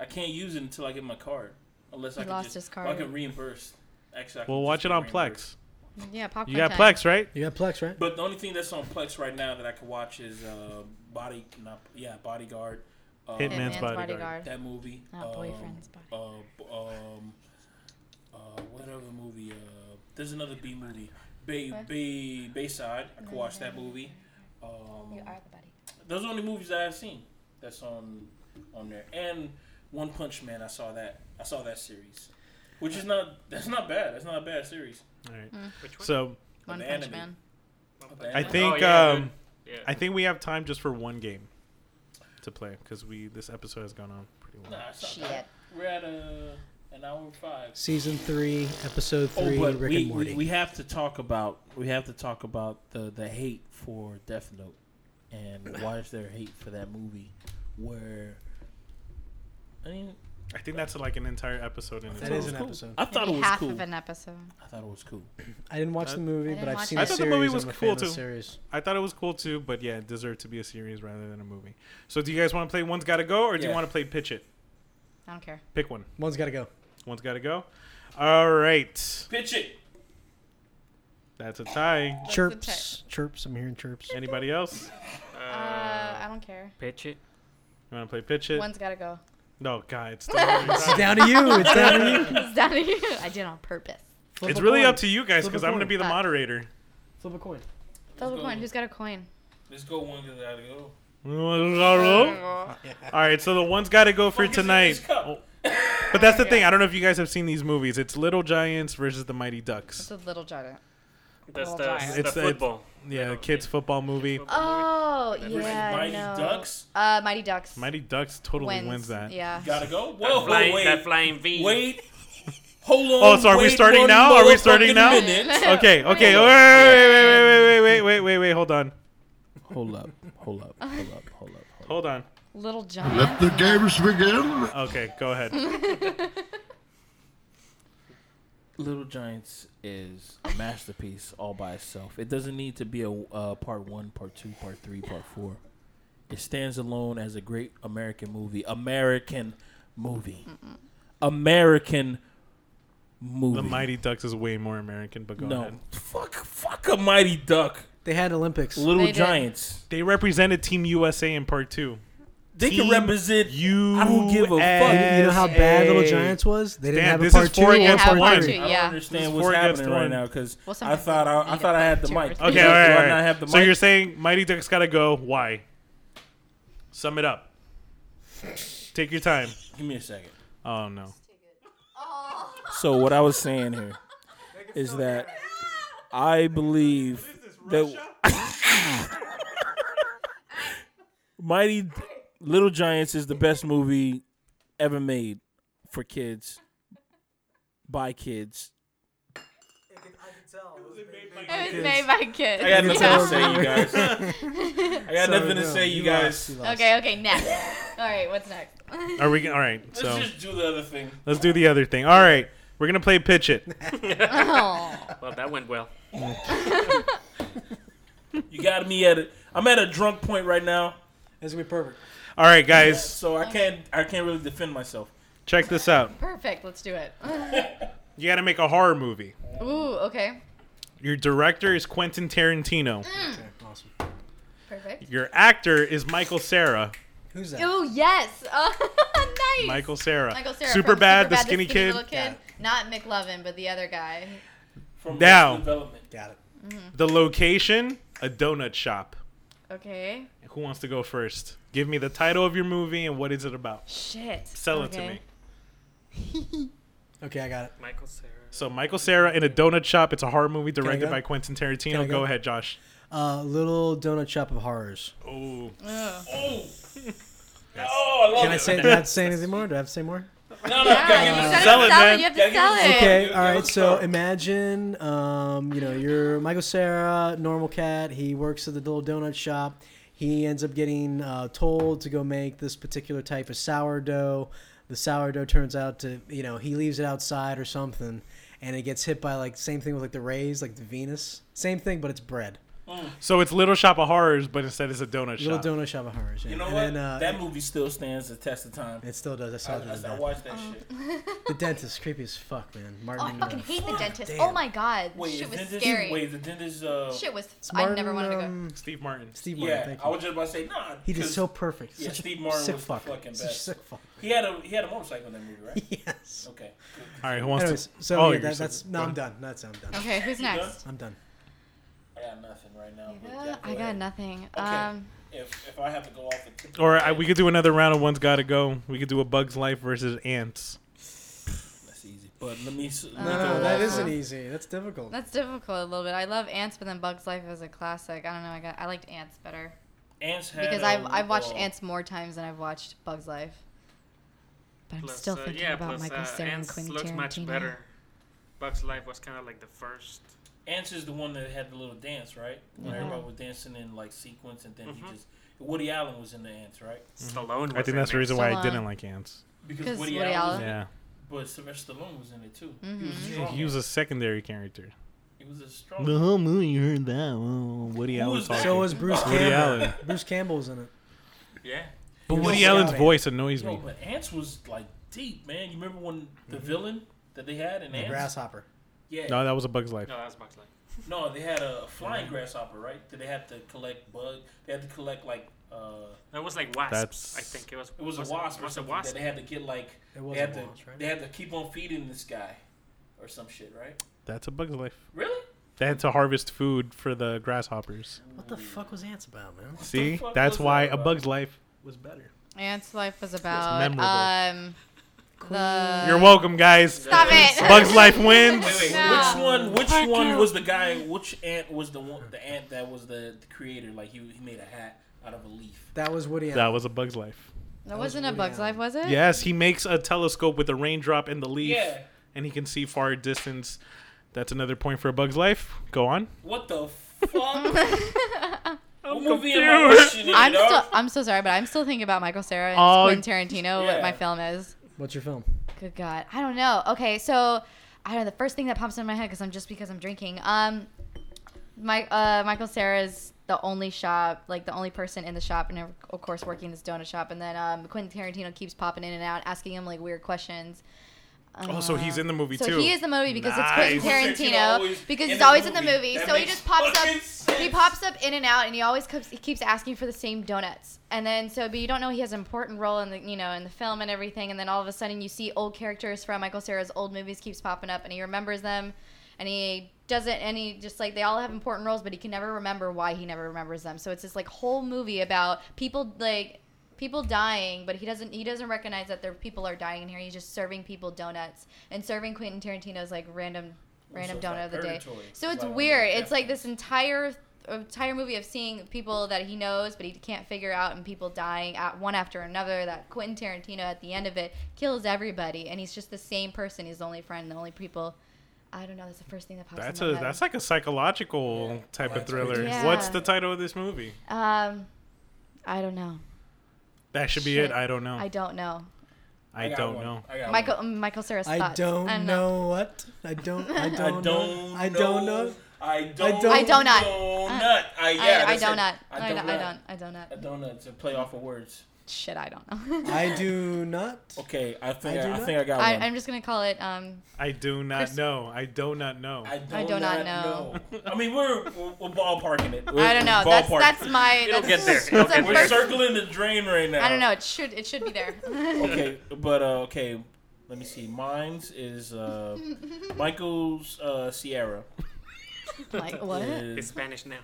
A: I can't use it until I get my card, unless I
E: He
A: can
E: lost
A: just,
E: his
A: I
E: card.
A: can reimburse. Actually, I can
C: We'll
A: just
C: watch it
A: get
C: on
A: reimbursed.
C: Plex.
E: Yeah, popcorn.
C: You got
E: time.
C: Plex, right?
D: You got Plex, right?
A: But the only thing that's on Plex right now that I can watch is uh, Body, not yeah, Bodyguard. Uh,
C: Hitman.
E: Hitman's
C: Man's Bodyguard.
E: bodyguard.
A: That movie.
E: Not
A: um,
E: boyfriend's
A: Uh,
E: bodyguard.
A: b- um, uh, what other movie? Uh, there's another B movie. Bay
E: What?
A: Bay Bayside. I can watch that movie. Um,
E: You are the buddy.
A: those are the only movies that I've seen that's on on there. And One Punch Man, I saw that. I saw that series, which is not that's not bad. That's not a bad series.
C: All right.
B: Which one?
C: So
E: One
A: the
E: Punch
A: anime.
E: Man.
C: I
A: Oh,
C: think
B: yeah,
C: um,
B: dude. Yeah.
C: I think we have time just for one game to play because we this episode has gone on pretty long.
A: Nah, it's not
E: Shit.
A: bad. We're at a an hour and five.
D: Season three, episode three,
A: oh, but
D: Rick
A: we,
D: and Morty.
A: we we have to talk about we have to talk about the the hate for Death Note, and why is there hate for that movie? Where I mean,
C: I think that's like an entire episode in
A: I
C: itself.
D: That
A: thought it
D: is
A: was
D: an
A: cool.
D: episode.
A: I thought it
E: Maybe
A: was
E: half
A: cool.
E: of an episode.
A: I thought it was cool.
D: I didn't watch
C: I-
D: the movie,
E: I
D: but
E: didn't
D: I've
E: watch
D: seen
E: it.
D: the
E: I
D: series.
E: thought
C: the movie
D: I'm
C: was
D: a
C: cool,
D: fan of the
C: too.
D: Series.
C: I thought it was cool too, but yeah, it deserved to be a series rather than a movie. So do you guys want to play One's Gotta Go or do you
A: Yeah.
C: want to play Pitch It?
E: I don't care.
C: Pick one.
D: One's got to go.
C: One's Gotta Go. All right,
A: Pitch it.
C: that's a tie.
E: What's the
D: Chirps, chirps. I'm hearing chirps.
C: Anybody else?
E: Uh, I don't care.
B: pitch it.
C: You want to play Pitch It?
E: One's gotta go.
C: No, God, it's, still
D: It's down to you. It's down to you.
E: Is that you? I did on purpose.
D: Flip
C: it's
D: a
C: really
D: coin.
C: up to you guys
D: Flip a
C: because I'm gonna
D: coin.
C: be the
E: Fuck.
C: moderator.
D: Flip a coin.
E: Flip a
A: go.
E: coin. Who's got a coin?
A: Let's go one because I gotta go.
C: All right, so the one's got to go for
A: Focus in
C: tonight.
A: this cup.
C: Oh. But that's the thing. I don't know if you guys have seen these movies. It's Little Giants versus the Mighty
E: It's
C: Ducks.
E: a little giant.
B: That's
E: Little
B: the,
E: Giants.
B: the
C: It's the-
B: football.
C: Yeah, the kids football movie.
E: Oh yeah,
A: Mighty
E: no.
A: Ducks
E: Uh, Mighty Ducks.
C: Mighty Ducks totally wins, that.
E: Yeah.
A: gotta go. Whoa,
B: That
A: whoa,
B: flying,
A: Oh, wait,
B: that flying V.
A: wait. Hold on.
C: Oh, so are we
A: wait
C: starting
A: one
C: now? Are we
A: more
C: starting
A: fucking
C: now?
A: minute.
C: Okay, okay.
E: Hold
C: Wait, wait, wait, wait, wait, wait, wait, wait, wait. Hold on,
A: Hold up. Hold up. Hold up. Hold up. Hold
C: hold on.
E: Little Giant.
G: Let the games begin.
C: Okay, go ahead.
A: up. Little Giants is a masterpiece all by itself. It doesn't need to be a uh, part one, part two, part three, part four. It stands alone as a great American movie. American movie. American movie.
C: The Mighty Ducks is way more American, but go
A: no.
C: ahead.
A: Fuck. Fuck a mighty duck.
D: They had Olympics.
A: Little
E: They did.
A: Giants.
C: They represented Team USA in part two.
A: They
C: Team
A: can represent
C: You.
A: don't give a fuck.
D: You know how bad Little Giants was? They didn't
C: Stan,
D: have a
C: this is
D: part two
C: four
D: or
E: Yeah,
C: against
E: have
D: part
E: a part
C: one.
E: two,
A: I don't
E: yeah.
A: understand
C: It's
A: what's
C: four against
A: happening right
C: one.
A: now because
E: Well,
A: I
E: sometimes
A: thought I,
E: you
A: I
E: get
A: thought I had
E: fucked
A: the
E: too,
A: mic.
E: or
C: Okay, all
A: Do
C: right,
A: I
C: all right,
A: not
C: all right.
A: have the
C: so
A: mic?
C: you're saying Mighty Ducks gotta go? Why? Sum it up. Take your time.
A: Give me a second.
C: Oh no.
A: So what I was saying here is that I believe that Mighty Little Giants is the best movie ever made for kids by kids.
E: It was made by kids.
A: I got nothing
E: Yeah.
A: to say, you guys. I got nothing to say, you guys.
E: Okay, okay, next. All right, what's next?
C: Are we? All right. So
A: Let's just do the other thing.
C: let's do the other thing. All right. We're gonna play pitch it.
E: oh,
B: Well, that went well.
A: You got me at a, I'm at a drunk point right now.
D: This will be perfect.
C: All right, guys.
A: So I can't I can't really defend myself.
C: Check this out.
E: Perfect. Let's do it.
C: You got to make a horror movie.
E: Ooh. Okay.
C: Your director is Quentin Tarantino.
E: Hmm.
D: Okay, awesome.
E: Perfect.
C: Your actor is Michael Sarah.
D: Who's that?
E: Oh yes. Uh, nice.
C: Michael Sarah.
E: Michael Cera
C: Super
E: from
C: bad, the
E: Superbad,
C: skinny, kid.
E: little kid. Not McLovin, but the other guy.
A: From
C: Now.
A: Arrested development.
D: Got it.
C: The location, a donut shop.
E: Okay.
C: Who wants to go first? Give me the title of your movie and what is it about.
E: Shit.
C: Sell it to
E: Okay.
C: me.
D: Okay, I got it.
B: Michael Sarah.
C: So Michael Sarah in a donut shop. It's a horror movie directed
D: go?
C: by Quentin Tarantino.
D: Can I
C: Go?
D: go?
C: ahead, Josh.
D: Uh, Little Donut Shop of Horrors.
C: Oh,
E: Ugh.
A: Oh, I love
D: Can
A: it.
D: I say? Do I have to say anything more? Do I have to say more?
A: No, no, gotta give
E: you
A: it
E: gotta
A: a-
C: Sell it, man.
E: You have
A: Yeah,
E: to
A: give
E: sell
A: it-
E: it.
A: Yeah,
D: Okay, all
A: yeah,
D: right.
A: let's
D: So
A: go.
D: imagine, um, you know, you're Michael Sarah, normal cat. He works at the little donut shop. He ends up getting uh, told to go make this particular type of sourdough. The sourdough turns out to, you know, he leaves it outside or something, and it gets hit by like same thing with like the rays, like the Venus. Same thing, but it's bread.
C: so it's Little Shop of Horrors, but instead it's a donut
D: Little
C: shop.
D: donut shop of horrors. Yeah.
A: You know
D: and
A: what?
D: Then, uh,
A: that movie still stands the test of time.
D: it, it still does. I
A: I,
D: saw it.
A: I,
D: in the
A: I
D: bath.
A: watched that
E: Um,
A: shit.
D: The dentist, creepy as fuck, man. Martin. uh,
E: Oh, I fucking hate the dentist.
D: Damn.
E: Oh my god,
A: Wait,
E: shit
A: is
E: was
A: dentist,
E: scary.
A: wait, the dentist. Uh,
E: Shit was.
D: It's
E: I never wanted to go.
D: um,
C: Steve Martin.
D: Steve Martin.
A: yeah,
D: thank you.
A: I was just about to say nah.
D: He did
A: 'cause
D: so perfect.
A: Yeah,
D: Such
A: Steve
D: a
A: Martin
D: sick
A: was the
D: fuck.
A: fucking
D: Such a
A: best.
D: sick fuck.
A: He had a he had a motorcycle in that movie, right?
D: Yes.
A: Okay.
C: All right, who wants
D: Anyways,
C: to?
D: so yeah,
C: Oh, you're
D: that,
C: so-
D: that's no, I'm done. That's I'm done.
E: Okay, who's next?
D: I'm done.
A: I got nothing right now. but
E: Yeah, I
A: go
E: got
A: ahead.
E: nothing.
A: Okay.
E: Um,
A: If if I have to go off the tip of
C: Or
A: my
C: I,
A: head,
C: we could do another round of one's got to go. We could do a Bug's Life versus Ants.
A: that's easy. But let me. s- Let
E: No,
A: me
D: No,
A: go
D: no, that
A: off-
E: is-
D: isn't easy. That's difficult.
E: that's difficult a little bit. I love Ants, but then Bugs Life is a classic. I don't know. I got. I liked Ants better
A: Ants had
E: because I've
A: um,
E: I've watched
A: uh,
E: Ants more times than I've watched Bugs Life. But I'm
B: Plus,
E: still
B: uh,
E: thinking
B: yeah,
E: about
B: plus,
E: Michael
B: uh,
E: Cera and
B: Ants
E: Quentin
B: looks
E: Tarantino.
B: much better. Bugs Life was kind of like the first.
A: Ants is the one that had the little dance, right? When
D: Mm-hmm.
A: everybody was dancing in like sequence, and then he just Woody Allen was in the Ants, right?
B: Stallone.
C: Mm-hmm. I
B: was in
C: think that's the
B: there.
C: reason why I
E: Stallone.
C: didn't like Ants.
A: Because
E: 'Cause
A: Woody,
E: Woody
A: Allen, was
E: Allen.
A: in it,
C: Yeah,
A: but Sylvester Stallone was in it too. He was
D: Mm-hmm.
A: Mm-hmm. a
C: Yeah,
A: strong.
C: he was
A: man.
C: a secondary character.
A: he was a strong.
C: The
A: man.
C: whole movie, you heard that? Oh, Woody
A: Who
C: Allen
A: was that?
C: talking.
D: So was Bruce
A: Woody
C: Woody
D: Campbell.
C: Allen.
D: Bruce Campbell's in it.
A: Yeah.
C: But
D: was
C: Woody
D: so
C: Allen's
D: bad.
C: voice annoys
A: Yo,
C: me.
A: but Ants was like deep, man. You remember when the villain that they had in
D: The
A: Ants?
D: grasshopper.
A: Yeah.
C: No, that was a Bug's Life.
B: No, that's Bugs Life.
A: No, they had a flying grasshopper, right? That they had to collect bug. They had to collect like uh,
B: That was like wasps.
C: That's-
B: I think it was.
A: it was, a wasp or
B: was a
A: something.
B: wasp.
A: That they had to get like
D: It was
A: they had
D: a
A: to
D: wasp, right?
A: they had to keep on feeding this guy, or some shit, right?
C: That's a Bug's Life.
A: Really?
C: They had to harvest food for the grasshoppers.
D: What the fuck was Ants about, man?
C: See,
A: fuck
C: that's
A: was that
C: why a
A: about?
C: Bug's Life was better.
E: Ants Life was about
C: memorable.
E: um the.
C: You're welcome, guys.
E: Stop it.
C: Bug's Life wins.
A: Wait, wait.
E: No.
A: Which one? Which one was the guy? Which ant was the one? The ant that was the, the creator. Like he, he made a hat out of a leaf.
D: That was Woody
C: That
D: Allen.
C: was a Bug's Life.
E: That
D: was
E: wasn't a
D: Woody
E: Bugs
D: Allen.
E: Life, was it?
C: Yes, he makes a telescope with a raindrop in the leaf,
A: Yeah.
C: and he can see far distance. That's another point for a Bug's Life. Go on.
A: What the fuck? what movie am I
C: confused.
A: watching? here,
E: I'm
A: dog?
E: still, I'm so sorry, but I'm still thinking about Michael Sarah and
C: Oh,
E: Quentin Tarantino.
A: yeah.
E: What my film is?
D: What's your film?
E: Good God, I don't know. Okay, so I don't know. The first thing that pops into my head because I'm just because I'm drinking. Um, my uh, Michael Sarah's the only shop, like the only person in the shop, and of course working this donut shop. And then um, Quentin Tarantino keeps popping in and out, asking him like weird questions.
C: oh, so he's in the movie
E: So
C: too.
E: he is the movie because it's
A: Nice.
E: Quentin
A: Tarantino
E: Tarantino
A: always
E: because
A: in
E: he's
A: the
E: always in the
A: movie.
E: movie.
A: That
E: so he
A: makes
E: just pops up.
A: fucking sense.
E: He pops up in and out, and he always comes. He keeps asking for the same donuts. And then so, but you don't know he has an important role in the you know in the film and everything. And then all of a sudden, you see old characters from Michael Cera's old movies keeps popping up, and he remembers them, and he doesn't and he just like they all have important roles but he can never remember why he never remembers them so it's this like whole movie about people like people dying, but he doesn't he doesn't recognize that their people are dying in here. He's just serving people donuts and serving Quentin Tarantino's like random random
A: so it's like
E: donut of the day.
A: purgatory.
E: So it's
A: Like,
E: weird.
A: yeah.
E: It's like this entire entire movie of seeing people that he knows but he can't figure out and people dying at one after another that Quentin Tarantino at the end of it kills everybody and he's just the same person. He's the only friend, the only people I don't know, that's the first thing that pops
C: That's
E: in
C: a
E: my head.
C: that's like a psychological type of thriller.
E: Yeah.
C: What's the title of this movie?
E: um I don't know.
C: That should be
E: Shit.
C: it. I don't know.
E: I
C: I,
E: don't know.
A: got
C: don't
A: one.
C: know.
A: I got
E: Michael um, Michael Cera's
D: I
E: thoughts.
D: don't
E: I don't know.
D: know what. I don't. I
A: one.
D: don't.
A: I don't.
D: know. I don't know.
A: I don't.
D: don't- I
E: don't
A: Donut.
E: not.
A: I, yeah,
E: I, I
A: that's it.
E: don't not.
A: I
E: I
A: don't.
E: don't. I don't. I don't.
A: A donut to play off of words.
E: Shit, I don't know.
D: I do not.
A: Okay, I think
D: I do
A: I, I
D: not-
A: think I got
E: I,
A: one.
E: I'm just gonna call it. Um,
F: I do not
E: Chris-
F: know. I do not know.
A: I do,
E: I do
A: not,
E: not know.
A: know. I mean, we're we're, we're ballparking it. We're,
E: I don't know.
A: we're
E: That's
A: ballparking.
E: that's my.
B: It'll
E: That's,
B: get there. It'll
E: That's our
B: get
A: we're
B: there.
E: first,
A: circling the drain right now.
E: I don't know. It should it should be there.
A: Okay, but uh, okay, let me see. Mine's is uh, Michael's uh, Sierra.
E: like what?
A: is-
B: It's Spanish now.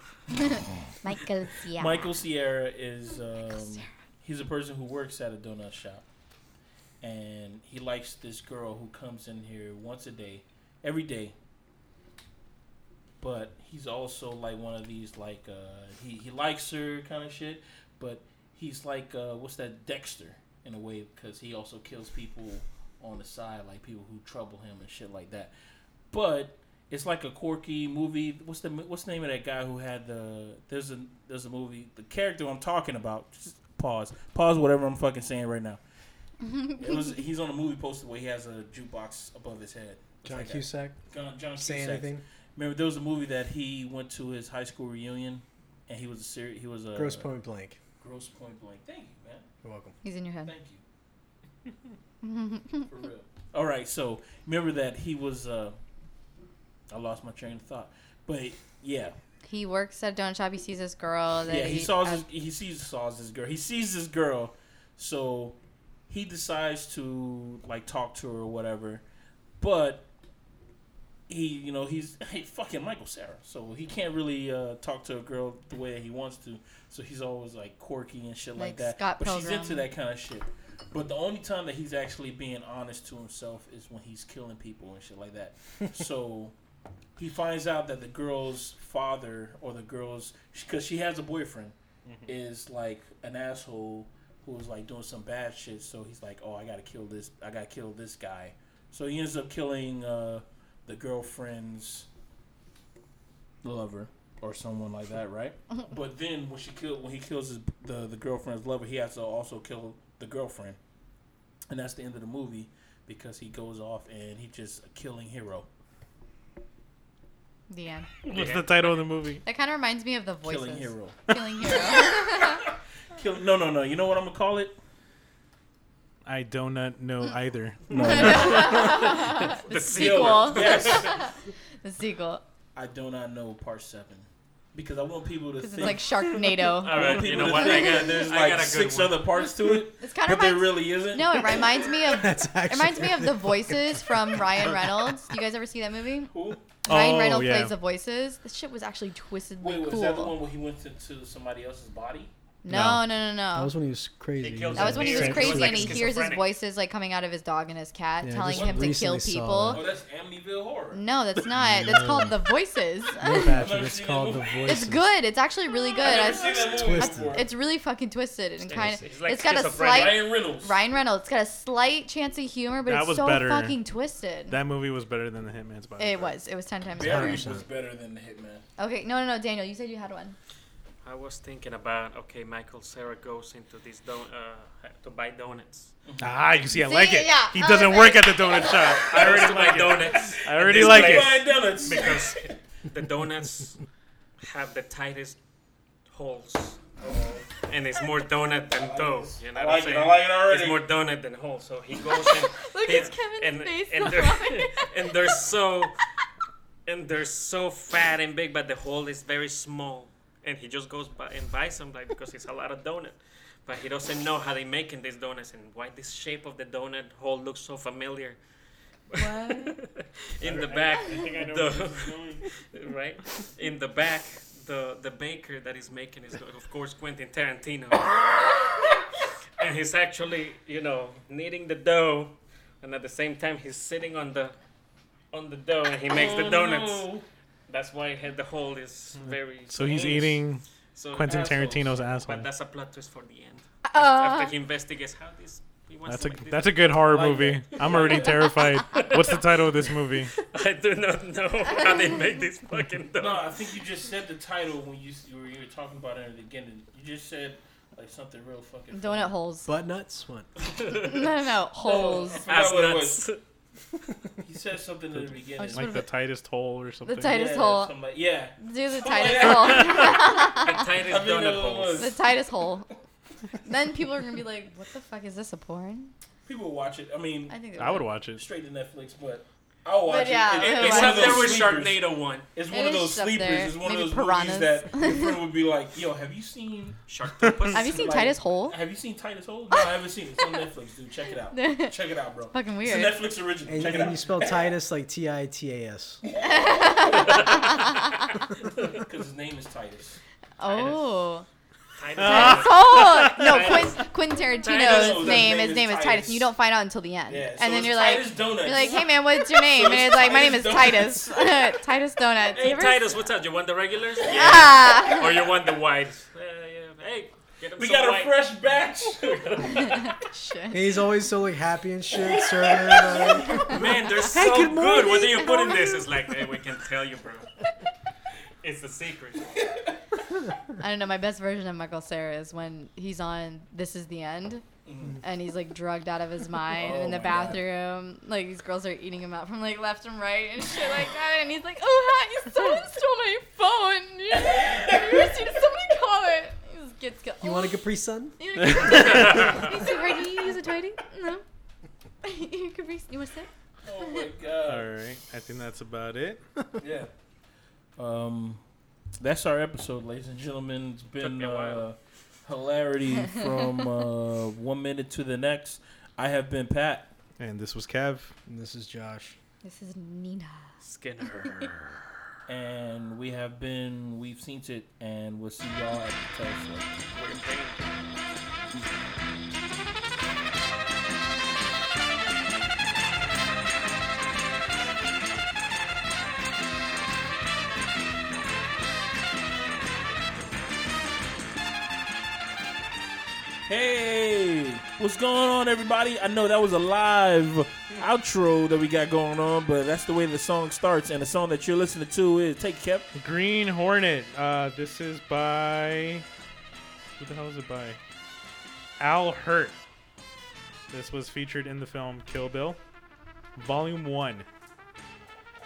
E: Michael Sierra.
A: Michael Sierra is um,
E: Sierra.
A: he's a person who works at a donut shop, and he likes this girl who comes in here once a day, every day. But he's also like one of these like uh, he he likes her kind of shit, but he's like uh, what's that Dexter in a way because he also kills people on the side like people who trouble him and shit like that. But it's like a quirky movie. What's the what's the name of that guy who had the there's a there's a movie the character I'm talking about. Just pause pause whatever I'm fucking saying right now. it was he's on a movie poster where he has a jukebox above his head. It's
D: John
A: like a-
D: Cusack.
A: John, John
D: Say
A: Cusack.
D: anything.
A: Remember there was a movie that he went to his high school reunion, and he was a seri- he was a
D: Gross point blank.
A: Gross point blank. Thank you, man.
D: You're welcome.
E: He's in your head.
A: Thank you. For real. All right, so remember that he was. Uh, I lost my train of thought, but yeah,
E: He works at a donut shop. He sees this girl. That
A: yeah. He
E: he
A: saw
E: uh,
A: this. He sees saws this girl. He sees this girl, so he decides to like talk to her or whatever, but. He, you know, he's hey, fucking Michael Sarah, so he can't really uh, talk to a girl the way that he wants to. So he's always like quirky and shit like,
E: Like
A: that.
E: Scott
A: but
E: Pilgrim.
A: she's into that kind of shit. But the only time that he's actually being honest to himself is when he's killing people and shit like that. so he finds out that the girl's father or the girl's because she has a boyfriend is like an asshole who was like doing some bad shit. So he's like, oh, I gotta kill this. I gotta kill this guy. So he ends up killing uh, the girlfriend's lover or someone like that, right? but then when she kill when he kills his, the the girlfriend's lover, he has to also kill the girlfriend, and that's the end of the movie because he goes off and he just a killing hero.
E: the end.
F: What's the title of the movie?
E: That kind of reminds me of the voices.
A: Killing hero.
E: Killing hero.
A: Kill, no, no, no. You know what I'm gonna call it?
F: I do not know either.
E: the
A: Yo,
E: sequel.
A: Yes.
E: The sequel.
A: I do not know part seven because I want people to
E: Because
A: think.
E: it's like Sharknado.
B: All
A: I want
B: right, you
A: people
B: know
A: to
B: what? I
A: think
B: got,
A: that there's
B: I
A: like
B: got a good
A: six
B: one.
A: other parts to it,
E: It's kind of
A: but there
E: reminds.
A: really isn't.
E: No, it reminds me of. It
D: That's actually.
E: reminds me of the voices from Ryan Reynolds. Do you guys ever see that movie?
A: Who?
E: Ryan
F: Oh,
E: Reynolds
F: yeah.
E: plays the voices. This shit was actually twistedly
A: Wait, was
E: cool.
A: that the one where he went into somebody else's body?
E: No, no, no, no.
D: That was when he was crazy.
B: It kills
E: That was when he was
B: It was
E: crazy
B: like
E: and he hears his
B: schizophrenic.
E: voices like coming out of his dog and his cat,
D: Yeah, I
E: telling
D: just
E: him to kill
D: recently saw
E: people.
A: Oh, that's Amityville Horror.
E: No, that's not. That's called The Voices.
D: No, Patrick,
A: never
D: it's
A: seen
D: called The
A: that movie.
D: Voice.
E: it's good. It's actually really good. I,
A: I've never seen that movie
D: Twisted.
A: before.
E: it's really fucking twisted and kind of.
B: it's like
E: it's got a
B: schizophrenic.
E: slight.
A: Ryan Reynolds.
E: Ryan Reynolds. It's got a slight chance of humor, but
F: That
E: it's
F: was
E: so
F: better.
E: fucking twisted.
F: That movie was better than The Hitman's Body.
E: it was. It was ten times
A: Barry
E: better.
A: was better than the Hitman.
E: Okay, no, no, no, Daniel, you said you had one.
B: I was thinking about okay, Michael Sarah goes into this don uh, to buy donuts.
F: Ah, you see, I
E: See,
F: like it.
E: yeah,
F: He
E: I
F: doesn't
E: was
F: work
E: like-
F: at the donut shop.
B: I already like donuts.
F: I already like
B: Yes.
F: it.
A: Ryan Donuts.
B: because the donuts have the tightest holes. And it's more donut than dough. You know
A: I
B: what I'm
A: like it.
B: saying?
A: I like it already.
B: It's more donut than hole. So he goes and
E: Look
B: he-
E: at Kevin's
B: and,
E: face
B: and,
E: so
B: they're,
E: hard.
B: and they're so and they're so fat and big, but the hole is very small. And he just goes by and buys them like because it's a lot of donut. But he doesn't know how they making these donuts and why this shape of the donut hole looks so familiar. In the back, the, right? In the back, the the baker that is making is of course Quentin Tarantino, and he's actually you know kneading the dough, and at the same time he's sitting on the on the dough and he makes
A: Oh,
B: the donuts. That's why he- the hole is very.
F: So he's
B: small.
F: eating
B: So-
F: Quentin
A: Assholes.
F: Tarantino's asshole.
B: But that's a plot twist for the end.
A: Ah.
E: Uh,
B: After he investigates how this. He wants
F: That's
B: to
F: a
B: make this-
F: that's a good horror
A: like
F: movie. I'm already terrified. What's the title of this movie?
B: I do not know how they make this fucking dough.
A: No, I think you just said the title when you, you, were, you were talking about it at the beginning. You just said like something real fucking. funny.
E: donut holes.
D: Butt nuts. What?
E: No, no, no, holes.
A: I forgot
B: As
A: what it
B: nuts.
A: was. He said something at the
E: I
A: beginning.
E: just
F: Like the tightest hole or something.
E: tight- Titus
A: yeah,
E: Hole.
A: something like- Oh, yeah.
E: Do the
A: like
E: tightest
A: that.
E: hole.
B: The tightest
A: I think
B: donut
A: that's what it
B: holes.
A: was.
E: The tightest hole. then people are gonna be like, "What the fuck is this a porn?"
A: People will watch it. I mean,
E: I think they
C: I would watch it.
A: straight to Netflix, but I'll watch
E: But yeah,
A: it.
E: I
A: It-
E: would
A: It's
E: watch
A: one of
B: Except
E: it.
A: those
B: there was
A: sleepers.
B: Sharknado one.
A: It's
E: It
A: one of
E: is
A: those
E: up
A: sleepers.
E: there.
A: It's one
E: Maybe
A: of those
E: Piranhas.
A: movies that your friend would be like, "Yo, have you seen?
B: Sharktopus.
E: Have you seen
A: Like-
E: Titus Hole?
A: Have you seen Titus Hold? No, I haven't seen it. It's on Netflix, dude. Check it out. Check it out, bro.
E: Fucking
A: It's a
E: weird.
A: Netflix original.
D: And,
A: Check it
D: and you
A: out.
D: spell Titus like T I T A S.
A: Because his name is Titus. Ah.
E: Oh,
B: Titus.
E: oh no!
B: Titus.
E: Quin- Quentin
A: Titus.
E: Tarantino's name, his name is Titus. and You don't find out until the end,
A: Yeah. so
E: and then
A: it's
E: you're like,
A: Titus Donuts.
E: you're like, "Hey man, what's your name?" And it's like, "My name is
A: Titus
E: Titus. Titus Donuts." You
B: Hey
E: ever-
B: Titus, what's up? You want the regulars? Yeah.
E: Ah.
B: or you want the whites? Uh, yeah. Hey, get him
A: we
B: some
A: got a
B: white.
A: fresh batch.
E: Shit.
D: And he's always so like happy and shit, serving. Like,
B: Man, they're so
D: good
B: good.
D: morning.
B: What do you put in this? It's like, hey, we can tell you, bro. It's a secret.
E: I don't know. My best version of Michael Sarah is when he's on "This Is the End," and he's like drugged out of his mind
A: Mm-hmm. Oh
E: in the
A: my God.
E: bathroom. Like these girls are eating him out from like left and right and shit like that. And he's like, "Oh hi, someone stole my phone. You ever seen somebody call it?" He just gets go- "Oh."
D: you want a Capri Sun?
E: You want a Capri- he's like, "Ricky, you use a tidy? No. you Capri- you want to sip?
A: oh my
F: All
A: god.
F: right, I think that's about it.
A: Yeah. Um, that's our episode, ladies and gentlemen. It's been
B: me a while.
A: uh, hilarity from uh, one minute to the next. I have been Pat.
F: And this was Kev.
D: And this is Josh.
E: This is Nina.
B: Skinner.
A: and we have been we've seen it and we'll see y'all at the test later.
B: We're bringing
A: Hey, what's going on, everybody? I know that was a live outro that we got going on, but that's the way the song starts. And the song that you're listening to is "Take Kept."
F: Green Hornet. Uh, this is by. Who the hell is it by? Al Hurt. This was featured in the film Kill Bill, Volume 1.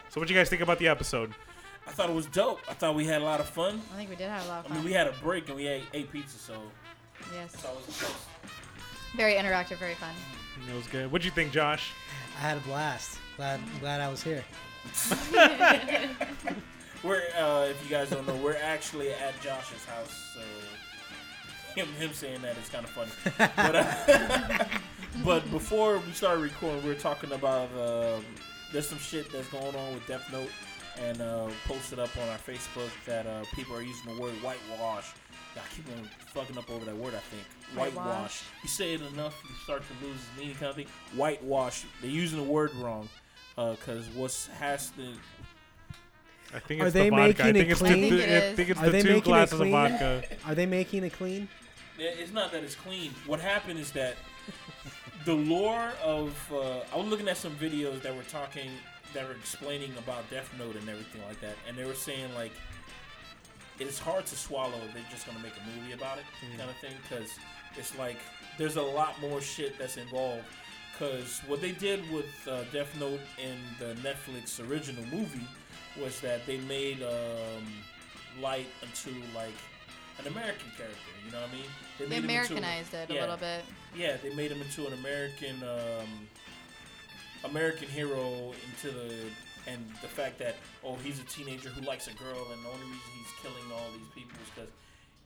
F: So, what do you guys think about the episode?
A: I thought it was dope. I thought we had a lot of fun.
E: I think we did have a lot of
A: I mean,
E: fun.
A: we had a break and we ate, ate pizza, so
E: yes.
A: it's always a plus.
E: Very interactive. Very fun.
F: It was good. What'd you think, Josh?
D: I had a blast. Glad, glad I was here.
A: We're, uh, if you guys don't know, we're actually at Josh's house, so him, him saying that is kind of funny. But, uh, but before we started recording, we were talking about um, there's some shit that's going on with Death Note, and uh, posted up on our Facebook that uh, people are using the word whitewash. I keep on fucking up over that word. I think whitewash.
E: Whitewash.
A: You say it enough, you start to lose its meaning, kind of thing. Whitewash. They're using the word wrong because what's has to
F: I think
D: Are
F: it's
D: they
F: the vodka. I
D: making
F: think
D: it
F: it's the,
D: clean?
E: I think it
F: I
E: is.
F: think it's
D: Are
F: the
D: they
F: two
D: making it
F: glasses of
D: clean?
F: vodka.
D: Are they making it clean?
A: It- It's not that it's clean. What happened is that the lore of uh, I was looking at some videos that were talking that were explaining about Death Note and everything like that, and they were saying like it's hard to swallow. They're just gonna make a movie about it, kind of thing, because it's like there's a lot more shit that's involved. Because what they did with uh, Death Note in the Netflix original movie was that they made um, Light into like an American character. You know what I mean?
E: They
A: made him into-
E: Americanized it a
A: yeah.
E: little bit.
A: yeah, they made him into an American um, American hero into the and the fact that oh he's a teenager who likes a girl and the only reason he's killing all these people is because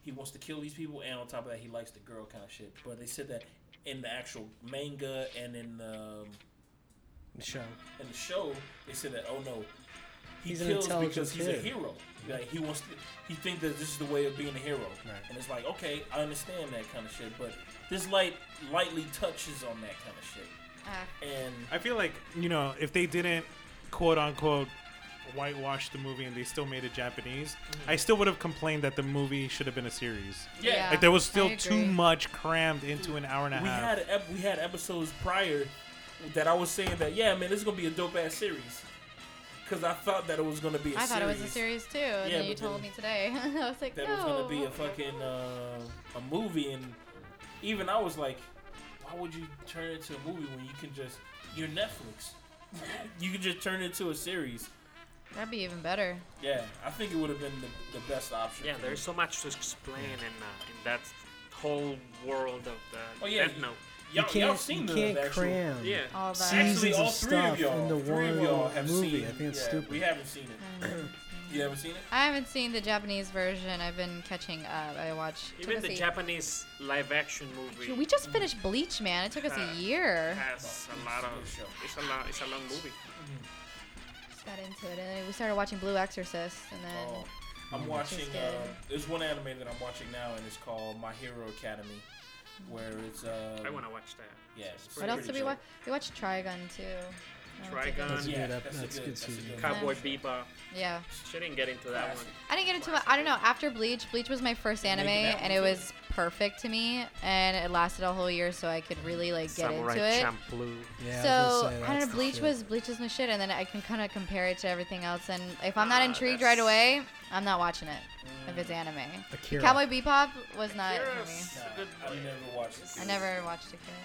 A: he wants to kill these people and on top of that he likes the girl kind of shit. But they said that in the actual manga and in um, the
D: Show.
A: in the show they said that oh no he
D: He's an
A: kills
D: intelligent
A: because he's a
D: kid.
A: hero. Like he wants to, he thinks that this is the way of being a hero.
D: Right.
A: And it's like, okay, I understand that kind of shit, but this light lightly touches on that kind of shit.
E: Ah.
A: And
F: I feel like you know if they didn't quote unquote whitewash the movie and they still made it Japanese,
D: Mm-hmm.
F: I still would have complained that the movie should have been a series.
A: yeah,
F: Like there was
E: I
F: still too
E: agree.
F: much crammed into an hour and a
A: we
F: half.
A: had ep- we had episodes prior that I was saying that yeah, man, this is gonna be a dope ass series because I thought that it was gonna be. a
E: I thought it
A: series.
E: was a series too, and
A: Yeah,
E: then you
A: but
E: told
A: then-
E: me today. I was like,
A: that
E: no.
A: was gonna be a fucking uh, a movie, and even I was like, why would you turn it into a movie when you can just you're Netflix, you can just turn it into a series.
E: That'd be even better.
A: Yeah, I think it would have been the, the best option.
B: Yeah,
A: for
B: there's
A: me.
B: so much to explain in, uh, in that whole world of the
A: Oh, yeah,
B: Death
A: you-
B: Note.
D: You
A: Y'all, y'all
D: can't,
A: seen
D: you
A: the,
D: can't
A: the actual.
D: cram
B: Yeah.
E: All that.
A: Actually,
D: Seasons
A: all
D: of
A: three of
D: stuff
A: y'all,
D: into
A: three of
D: one
A: y'all have
D: movie.
A: seen.
D: I think it's
A: yeah,
D: stupid.
A: We haven't seen it. you haven't seen it?
E: Um, I haven't seen the Japanese version. I've been catching up. I watched. took
B: Even
E: us
B: the
E: a-
B: Japanese live action movie
E: We just finished Bleach, man. It took us
B: Uh,
E: a year.
A: Oh,
B: has a lot of it's a lot it's a long movie.
E: Just got into it, and then we started watching Blue Exorcist, and then
A: Oh, I'm watching.
E: good.
A: Uh, there's one anime that I'm watching now, and it's called My Hero Academy, where it's. Uh,
B: I want to watch that.
A: Yeah.
E: what else did we
A: pretty
E: watch? We watched Trigun too. I don't think I-
B: Trigun.
D: That's a
A: Yeah,
D: good, ep-
A: that's a
D: that's a
A: good-
D: good
A: that's a
D: season.
A: good-
B: Cowboy Bebop.
E: Yeah,
B: She didn't get into that one.
E: I didn't get into it. I don't know. After Bleach, Bleach was my first anime,
A: making that
E: and
A: one
E: it
A: too?
E: was perfect to me, and it lasted a whole year, so I could really like get into it.
B: Champloo.
D: Yeah, I
E: so
D: was gonna say,
E: I don't
D: that's
E: know.
D: the
E: Bleach
D: shit.
E: was Bleach is my shit, and then I can kind of compare it to everything else. And if I'm not
B: Ah,
E: intrigued
B: that's-
E: right away, I'm not watching it. If it's anime,
D: Akira.
E: Cowboy Bebop was not for me.
B: Akira's a good
A: Nah, I uh, never watched it.
E: I never watched Akira.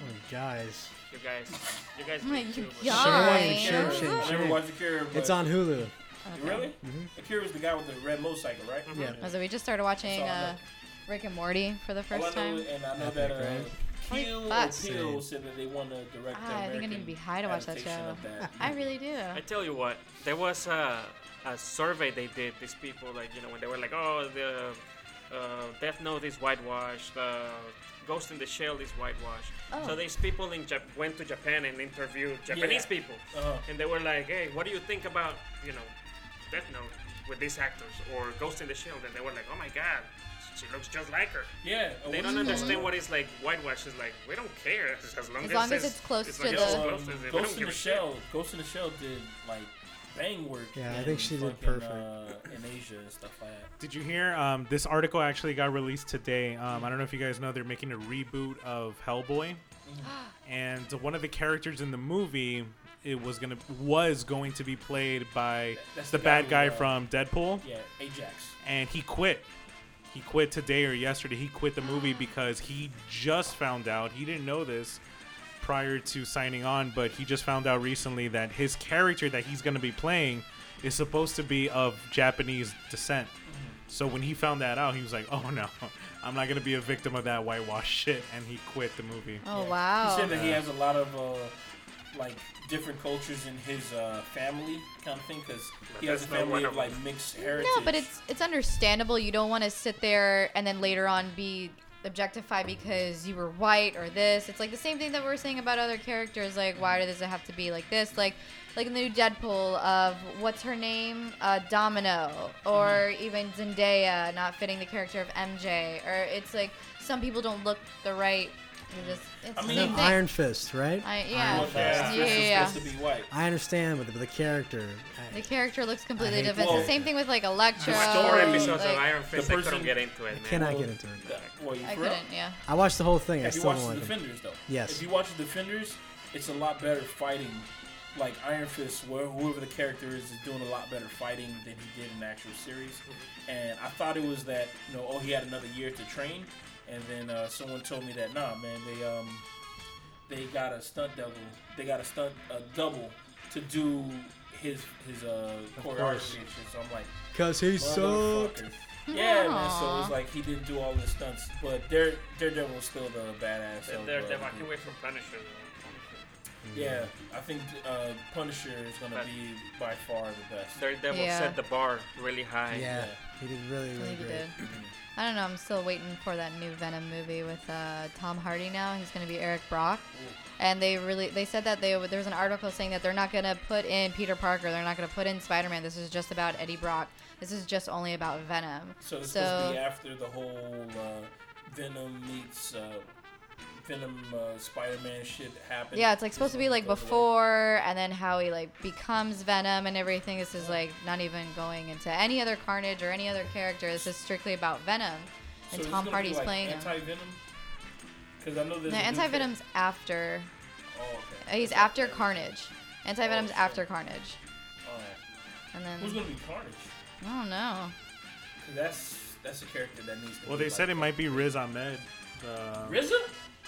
D: Oh, guys.
B: You guys, you guys.
E: Oh my
B: need to-
E: God.
D: Shame, shame, shame,
A: I never watched Akira. But
D: It's on Hulu.
A: Really? Akira was the guy with the red motorcycle, right?
D: Yeah.
E: Oh, So we just started watching
A: That's all I
E: uh, Rick and Morty for the
A: All Oh, I
E: first
A: know,
E: time.
A: and I know
D: Epic,
A: that uh,
D: right?
A: Keel or
E: Fuck.
A: Peele said that they want to direct. the
E: Ah, I think I
A: American
E: need to be high to watch that
A: adaptation
E: show.
A: of that.
E: I really do.
B: I tell you what, there was a, a survey they did. These people, like you know, when they were like, "Oh, the uh, Death Note is whitewashed. Uh, Ghost in the Shell is whitewashed."
E: Oh.
B: So these people in Jap- went to Japan and interviewed Japanese
A: Yeah.
B: people,
A: Uh-huh.
B: and they were like, "Hey, what do you think about you know Death Note with these actors or Ghost in the Shell?" And they were like, "Oh my God, she looks just like her."
A: Yeah. uh,
B: They
A: what's
B: don't
A: it
B: understand
A: called?
B: what is like whitewash. Is like we don't care as long
E: As
B: as,
E: long as it's close
B: as
E: to
B: long as
E: the-
B: it's
A: Um,
B: close to it, we don't
A: Ghost in
B: give
A: the
B: a shit.
A: Shell. Ghost in the Shell did like bang work.
D: Yeah, I
A: in
D: think she did
A: fucking, Uh, in Asia and stuff like that.
F: Did you hear? Um, this article actually got released today. Um, I don't know if you guys know they're making a reboot of Hellboy, and one of the characters in the movie it was gonna was going to be played by
A: That's
F: the,
A: the guy
F: bad
A: who,
F: guy
A: uh,
F: from Deadpool,
A: Yeah, Ajax.
F: and he quit. He quit today or yesterday. He quit the movie because he just found out. He didn't know this prior to signing on, but he just found out recently that his character that he's going to be playing is supposed to be of Japanese descent. So when he found that out, he was like, "Oh no, I'm not going to be a victim of that whitewash shit," and he quit the movie.
E: Oh
A: He
E: wow.
A: said that he has a lot of uh, like different cultures in his uh, family kind of thing because he has a
B: that's not one
A: family of
B: of
A: like mixed heritage.
E: No, but it's it's understandable. You don't want to sit there and then later on be objectified because you were white or this. It's like the same thing that we are saying about other characters. Like, why does it have to be like this? Like, like in the new Deadpool of what's her name, uh, Domino, or
A: Mm-hmm.
E: even Zendaya not fitting the character of MJ, or it's like some people don't look the right. You're just it's
A: I
E: the
A: mean,
E: same
D: No,
E: thing.
D: Iron Fist, right?
E: I, yeah.
A: Well,
E: yeah,
A: that's-
E: yeah,
A: that's
E: yeah.
A: supposed to be white.
D: I understand, but the, but the character. I-
E: The character looks completely
D: hate
E: different.
A: that.
E: It's the same thing with like Electro.
B: I watched four episodes
E: Oh, like-
B: of Iron Fist. I
A: person-
B: couldn't get into it, man.
D: cannot get into it.
A: That- Well, you
E: I
A: for real?
E: couldn't, yeah.
D: I watched the whole thing. I
A: Have you
D: still
A: watched
D: don't
A: the
D: like it.
A: Defenders though?
D: Yes.
A: If you watch the Defenders, it's a lot better fighting. Like Iron Fist, where whoever the character is is doing a lot better fighting than he did in the actual series. And I thought it was that you know, oh, he had another year to train, and then uh, someone told me that nah, man, they um, they got a stunt double, they got a stunt a double to do his his uh
D: course.
A: choreography. and shit. So I'm like,
D: Cause he sucked.
A: Motherfucker. Yeah, man. So
E: Aw.
A: it's like he didn't do all the stunts, but Dare Daredevil was still the badass.
B: They're,
A: of,
B: they're,
A: uh,
B: they're walking away from Punisher.
A: Yeah, I think uh, Punisher is gonna be by far the best.
B: Daredevil
E: Yeah.
B: set the bar really high.
D: Yeah, he did really,
E: I
D: really
E: think he
D: great.
E: did. I don't know. I'm still waiting for that new Venom movie with uh, Tom Hardy. Now he's going to be Eric Brock, and they really they said that they there was an article saying that they're not going to put in Peter Parker. They're not going to put in Spider Man. This is just about Eddie Brock. This is just only about Venom.
A: So it's supposed to be after the whole uh, Venom meets uh, Venom uh, Spider-Man shit happened.
E: yeah, it's like supposed to be
A: This
E: like
A: one goes away.
E: before, and then how he like becomes Venom and everything. This is like not even going into any other Carnage or any other character. This is strictly about Venom,
A: So
E: and
A: it's
E: Tom
A: gonna be,
E: Hardy's
A: like,
E: playing him.
A: Anti-Venom. Because I know there's
E: No,
A: a new
E: Anti Venom's after.
A: character- Oh,
E: Uh,
A: okay.
E: He's
A: That's
E: after
A: okay.
E: Carnage. Anti Venom's
A: Oh, shit.
E: after Carnage,
A: All right.
E: and then
A: Who's gonna be Carnage?
E: I don't know.
A: 'Cause that's that's a character that needs. to
F: Well,
A: be
F: they said
A: like
F: it might be Riz Ahmed. Uh,
A: RZA.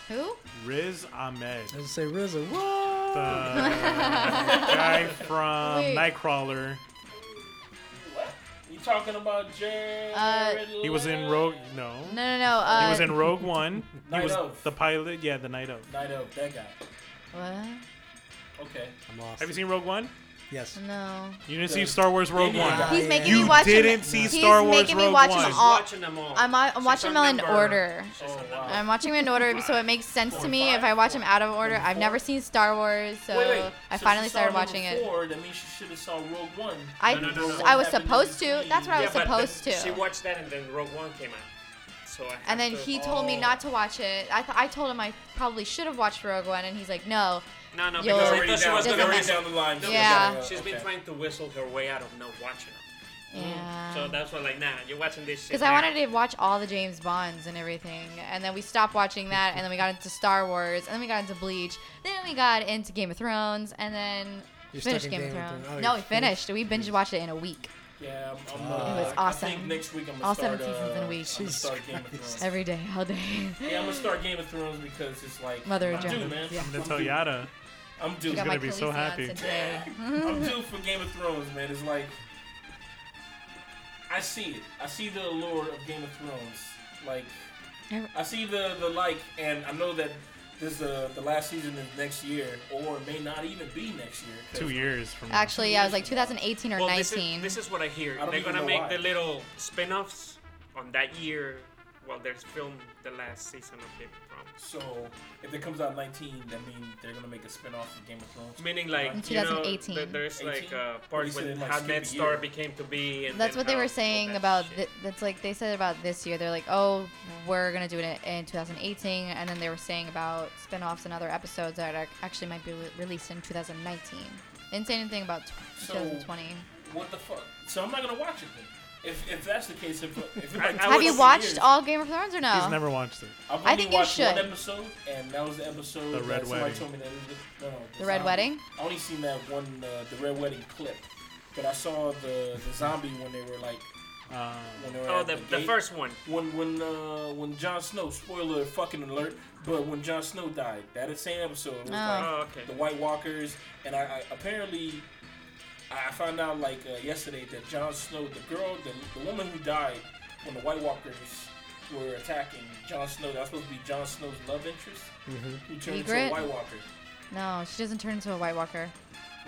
E: Who?
F: Riz Ahmed.
D: I was gonna say RZA. What?
F: the guy from
E: Wait.
F: Nightcrawler.
A: What? You talking about Jared?
E: Uh,
F: He was in Rogue. No.
E: No, no, no. Uh,
F: He was in Rogue One. He
A: Night
F: was
A: of.
F: the pilot. Yeah, the night of.
A: Night of that guy.
E: What?
A: Okay.
D: I'm lost.
F: Have you seen Rogue One?
D: Yes.
E: No.
F: You didn't see Star Wars Rogue
A: Yeah.
F: One.
E: He's making
F: You
E: me watch.
F: didn't
E: him,
F: see
E: he's
F: Star Wars
E: making me
F: Rogue
E: watch
F: One.
E: them all.
B: watching them all.
E: Oh, I'm, I'm
B: She's
E: watching them
B: on
E: all in
B: number-
E: order.
A: Oh,
B: She's on number-
E: I'm watching them in order, so it makes sense to me if I watch them out of order. I've never seen Star Wars, so
A: wait, wait.
E: I
A: Since
E: finally
A: you saw
E: started
A: number
E: watching it.
A: four, That means you should have saw Rogue One.
E: I,
B: No, no, no, no.
E: I
A: What
E: was
A: happened
E: supposed
A: in
E: to. That's what I
B: Yeah,
E: was
B: but then
E: supposed
B: She
E: to.
B: watched that and then Rogue One came out. So I have
E: And then
B: to-
E: he told me
A: Oh.
E: not to watch it. I, th- I told him I probably should have watched Rogue One, and he's like, no.
B: No, no,
E: Yo.
B: because I
E: Already
B: thought she
E: down-
B: was
E: doesn't
B: gonna
E: matter.
B: whistle.
A: down the line.
E: Yeah.
B: She's been trying to whistle her way out of not watching them. So
E: Yeah.
B: that's why, like, nah, you're watching this shit.
E: Ah. Because I
B: now.
E: wanted to watch all the James Bonds and everything. And then we stopped watching that, and then we got into Star Wars, and then we got into Bleach, then we got into Game of Thrones, and then.
D: You're stuck
E: finished
D: in
E: Game of
D: Game of
E: Thrones.
D: Thrones. Oh,
E: no,
D: you
E: we finished. We binge watched it in a week.
A: Yeah, I'm, I'm,
E: It was
A: uh, I think
E: awesome.
A: next week I'm gonna
E: All
A: start.
E: seven seasons
A: uh,
E: in a week.
A: I'm gonna
D: Jesus
A: start Game of Thrones.
E: Every day, all day.
A: Yeah, I'm gonna start Game of Thrones because it's like
E: Mother
A: I'm
E: of John.
A: due, man.
E: Yeah.
A: I'm
F: Natal
A: due.
F: Yada.
A: I'm due.
E: Got
F: gonna
E: my
F: be so
E: Khaleesi on
F: happy.
E: today.
A: I'm
E: Mm-hmm.
A: due for Game of Thrones, man. It's like I see it. I see the allure of Game of Thrones. Like I see the the like, and I know that this uh, the last season is next year, or it may not even be next year. 'cause
F: Two years from now.
E: Actually, yeah, it was like 2018 or
B: well, this is-
E: 19.
B: This is, what I hear.
A: I don't
B: They're
A: even
B: gonna
A: know
B: make
A: why.
B: the little spin offs on that year while there's filmed the last season of Game of Thrones.
A: So if it comes out 19, that means they're gonna make a spin-off of Game of Thrones.
B: Meaning, like,
E: In
B: you know,
E: 2018.
B: th- there's like
A: 18?
B: a
A: Or
B: part
A: you said
B: with
A: it, like,
B: how
A: skip a
B: Ned Star
A: year.
B: became to be. And
E: that's
B: then
E: what they
B: how-
E: were
B: all
E: saying
B: that
E: about.
B: shit.
E: Th- that's like they said about this year. They're like, oh, we're gonna do it in 2018, and then they were saying about spin-offs and other episodes that are actually might be re- released in 2019. Didn't say anything about t-
A: So-
E: 2020.
A: What the fuck? So I'm not gonna watch it then. If, if that's the case, if, if it
B: I-
A: like
B: I
E: Have
B: would-
E: you
B: Two
E: watched
A: years,
E: all Game of Thrones or no?
F: He's never watched it.
A: I've only
E: I think you
A: watched
E: should.
A: One episode, and that was the episode
F: The
A: that
F: Red
A: somebody
F: Wedding.
A: told me that it was the, no, no,
E: The Red
A: zombie-
E: Wedding?
A: I only seen that one, uh, the Red Wedding clip, but I saw the, the zombie when they were like
F: Uh,
A: when they were
B: Oh,
A: at
B: the,
A: the,
B: the
A: gate.
B: first one.
A: when when uh, when Jon Snow spoiler fucking alert, but when Jon Snow died, that is same episode it was
E: Oh.
A: like
B: Oh, okay.
A: the White Walkers, and I, I apparently I I found out like uh, yesterday that Jon Snow, the girl, the, the woman who died when the White Walkers were attacking Jon Snow, that was supposed to be Jon Snow's love interest,
D: Mm-hmm.
A: who turned
E: Ygritte?
A: into a White Walker.
E: No, she doesn't turn into a White Walker.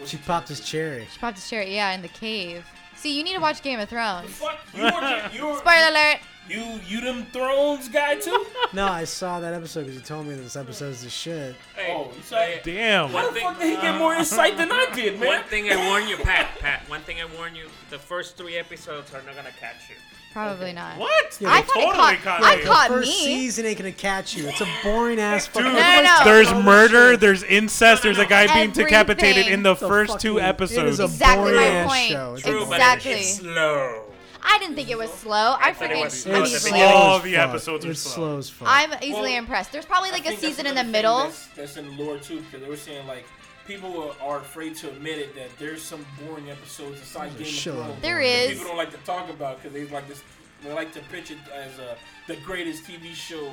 A: Was
D: She
A: it-
D: popped his cherry.
E: She popped his cherry. Yeah, in the cave. See, you need to watch Game of Thrones.
A: Fuck you! Were, you, were,
E: Spoiler alert.
A: you you them Thrones guy too?
D: No, I saw that episode because you told me this episode's the shit.
B: Hey,
A: Oh, you saw it?
F: damn.
A: How
B: One
A: the
B: thing-
A: fuck did he get more insight than I did, man?
B: One thing I warn you, Pat. Pat. One thing I warn you: the first three episodes are not gonna catch you.
E: Probably not.
F: What?
E: I thought it caught, I
F: me.
E: caught
D: First
E: me.
D: season ain't gonna catch you. It's a boring ass fucking.
F: Dude,
E: No, no, no.
F: there's
D: Oh,
F: murder,
D: shit.
F: there's incest, there's a guy being
E: Everything.
F: decapitated in the
D: It's a
F: first two
D: fucking-
F: episodes.
D: It is a
E: Exactly
D: boring
E: my
D: ass
E: point.
D: show. It's
E: True,
D: a
B: But
D: boring-
E: Exactly.
B: It's slow.
E: I didn't think it was slow. I
B: thought it
E: freaking
B: was
E: I'm
B: slow.
D: It's
E: easily,
D: slow
F: All
D: as
F: the
D: fuck.
F: episodes are
D: it's
F: slow.
D: slow as fuck.
E: I'm easily
A: Well,
E: impressed. There's probably like
A: I
E: a
A: think that's
E: season in the
A: another thing
E: middle.
A: That's, that's in the lore too, because they were saying like people are- are afraid to admit it that there's some boring episodes inside Game
D: shit
A: of
D: load
A: Thrones.
D: of
E: There
D: boring.
A: that
E: is.
A: People don't like to talk about because they like this. They like to pitch it as uh, the greatest TV show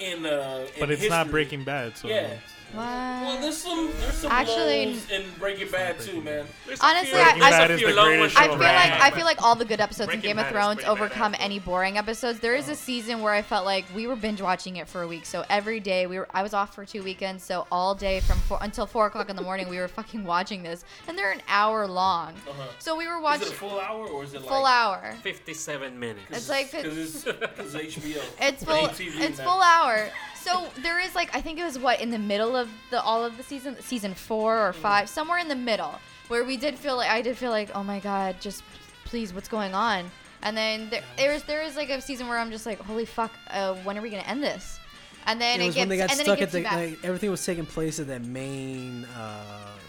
A: in. Uh, in
F: But it's
A: history.
F: not Breaking Bad, so
A: Yeah. Well,
E: What?
A: there's some there's some
E: Actually-
A: lows in Breaking Bad too, man.
B: There's a
E: Honestly,
B: few-
E: I-
B: there's a
E: Bad
F: is
B: few
F: the
B: low
F: greatest
B: ones
E: I
F: show
E: feel
F: of
B: that
E: like
F: all
E: I
B: but-
E: feel like all the good episodes
B: Breaking
E: in Game
B: Bad
E: of
B: is
E: Thrones
B: pretty badass,
E: overcome
B: though.
E: any boring episodes. There
A: Oh.
E: is a season where I felt like we were binge watching it for a week. So every day we were I was off for two weekends, so all day from four until four o'clock in the morning we were fucking watching this, and they're an hour long.
A: Uh-huh.
E: So we were
A: Is it
E: watching
A: a full hour or is it like
E: full hour.
B: 57 minutes.
E: It's like
A: Because it's because HBO.
E: It's
A: Or
E: full.
A: ATV
E: It's
A: now.
E: full hour. So there is like I think it was what in the middle of the all of the season, season four or five, somewhere in the middle, where we did feel like I did feel like oh my god, just please, what's going on? And then there, there is there is like a season where I'm just like holy fuck, uh, when are we gonna end this? And then
D: it
E: it,
D: was
E: gets
D: when they got
E: and then
D: stuck
E: it
D: at
E: gets
D: the
E: you back.
D: like, everything was taking place at that main uh,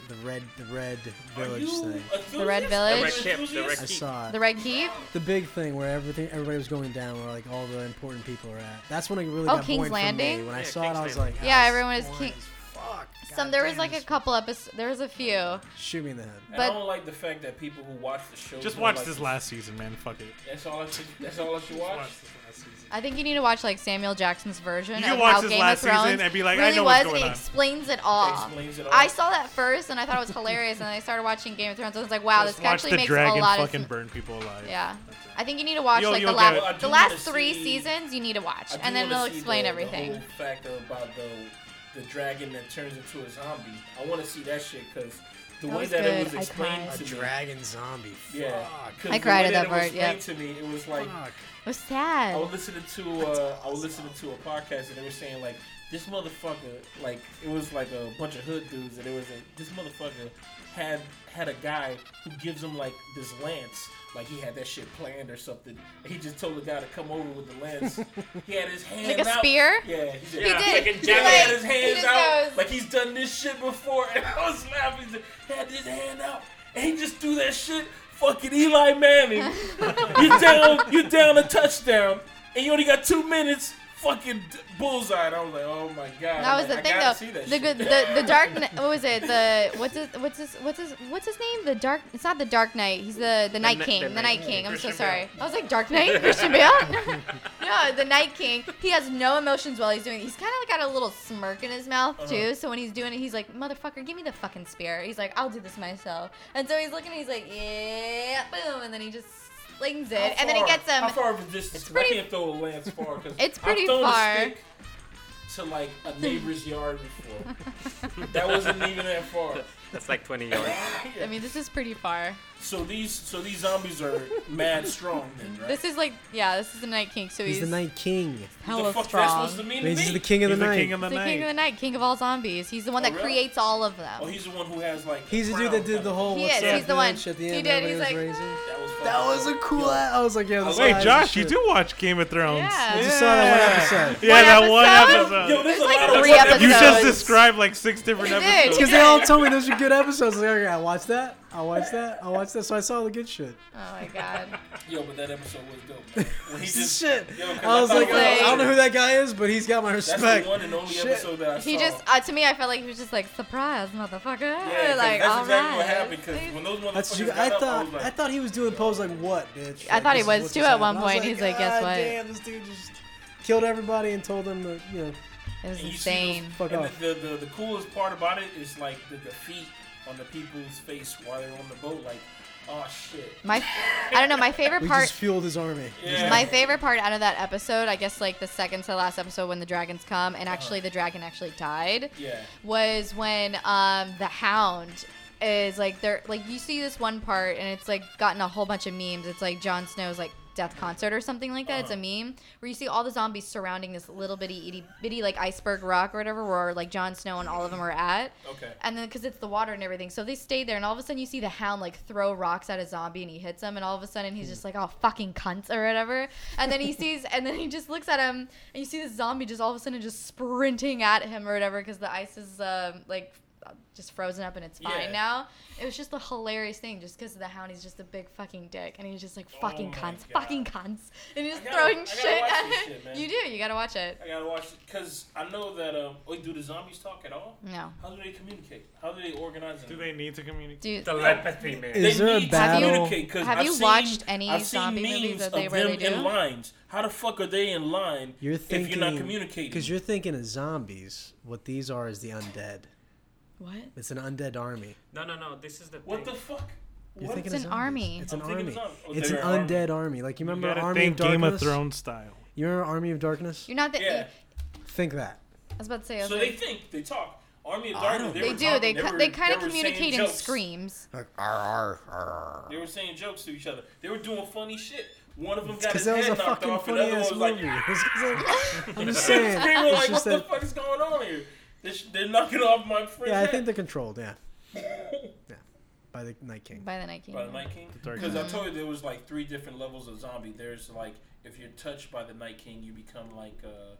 D: the red the red
A: Are
D: village
A: you
D: thing.
A: enthusiast?
E: The Red
B: the
E: Village?
B: red ship, the red
D: I
B: key.
D: saw
E: the
D: it.
E: red keep.
D: The big thing where everything everybody was going down, where like all the important people are at. That's when it really
E: Oh,
D: got
E: King's
D: boring for me.
E: Landing?
D: When I
B: Yeah,
D: saw it,
B: King's
D: I was
B: Landing.
D: like,
E: Yeah,
D: "Ah,
E: everyone
D: this
E: is
D: boring
E: King.
D: as fuck." Fuck.
E: Some there was like a couple episodes. There was a few.
D: Shoot me in the head.
A: And I
E: But-
A: don't like the fact that people who watch the show
F: Just
A: don't
F: watch
A: like
F: this
A: the-
F: last season, man. Fuck it.
A: That's all I should. That's all I should watch.
F: Watch this last season.
E: I think you need to watch like Samuel Jackson's version
F: You can
E: of
F: watch
E: how
F: this
E: Game
F: last
E: of
F: season
E: Thrones
F: and be like, I
E: really
F: know what's
E: was. and
F: going
E: it
F: on.
E: explains it all.
A: Explains it all.
E: I saw that first and I thought it was hilarious, and then I started watching Game of Thrones. and I was like, wow,
F: Just
E: this
F: watch
E: actually
F: the
E: makes
F: dragon
E: a lot of
F: fucking
E: sen-
F: burn people alive.
E: Yeah, I think you need to watch
F: You'll-
E: like the
F: you'll get it.
E: last
A: Well, I do
E: the last
A: wanna
E: three
A: see-
E: seasons. You need to watch,
A: I do
E: and then
A: wanna
E: it'll
A: see
E: explain
A: the,
E: everything.
A: The whole fact about the the dragon that turns into a zombie. I want to see that shit because the
E: That
A: way
E: was
A: that
E: good.
A: it was
E: I
A: explained to
E: cried.
A: me.
D: A dragon zombie. Fuck.
A: Yeah, 'cause
E: I
A: the
E: cried
A: way
E: at that
A: it was
E: part, yeah.
A: explained To me, it was like
D: Fuck.
E: It was sad.
A: I was listening to uh, I was listening to a podcast and they were saying like this motherfucker like it was like a bunch of hood dudes and it was a this motherfucker had had a guy who gives him like this lance like he had that shit planned or something and he just told the guy to come over with the lance he had his hand
E: Like a
A: out.
E: spear?
A: yeah he, said,
E: He
A: yeah.
E: did.
A: Like,
E: He
A: he had
E: like-
A: his
E: he
A: hands
E: just
A: out
E: goes-
A: like he's done this shit before and I was laughing he said, had his hand out and he just threw that shit fucking Eli Manning you down, you down a touchdown, and you only got two minutes. Fucking d- bullseye. And I was like, oh my god.
E: That
A: man,
E: was the
A: I
E: thing,
A: gotta see
E: though.
A: that
E: The,
A: shit.
E: good- the the dark. Kn- What was it? The what's his what's his what's his what's his name? The dark. It's not the Dark Knight. He's the the Night
B: Kni-
E: King.
B: the
E: The,
B: Night
E: Night
B: King,
E: King. I'm so
B: Christian
E: sorry. I was like Dark Knight. Christian Bale. no, the Night King. He has no emotions while he's doing. it. He's kind of like got a little smirk in his mouth
A: Uh-huh.
E: too. So when he's doing it, he's like, "Motherfucker, give me the fucking spear." He's like, "I'll do this myself." And so he's looking. He's like, "Yeah, boom," and then he just slings it,
A: How
E: and then he
A: far-
E: gets him.
A: How far of a distance?
E: It's
A: 'Cause
E: pretty-
A: I can't throw a lance far. 'cause
E: It's
A: I've
E: pretty
A: thrown a
E: far.
A: stick To like a neighbor's yard before. that wasn't even that far.
B: That's like 20 yards.
E: I mean, this is pretty far.
A: So these, so these zombies are mad strong, then, right?
E: This is like, yeah, this is the Night King. So
D: He's
E: he's,
D: the night king.
E: hella
A: the fuck
E: strong.
A: that's supposed to mean to
D: He's
A: me?
D: the king of
F: He's
D: the
F: the
D: night.
F: king of the
E: He's the
F: night.
E: king of the night, king of all zombies. He's the one
A: Oh,
E: that
A: really?
E: creates all of them.
A: oh, he's the one who has like.
D: He's the dude that did the whole.
E: He
D: what's
E: is,
D: up,
E: he's the
D: bitch
E: one.
D: At the
E: He
D: end,
E: did,
D: everybody
E: he's
D: was
E: like,
D: raising.
A: That was,
D: That was a cool. I was like, yeah. This
A: Wait,
F: Oh, Wait,
D: guy's
F: Josh,
D: the
F: you
D: shit.
F: do watch Game of Thrones.
E: Yeah.
D: I just saw that one episode.
F: Yeah, that one
E: episode?
F: episode.
A: Yo, there's
E: There's
A: a
E: like
A: lot of
E: three
A: one
E: episodes.
F: you just
E: episodes.
F: described like six different
E: I did.
F: episodes.
D: Because they all told me those are good episodes. I was like, okay, I watched that. I watched that. I watched that. So I saw the good shit.
E: Oh my god.
A: Yo, but that episode was dope. man. When he
D: This
A: just,
D: is shit.
A: Yo, 'cause
D: I was
A: thought
D: like,
A: it
E: like-
D: I don't know who that guy is, but he's got my
A: That's
D: respect.
A: the one and only
D: Shit.
A: episode that I
E: He
A: saw.
E: just, uh, to me, I felt like he was just like, surprise, motherfucker.
A: Yeah, 'cause
E: like,
A: that's
E: all
A: exactly what
E: right.
A: happened. Because when those motherfuckers
D: That's what you,
A: got
D: I
A: up, I
D: thought.
A: was
D: I
A: like,
D: thought he was doing pose like what, bitch.
E: I thought
D: Like, this
E: he
D: is
E: was
D: what's
E: too
D: just
E: at one
D: happening. I was
E: point. He's like, guess
D: "God
E: what?"
D: Damn, this dude just killed everybody and told them to, you know,
E: It was
A: and you see those-
E: insane.
D: fuck
A: and
D: off.
A: The, the, the, the coolest part about it is like the defeat on the people's face while they're on the boat. Like, oh shit.
E: My, I don't know, my favorite
D: we
E: part.
D: just fueled his army.
A: Yeah.
E: My favorite part out of that episode, I guess, like the second to last episode when the dragons come and actually the dragon actually died.
A: yeah.
E: was when um the hound is like they're like you see this one part and it's like gotten a whole bunch of memes. It's like Jon Snow's like death concert or something like that. It's a meme where you see all the zombies surrounding this little bitty itty bitty like iceberg rock or whatever where like Jon Snow and all of them are at.
A: Okay.
E: And then because it's the water and everything, so they stay there and all of a sudden you see the hound like throw rocks at a zombie and he hits him and all of a sudden
A: Hmm.
E: he's just like oh fucking cunts or whatever. And then he sees and then he just looks at him and you see this zombie just all of a sudden just sprinting at him or whatever because the ice is um, like just frozen up and it's fine
A: Yeah.
E: now. It was just a hilarious thing just because the hound he's just a big fucking dick and he's just like fucking
A: Oh my
E: cunts,
A: God.
E: fucking cunts, and he's just
A: I gotta- I
E: throwing
A: gotta
E: shit
A: watch
E: at
A: this
E: him.
A: shit, man.
E: you do, you gotta watch it.
A: I gotta watch it because I know that. Um, wait, do the zombies talk at all?
E: No,
A: How do they communicate? How do they organize it?
F: Do they need to communicate?
E: dude.
B: Telepathy, man.
A: They
D: Is there a
A: need to
D: battle?
A: communicate, 'cause
E: Have
A: I've
E: you
A: seen-
E: watched any
A: I've seen
E: zombie movies
A: memes
E: that they-
A: of
E: where they
A: them
E: do?
A: in lines? How the fuck are they in line
D: You're thinking
A: if you're not communicating?
D: because you're thinking of zombies. What these are is the undead.
E: What?
D: It's an undead army.
B: No, no, no. This is the
A: what the
B: thing.
A: fuck?
D: You're
A: What?
D: thinking
E: It's an
D: of zombies.
E: army.
D: It's
A: I'm
D: an
A: thinking
D: army.
A: of zombies. Oh,
D: it's an
A: they're an army.
D: undead army. Like you
F: You
D: remember
F: gotta
D: Army of
F: think
D: Darkness.
F: Game of Thrones style.
D: You remember Army of Darkness?
E: You're not that.
A: Yeah.
D: Think that.
E: I was about to say. I was
A: So
E: like,
A: they think they talk. Army of Darkness.
E: They
A: were
E: do.
A: talking,
E: They
A: they,
E: ki-
A: were-
E: they kind of
A: were saying
E: communicate in
A: jokes.
E: screams.
D: Like, "Arr, arr, arr."
A: They were saying jokes to each other. They were doing funny shit. One of them got
D: Because
A: his
D: that was a
A: head knocked
D: fucking
A: off, and
D: funny
A: the other one
D: ass
A: was like,
D: movie. I'm just saying.
A: "Ah." They were
D: It's
A: like,
D: just
A: "What the
D: that,
A: fuck is going on here? They're, sh- they're knocking off my friend's
D: yeah, I
A: head."
D: think they're controlled. Yeah, yeah, by the Night King.
E: By the Night King.
A: by the Night King,
F: Dark
A: because I told you there was like three different levels of zombie. There's like if you're touched by the Night King, you become like uh,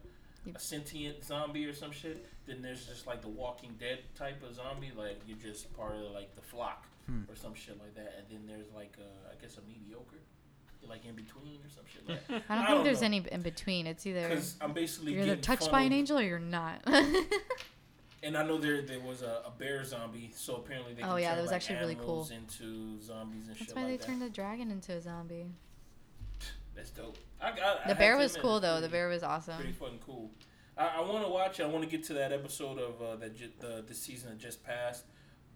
A: a, a sentient zombie or some shit. Then there's just like the Walking Dead type of zombie, like you're just part of like the flock
D: Hmm.
A: or some shit like that. And then there's like uh, I guess a mediocre, like in between or some shit like that.
E: I don't
A: I
E: think
A: don't
E: there's
A: know.
E: any in between. It's either
A: Because I'm basically
E: you're either
A: getting
E: touched by an
A: funneled
E: angel or you're not.
A: And I know there there was a, a bear zombie, so apparently they.
E: Oh,
A: can
E: yeah,
A: turn,
E: that was
A: like,
E: actually really
A: animals
E: cool.
A: Into zombies and
E: That's
A: shit
E: why they
A: like
E: turned
A: that.
E: the dragon into a zombie.
A: That's dope. I, I, I
E: The
A: had
E: bear
A: to
E: was
A: admit,
E: cool
A: it's
E: though.
A: pretty-
E: The bear was
A: Pretty
E: awesome.
A: fucking cool. I, I want to watch it. I want to get to that episode of uh, that ju- the this season that just passed.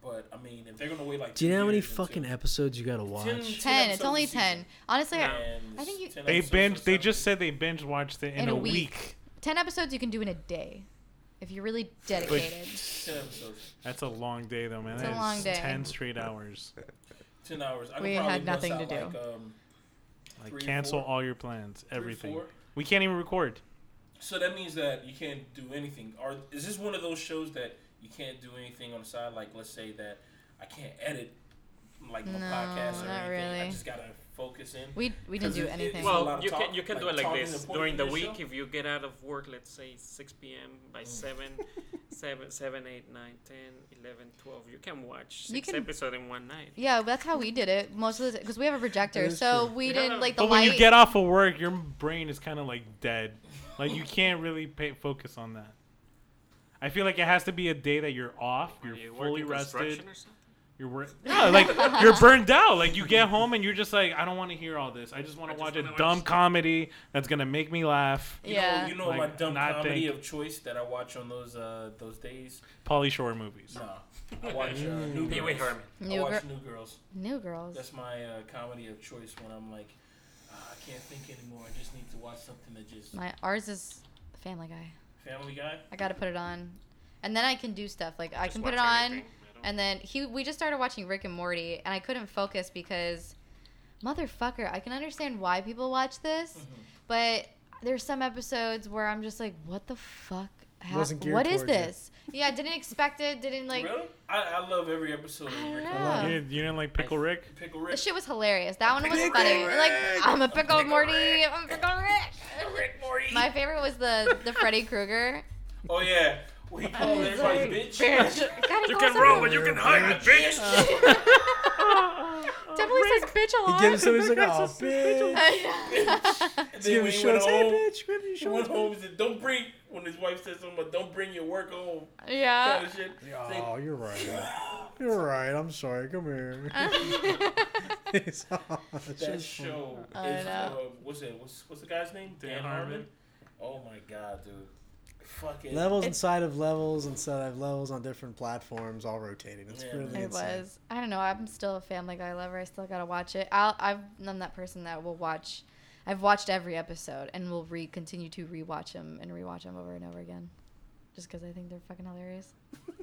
A: But I mean, if they're gonna wait like.
D: Do you
A: two
D: know how many
A: years until-
D: fucking episodes you gotta watch?
A: Ten-
E: Ten.
A: episodes
E: It's
A: a
E: only
A: season.
E: ten. Honestly, I-
A: And
E: I think you-
A: ten
C: They
A: episodes
C: binge.
A: or
C: They
A: something.
C: just said they binge watched it in, a, week.
E: ten episodes you can do in a day, if you're really dedicated.
A: ten episodes,
C: That's a long day though, man.
E: It's
C: That
E: a
C: is
E: long day.
C: Ten straight hours.
A: ten hours. I could
E: We had
A: probably bust
E: nothing to
A: out,
E: do.
A: Like, um,
C: Like
A: Three,
C: cancel
A: four.
C: all your plans,
A: three,
C: everything.
A: four.
C: We can't even record.
A: So that means that you can't do anything. Or is this one of those shows that you can't do anything on the side? Like, let's say that I can't edit like my
E: No,
A: podcast or anything.
E: not
A: I
E: really.
A: just gotta focus in.
E: We we didn't
A: 'Cause
E: do
A: it- it-
E: anything.
A: Well,
B: Well,
A: of
B: you
A: talk-
B: can you can
A: like
B: do it like
A: talking
B: this
A: and putting
B: during the
A: in the
B: week.
A: show?
B: If you get out of work, let's say 6 p.m. by 7, 7, 7, 8, 9, 10, 11, 12, you can watch
E: You
B: six
E: can-
B: episodes in one night.
E: yeah, that's how we did it most of the because we have a projector,
D: That is
E: so
D: true.
E: we
B: You
E: didn't
B: gotta-
E: like the
C: But
E: light.
C: when you get off of work, your brain is kind of like dead. Like you can't really pay focus on that. I feel like it has to be a day that you're off,
B: Are
C: you're
B: you
C: fully
B: working construction
C: rested,
B: or something?
C: you're wor- no, like you're burned out. Like you get home and you're just like, I don't want to hear all this. I just want
B: I
C: to
B: just
C: watch a
B: wanna watch
C: dumb
B: stuff."
C: comedy that's gonna make me laugh.
A: You
E: yeah,
A: Know, you know
C: Like,
A: my dumb
C: not
A: comedy
C: think.
A: of choice that I watch on those uh those days.
C: Polly Shore movies.
A: Nah, I watch uh,
C: Mm.
A: New
B: Pee
A: Girls.
B: Wee Herman.
E: New
A: I watch
E: Gir-
A: New Girls.
E: new girls.
A: That's my uh, comedy of choice when I'm like, "Ah, I can't think anymore. I just need to watch something that just
E: My ours is Family Guy.
A: Family Guy.
E: I gotta put it on, and then I can do stuff like I
B: Just
E: can put it
B: watch
E: on,
B: anything. I don't-
E: and then he we just started watching Rick and Morty, and I couldn't focus because, motherfucker, I can understand why people watch this,
B: Mm-hmm.
E: but there's some episodes where I'm just like, what the fuck? hap-
D: Wasn't geared
E: what is
D: towards you.
E: this? Yeah, didn't expect it. Didn't like.
A: really? I, I love every episode.
E: I
A: of Rick
E: don't
A: and
E: know.
A: Morty.
C: You didn't, you didn't like Pickle Rick?
A: Pickle
E: The
A: Rick.
E: shit was hilarious. That one was funny. Like I'm a pickle Morty. I'm a pickle Rick. My favorite was the the Freddy Krueger.
A: Oh yeah, we call everybody bitch.
E: God, he
B: You
E: calls
B: can roll,
E: everyone-
B: but you can hide, bitch.
E: Definitely says bitch a
D: He
E: lot.
D: gives him he's like, oh, bitch.
A: And
D: Give
A: then
D: him
A: when he went
D: shorts. Hey,
A: home,
D: bitch, give him
A: he went
D: shorts.
A: home and said, "Don't bring." When his wife says something, about, "Don't bring your work home," kind
D: Uh,
E: yeah.
A: of shit.
D: Oh, you're right. You're right. I'm sorry. Come here. It's all- it's
A: That
D: just funny.
A: show
E: I
A: is uh,
E: know.
A: what's it? What's what's the guy's name?
C: Dan Harmon.
A: Oh my god, dude! Fucking
D: Levels inside of levels inside of levels on different platforms, all rotating. It's
A: Yeah,
D: really
A: man.
E: It
D: insane.
E: was. I don't know. I'm still a Family Guy lover. I still gotta watch it. I'll, I've, I'm that person that will watch. I've watched every episode and will re continue to rewatch them and rewatch them over and over again, just because I think they're fucking hilarious.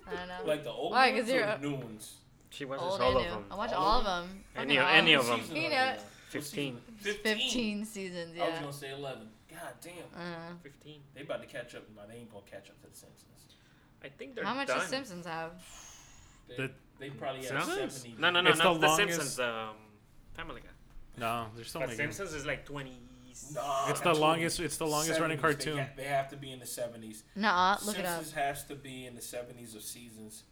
E: I don't know.
A: like the old
E: Why, 'cause
A: ones or
E: you're-
A: the new ones.
B: She watches
E: Old
B: all
E: and
B: of
E: new.
B: them.
E: I watch
A: All
E: all
A: of
E: of them.
B: Any-
E: Fucking all
B: any
E: of
B: of them.
A: Season
E: You
A: are
E: know,
A: they now? What
B: 15.
A: season?
E: them. 15 seasons,
A: I was
E: yeah.
A: gonna say eleven. God damn,
E: Uh,
B: 15.
A: they about to catch up. No, they ain't gonna catch up to the Simpsons.
B: I think they're
E: how much
B: done.
E: does Simpsons have?
A: They,
C: The-
A: they probably
B: uh,
A: have
C: Simpsons?
A: seventy.
B: No, no, no,
C: It's
B: not
C: the
B: the,
C: longest-
B: Simpsons. Um, Family Guy.
C: No, there's so
B: But
C: many.
B: Simpsons is like 20.
A: Nah,
C: It's the
A: that's
C: longest. It's the longest running
A: 70s. They,
C: cartoon.
A: ha- they have to be in the seventies.
E: Nuh-uh, Ah, look it up.
A: Simpsons has to be in the seventies of seasons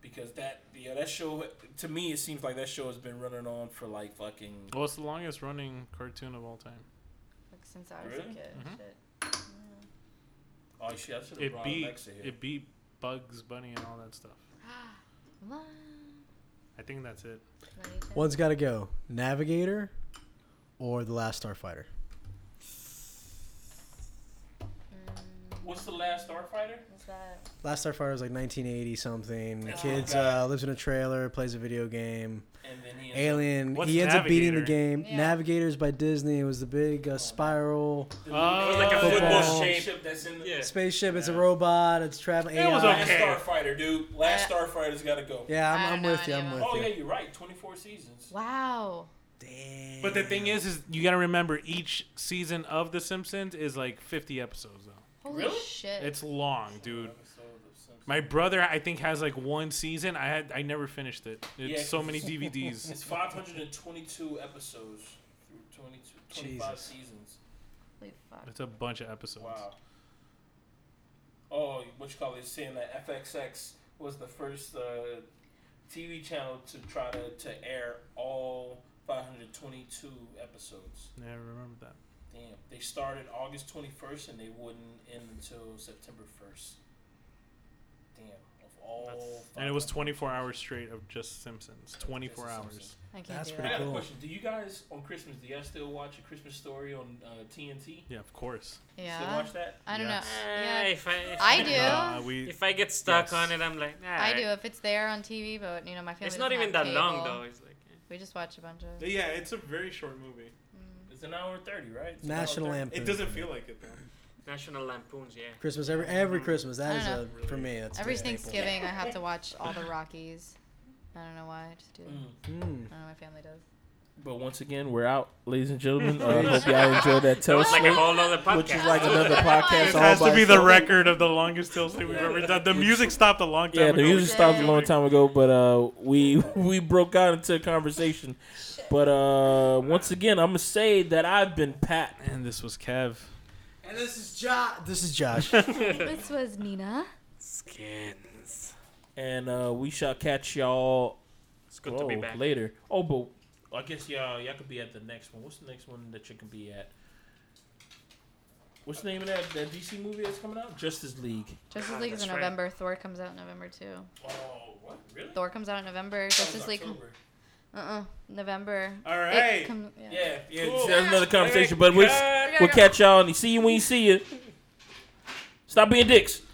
A: because that yeah that show to me it seems like that show has been running on for like fucking
C: Well, it's the longest running cartoon of all time.
E: Like, since I was a
A: Really?
E: kid.
B: Mm-hmm.
E: Shit.
A: oh shit I should have
C: It
A: brought
C: beat
A: Alexa here
C: it beat Bugs Bunny and all that stuff.
E: What?
C: I think that's it.
D: One's got to go. Navigator or The Last Starfighter?
A: what's the last Starfighter
E: What's Hmm, that?
D: Last Starfighter was like 1980 something.
A: Oh,
D: Kids
A: okay.
D: uh, lives in a trailer, plays a video game.
A: and then he
D: Alien.
C: What's
D: he ends up beating the
C: Navigator?
D: game.
E: Yeah.
D: Navigators by Disney. It was the big uh, spiral
C: Oh,
B: It was like a
D: football.
B: football shape.
A: ship that's in the
B: Yeah.
D: spaceship. It's a robot. It's traveling.
C: It was
D: AI.
A: last
C: Okay.
A: Starfighter dude last
E: Uh,
A: Starfighter's got to go
D: Yeah,
E: I
D: I'm, I'm
E: don't
D: with
E: know
D: you. I'm
E: any
D: with
E: of
A: oh
D: you.
A: yeah you're right twenty four seasons
E: Wow.
D: Damn.
C: But the thing is, is you gotta remember each season of The Simpsons is like 50 episodes though.
E: Holy
A: Really?
E: shit.
C: It's long, dude.
A: Episode of Simpsons.
C: My brother, I think, has like one season. I had, I never finished it. It's
A: Yeah,
C: so
A: 'cause
C: many DVDs.
A: it's 522 episodes through 22 25
D: Jesus.
A: seasons
E: Holy fuck.
C: It's a bunch of episodes.
A: Wow. Oh, what you call it? Saying that FXX was the first uh, TV channel to try to, to air all 522 episodes.
C: Yeah, I remember that.
A: Damn. They started August 21st and they wouldn't end until September 1st. Damn. Of all
F: And it was
A: five-
F: 24 hours straight of just Simpsons. 24
A: Just the
F: hours.
A: Simpsons.
E: I can't
D: That's
E: do
A: I
D: pretty
E: it.
A: got a
D: cool.
A: question. Do you guys on Christmas? Do you guys still watch a Christmas story on uh, TNT?
F: Yeah, of course.
A: Still
E: Yeah.
A: watch that?
E: I don't
F: Yes.
E: know. Yeah.
B: Eh, if I, if
E: I
B: I-
E: do.
F: Uh, we
B: If I get stuck
F: Yes.
B: on it, I'm like,
E: I
B: "Alright."
E: do if it's there on TV, but you know my family.
B: It's not
E: doesn't
B: even
E: have
B: that long
E: cable.
B: though. It's like eh.
E: We just watch a bunch of.
F: Yeah, it's a very short movie.
A: It's an hour and thirty, right? It's an hour and
D: National
A: 30.
D: Lampoon.
F: It doesn't feel like it though.
B: National Lampoons. Yeah.
D: Christmas every every Christmas. That
E: Mm-hmm. I
D: is a
E: don't
D: for me. That's
E: Every
D: a staple.
E: Thanksgiving, I have to watch all the Rockies. I don't know why. I just do.
A: Mm.
D: Mm.
E: I don't know. My family does.
A: But once again, we're out, ladies and gentlemen. I hope y'all enjoyed that
B: That
A: tell
B: was like a whole other podcast.
A: which is like another podcast.
F: This
A: all
F: has
A: by
F: to be the
A: itself.
F: record of the longest tail sleep we've ever done. The music stopped a long time
A: Yeah,
F: ago.
A: the music stopped a long time ago, but uh, we we broke out into a conversation. But uh, once again, I'm gonna say that I've been Pat.
F: And this was Kev.
D: And this is Josh. This is Josh.
E: this was Nina.
B: Skins.
A: and uh, we shall catch y'all
B: It's good to be
A: whoa,
B: back.
A: later. Oh, but I guess y'all y'all could be at the next one. What's the next one that you can be at? What's the name of that, that DC movie that's coming out? Justice League.
E: Justice
B: God,
E: League is in
B: that's right.
E: November. Thor comes out in November too.
A: Oh, what really?
E: Thor comes out in November. Justice League. Uh uh November.
F: All
E: It
F: right.
E: come- yeah.
A: Yeah, yeah.
F: Cool.
A: That's another conversation, but we'll, we'll catch y'all and see you when you see you. Stop being dicks.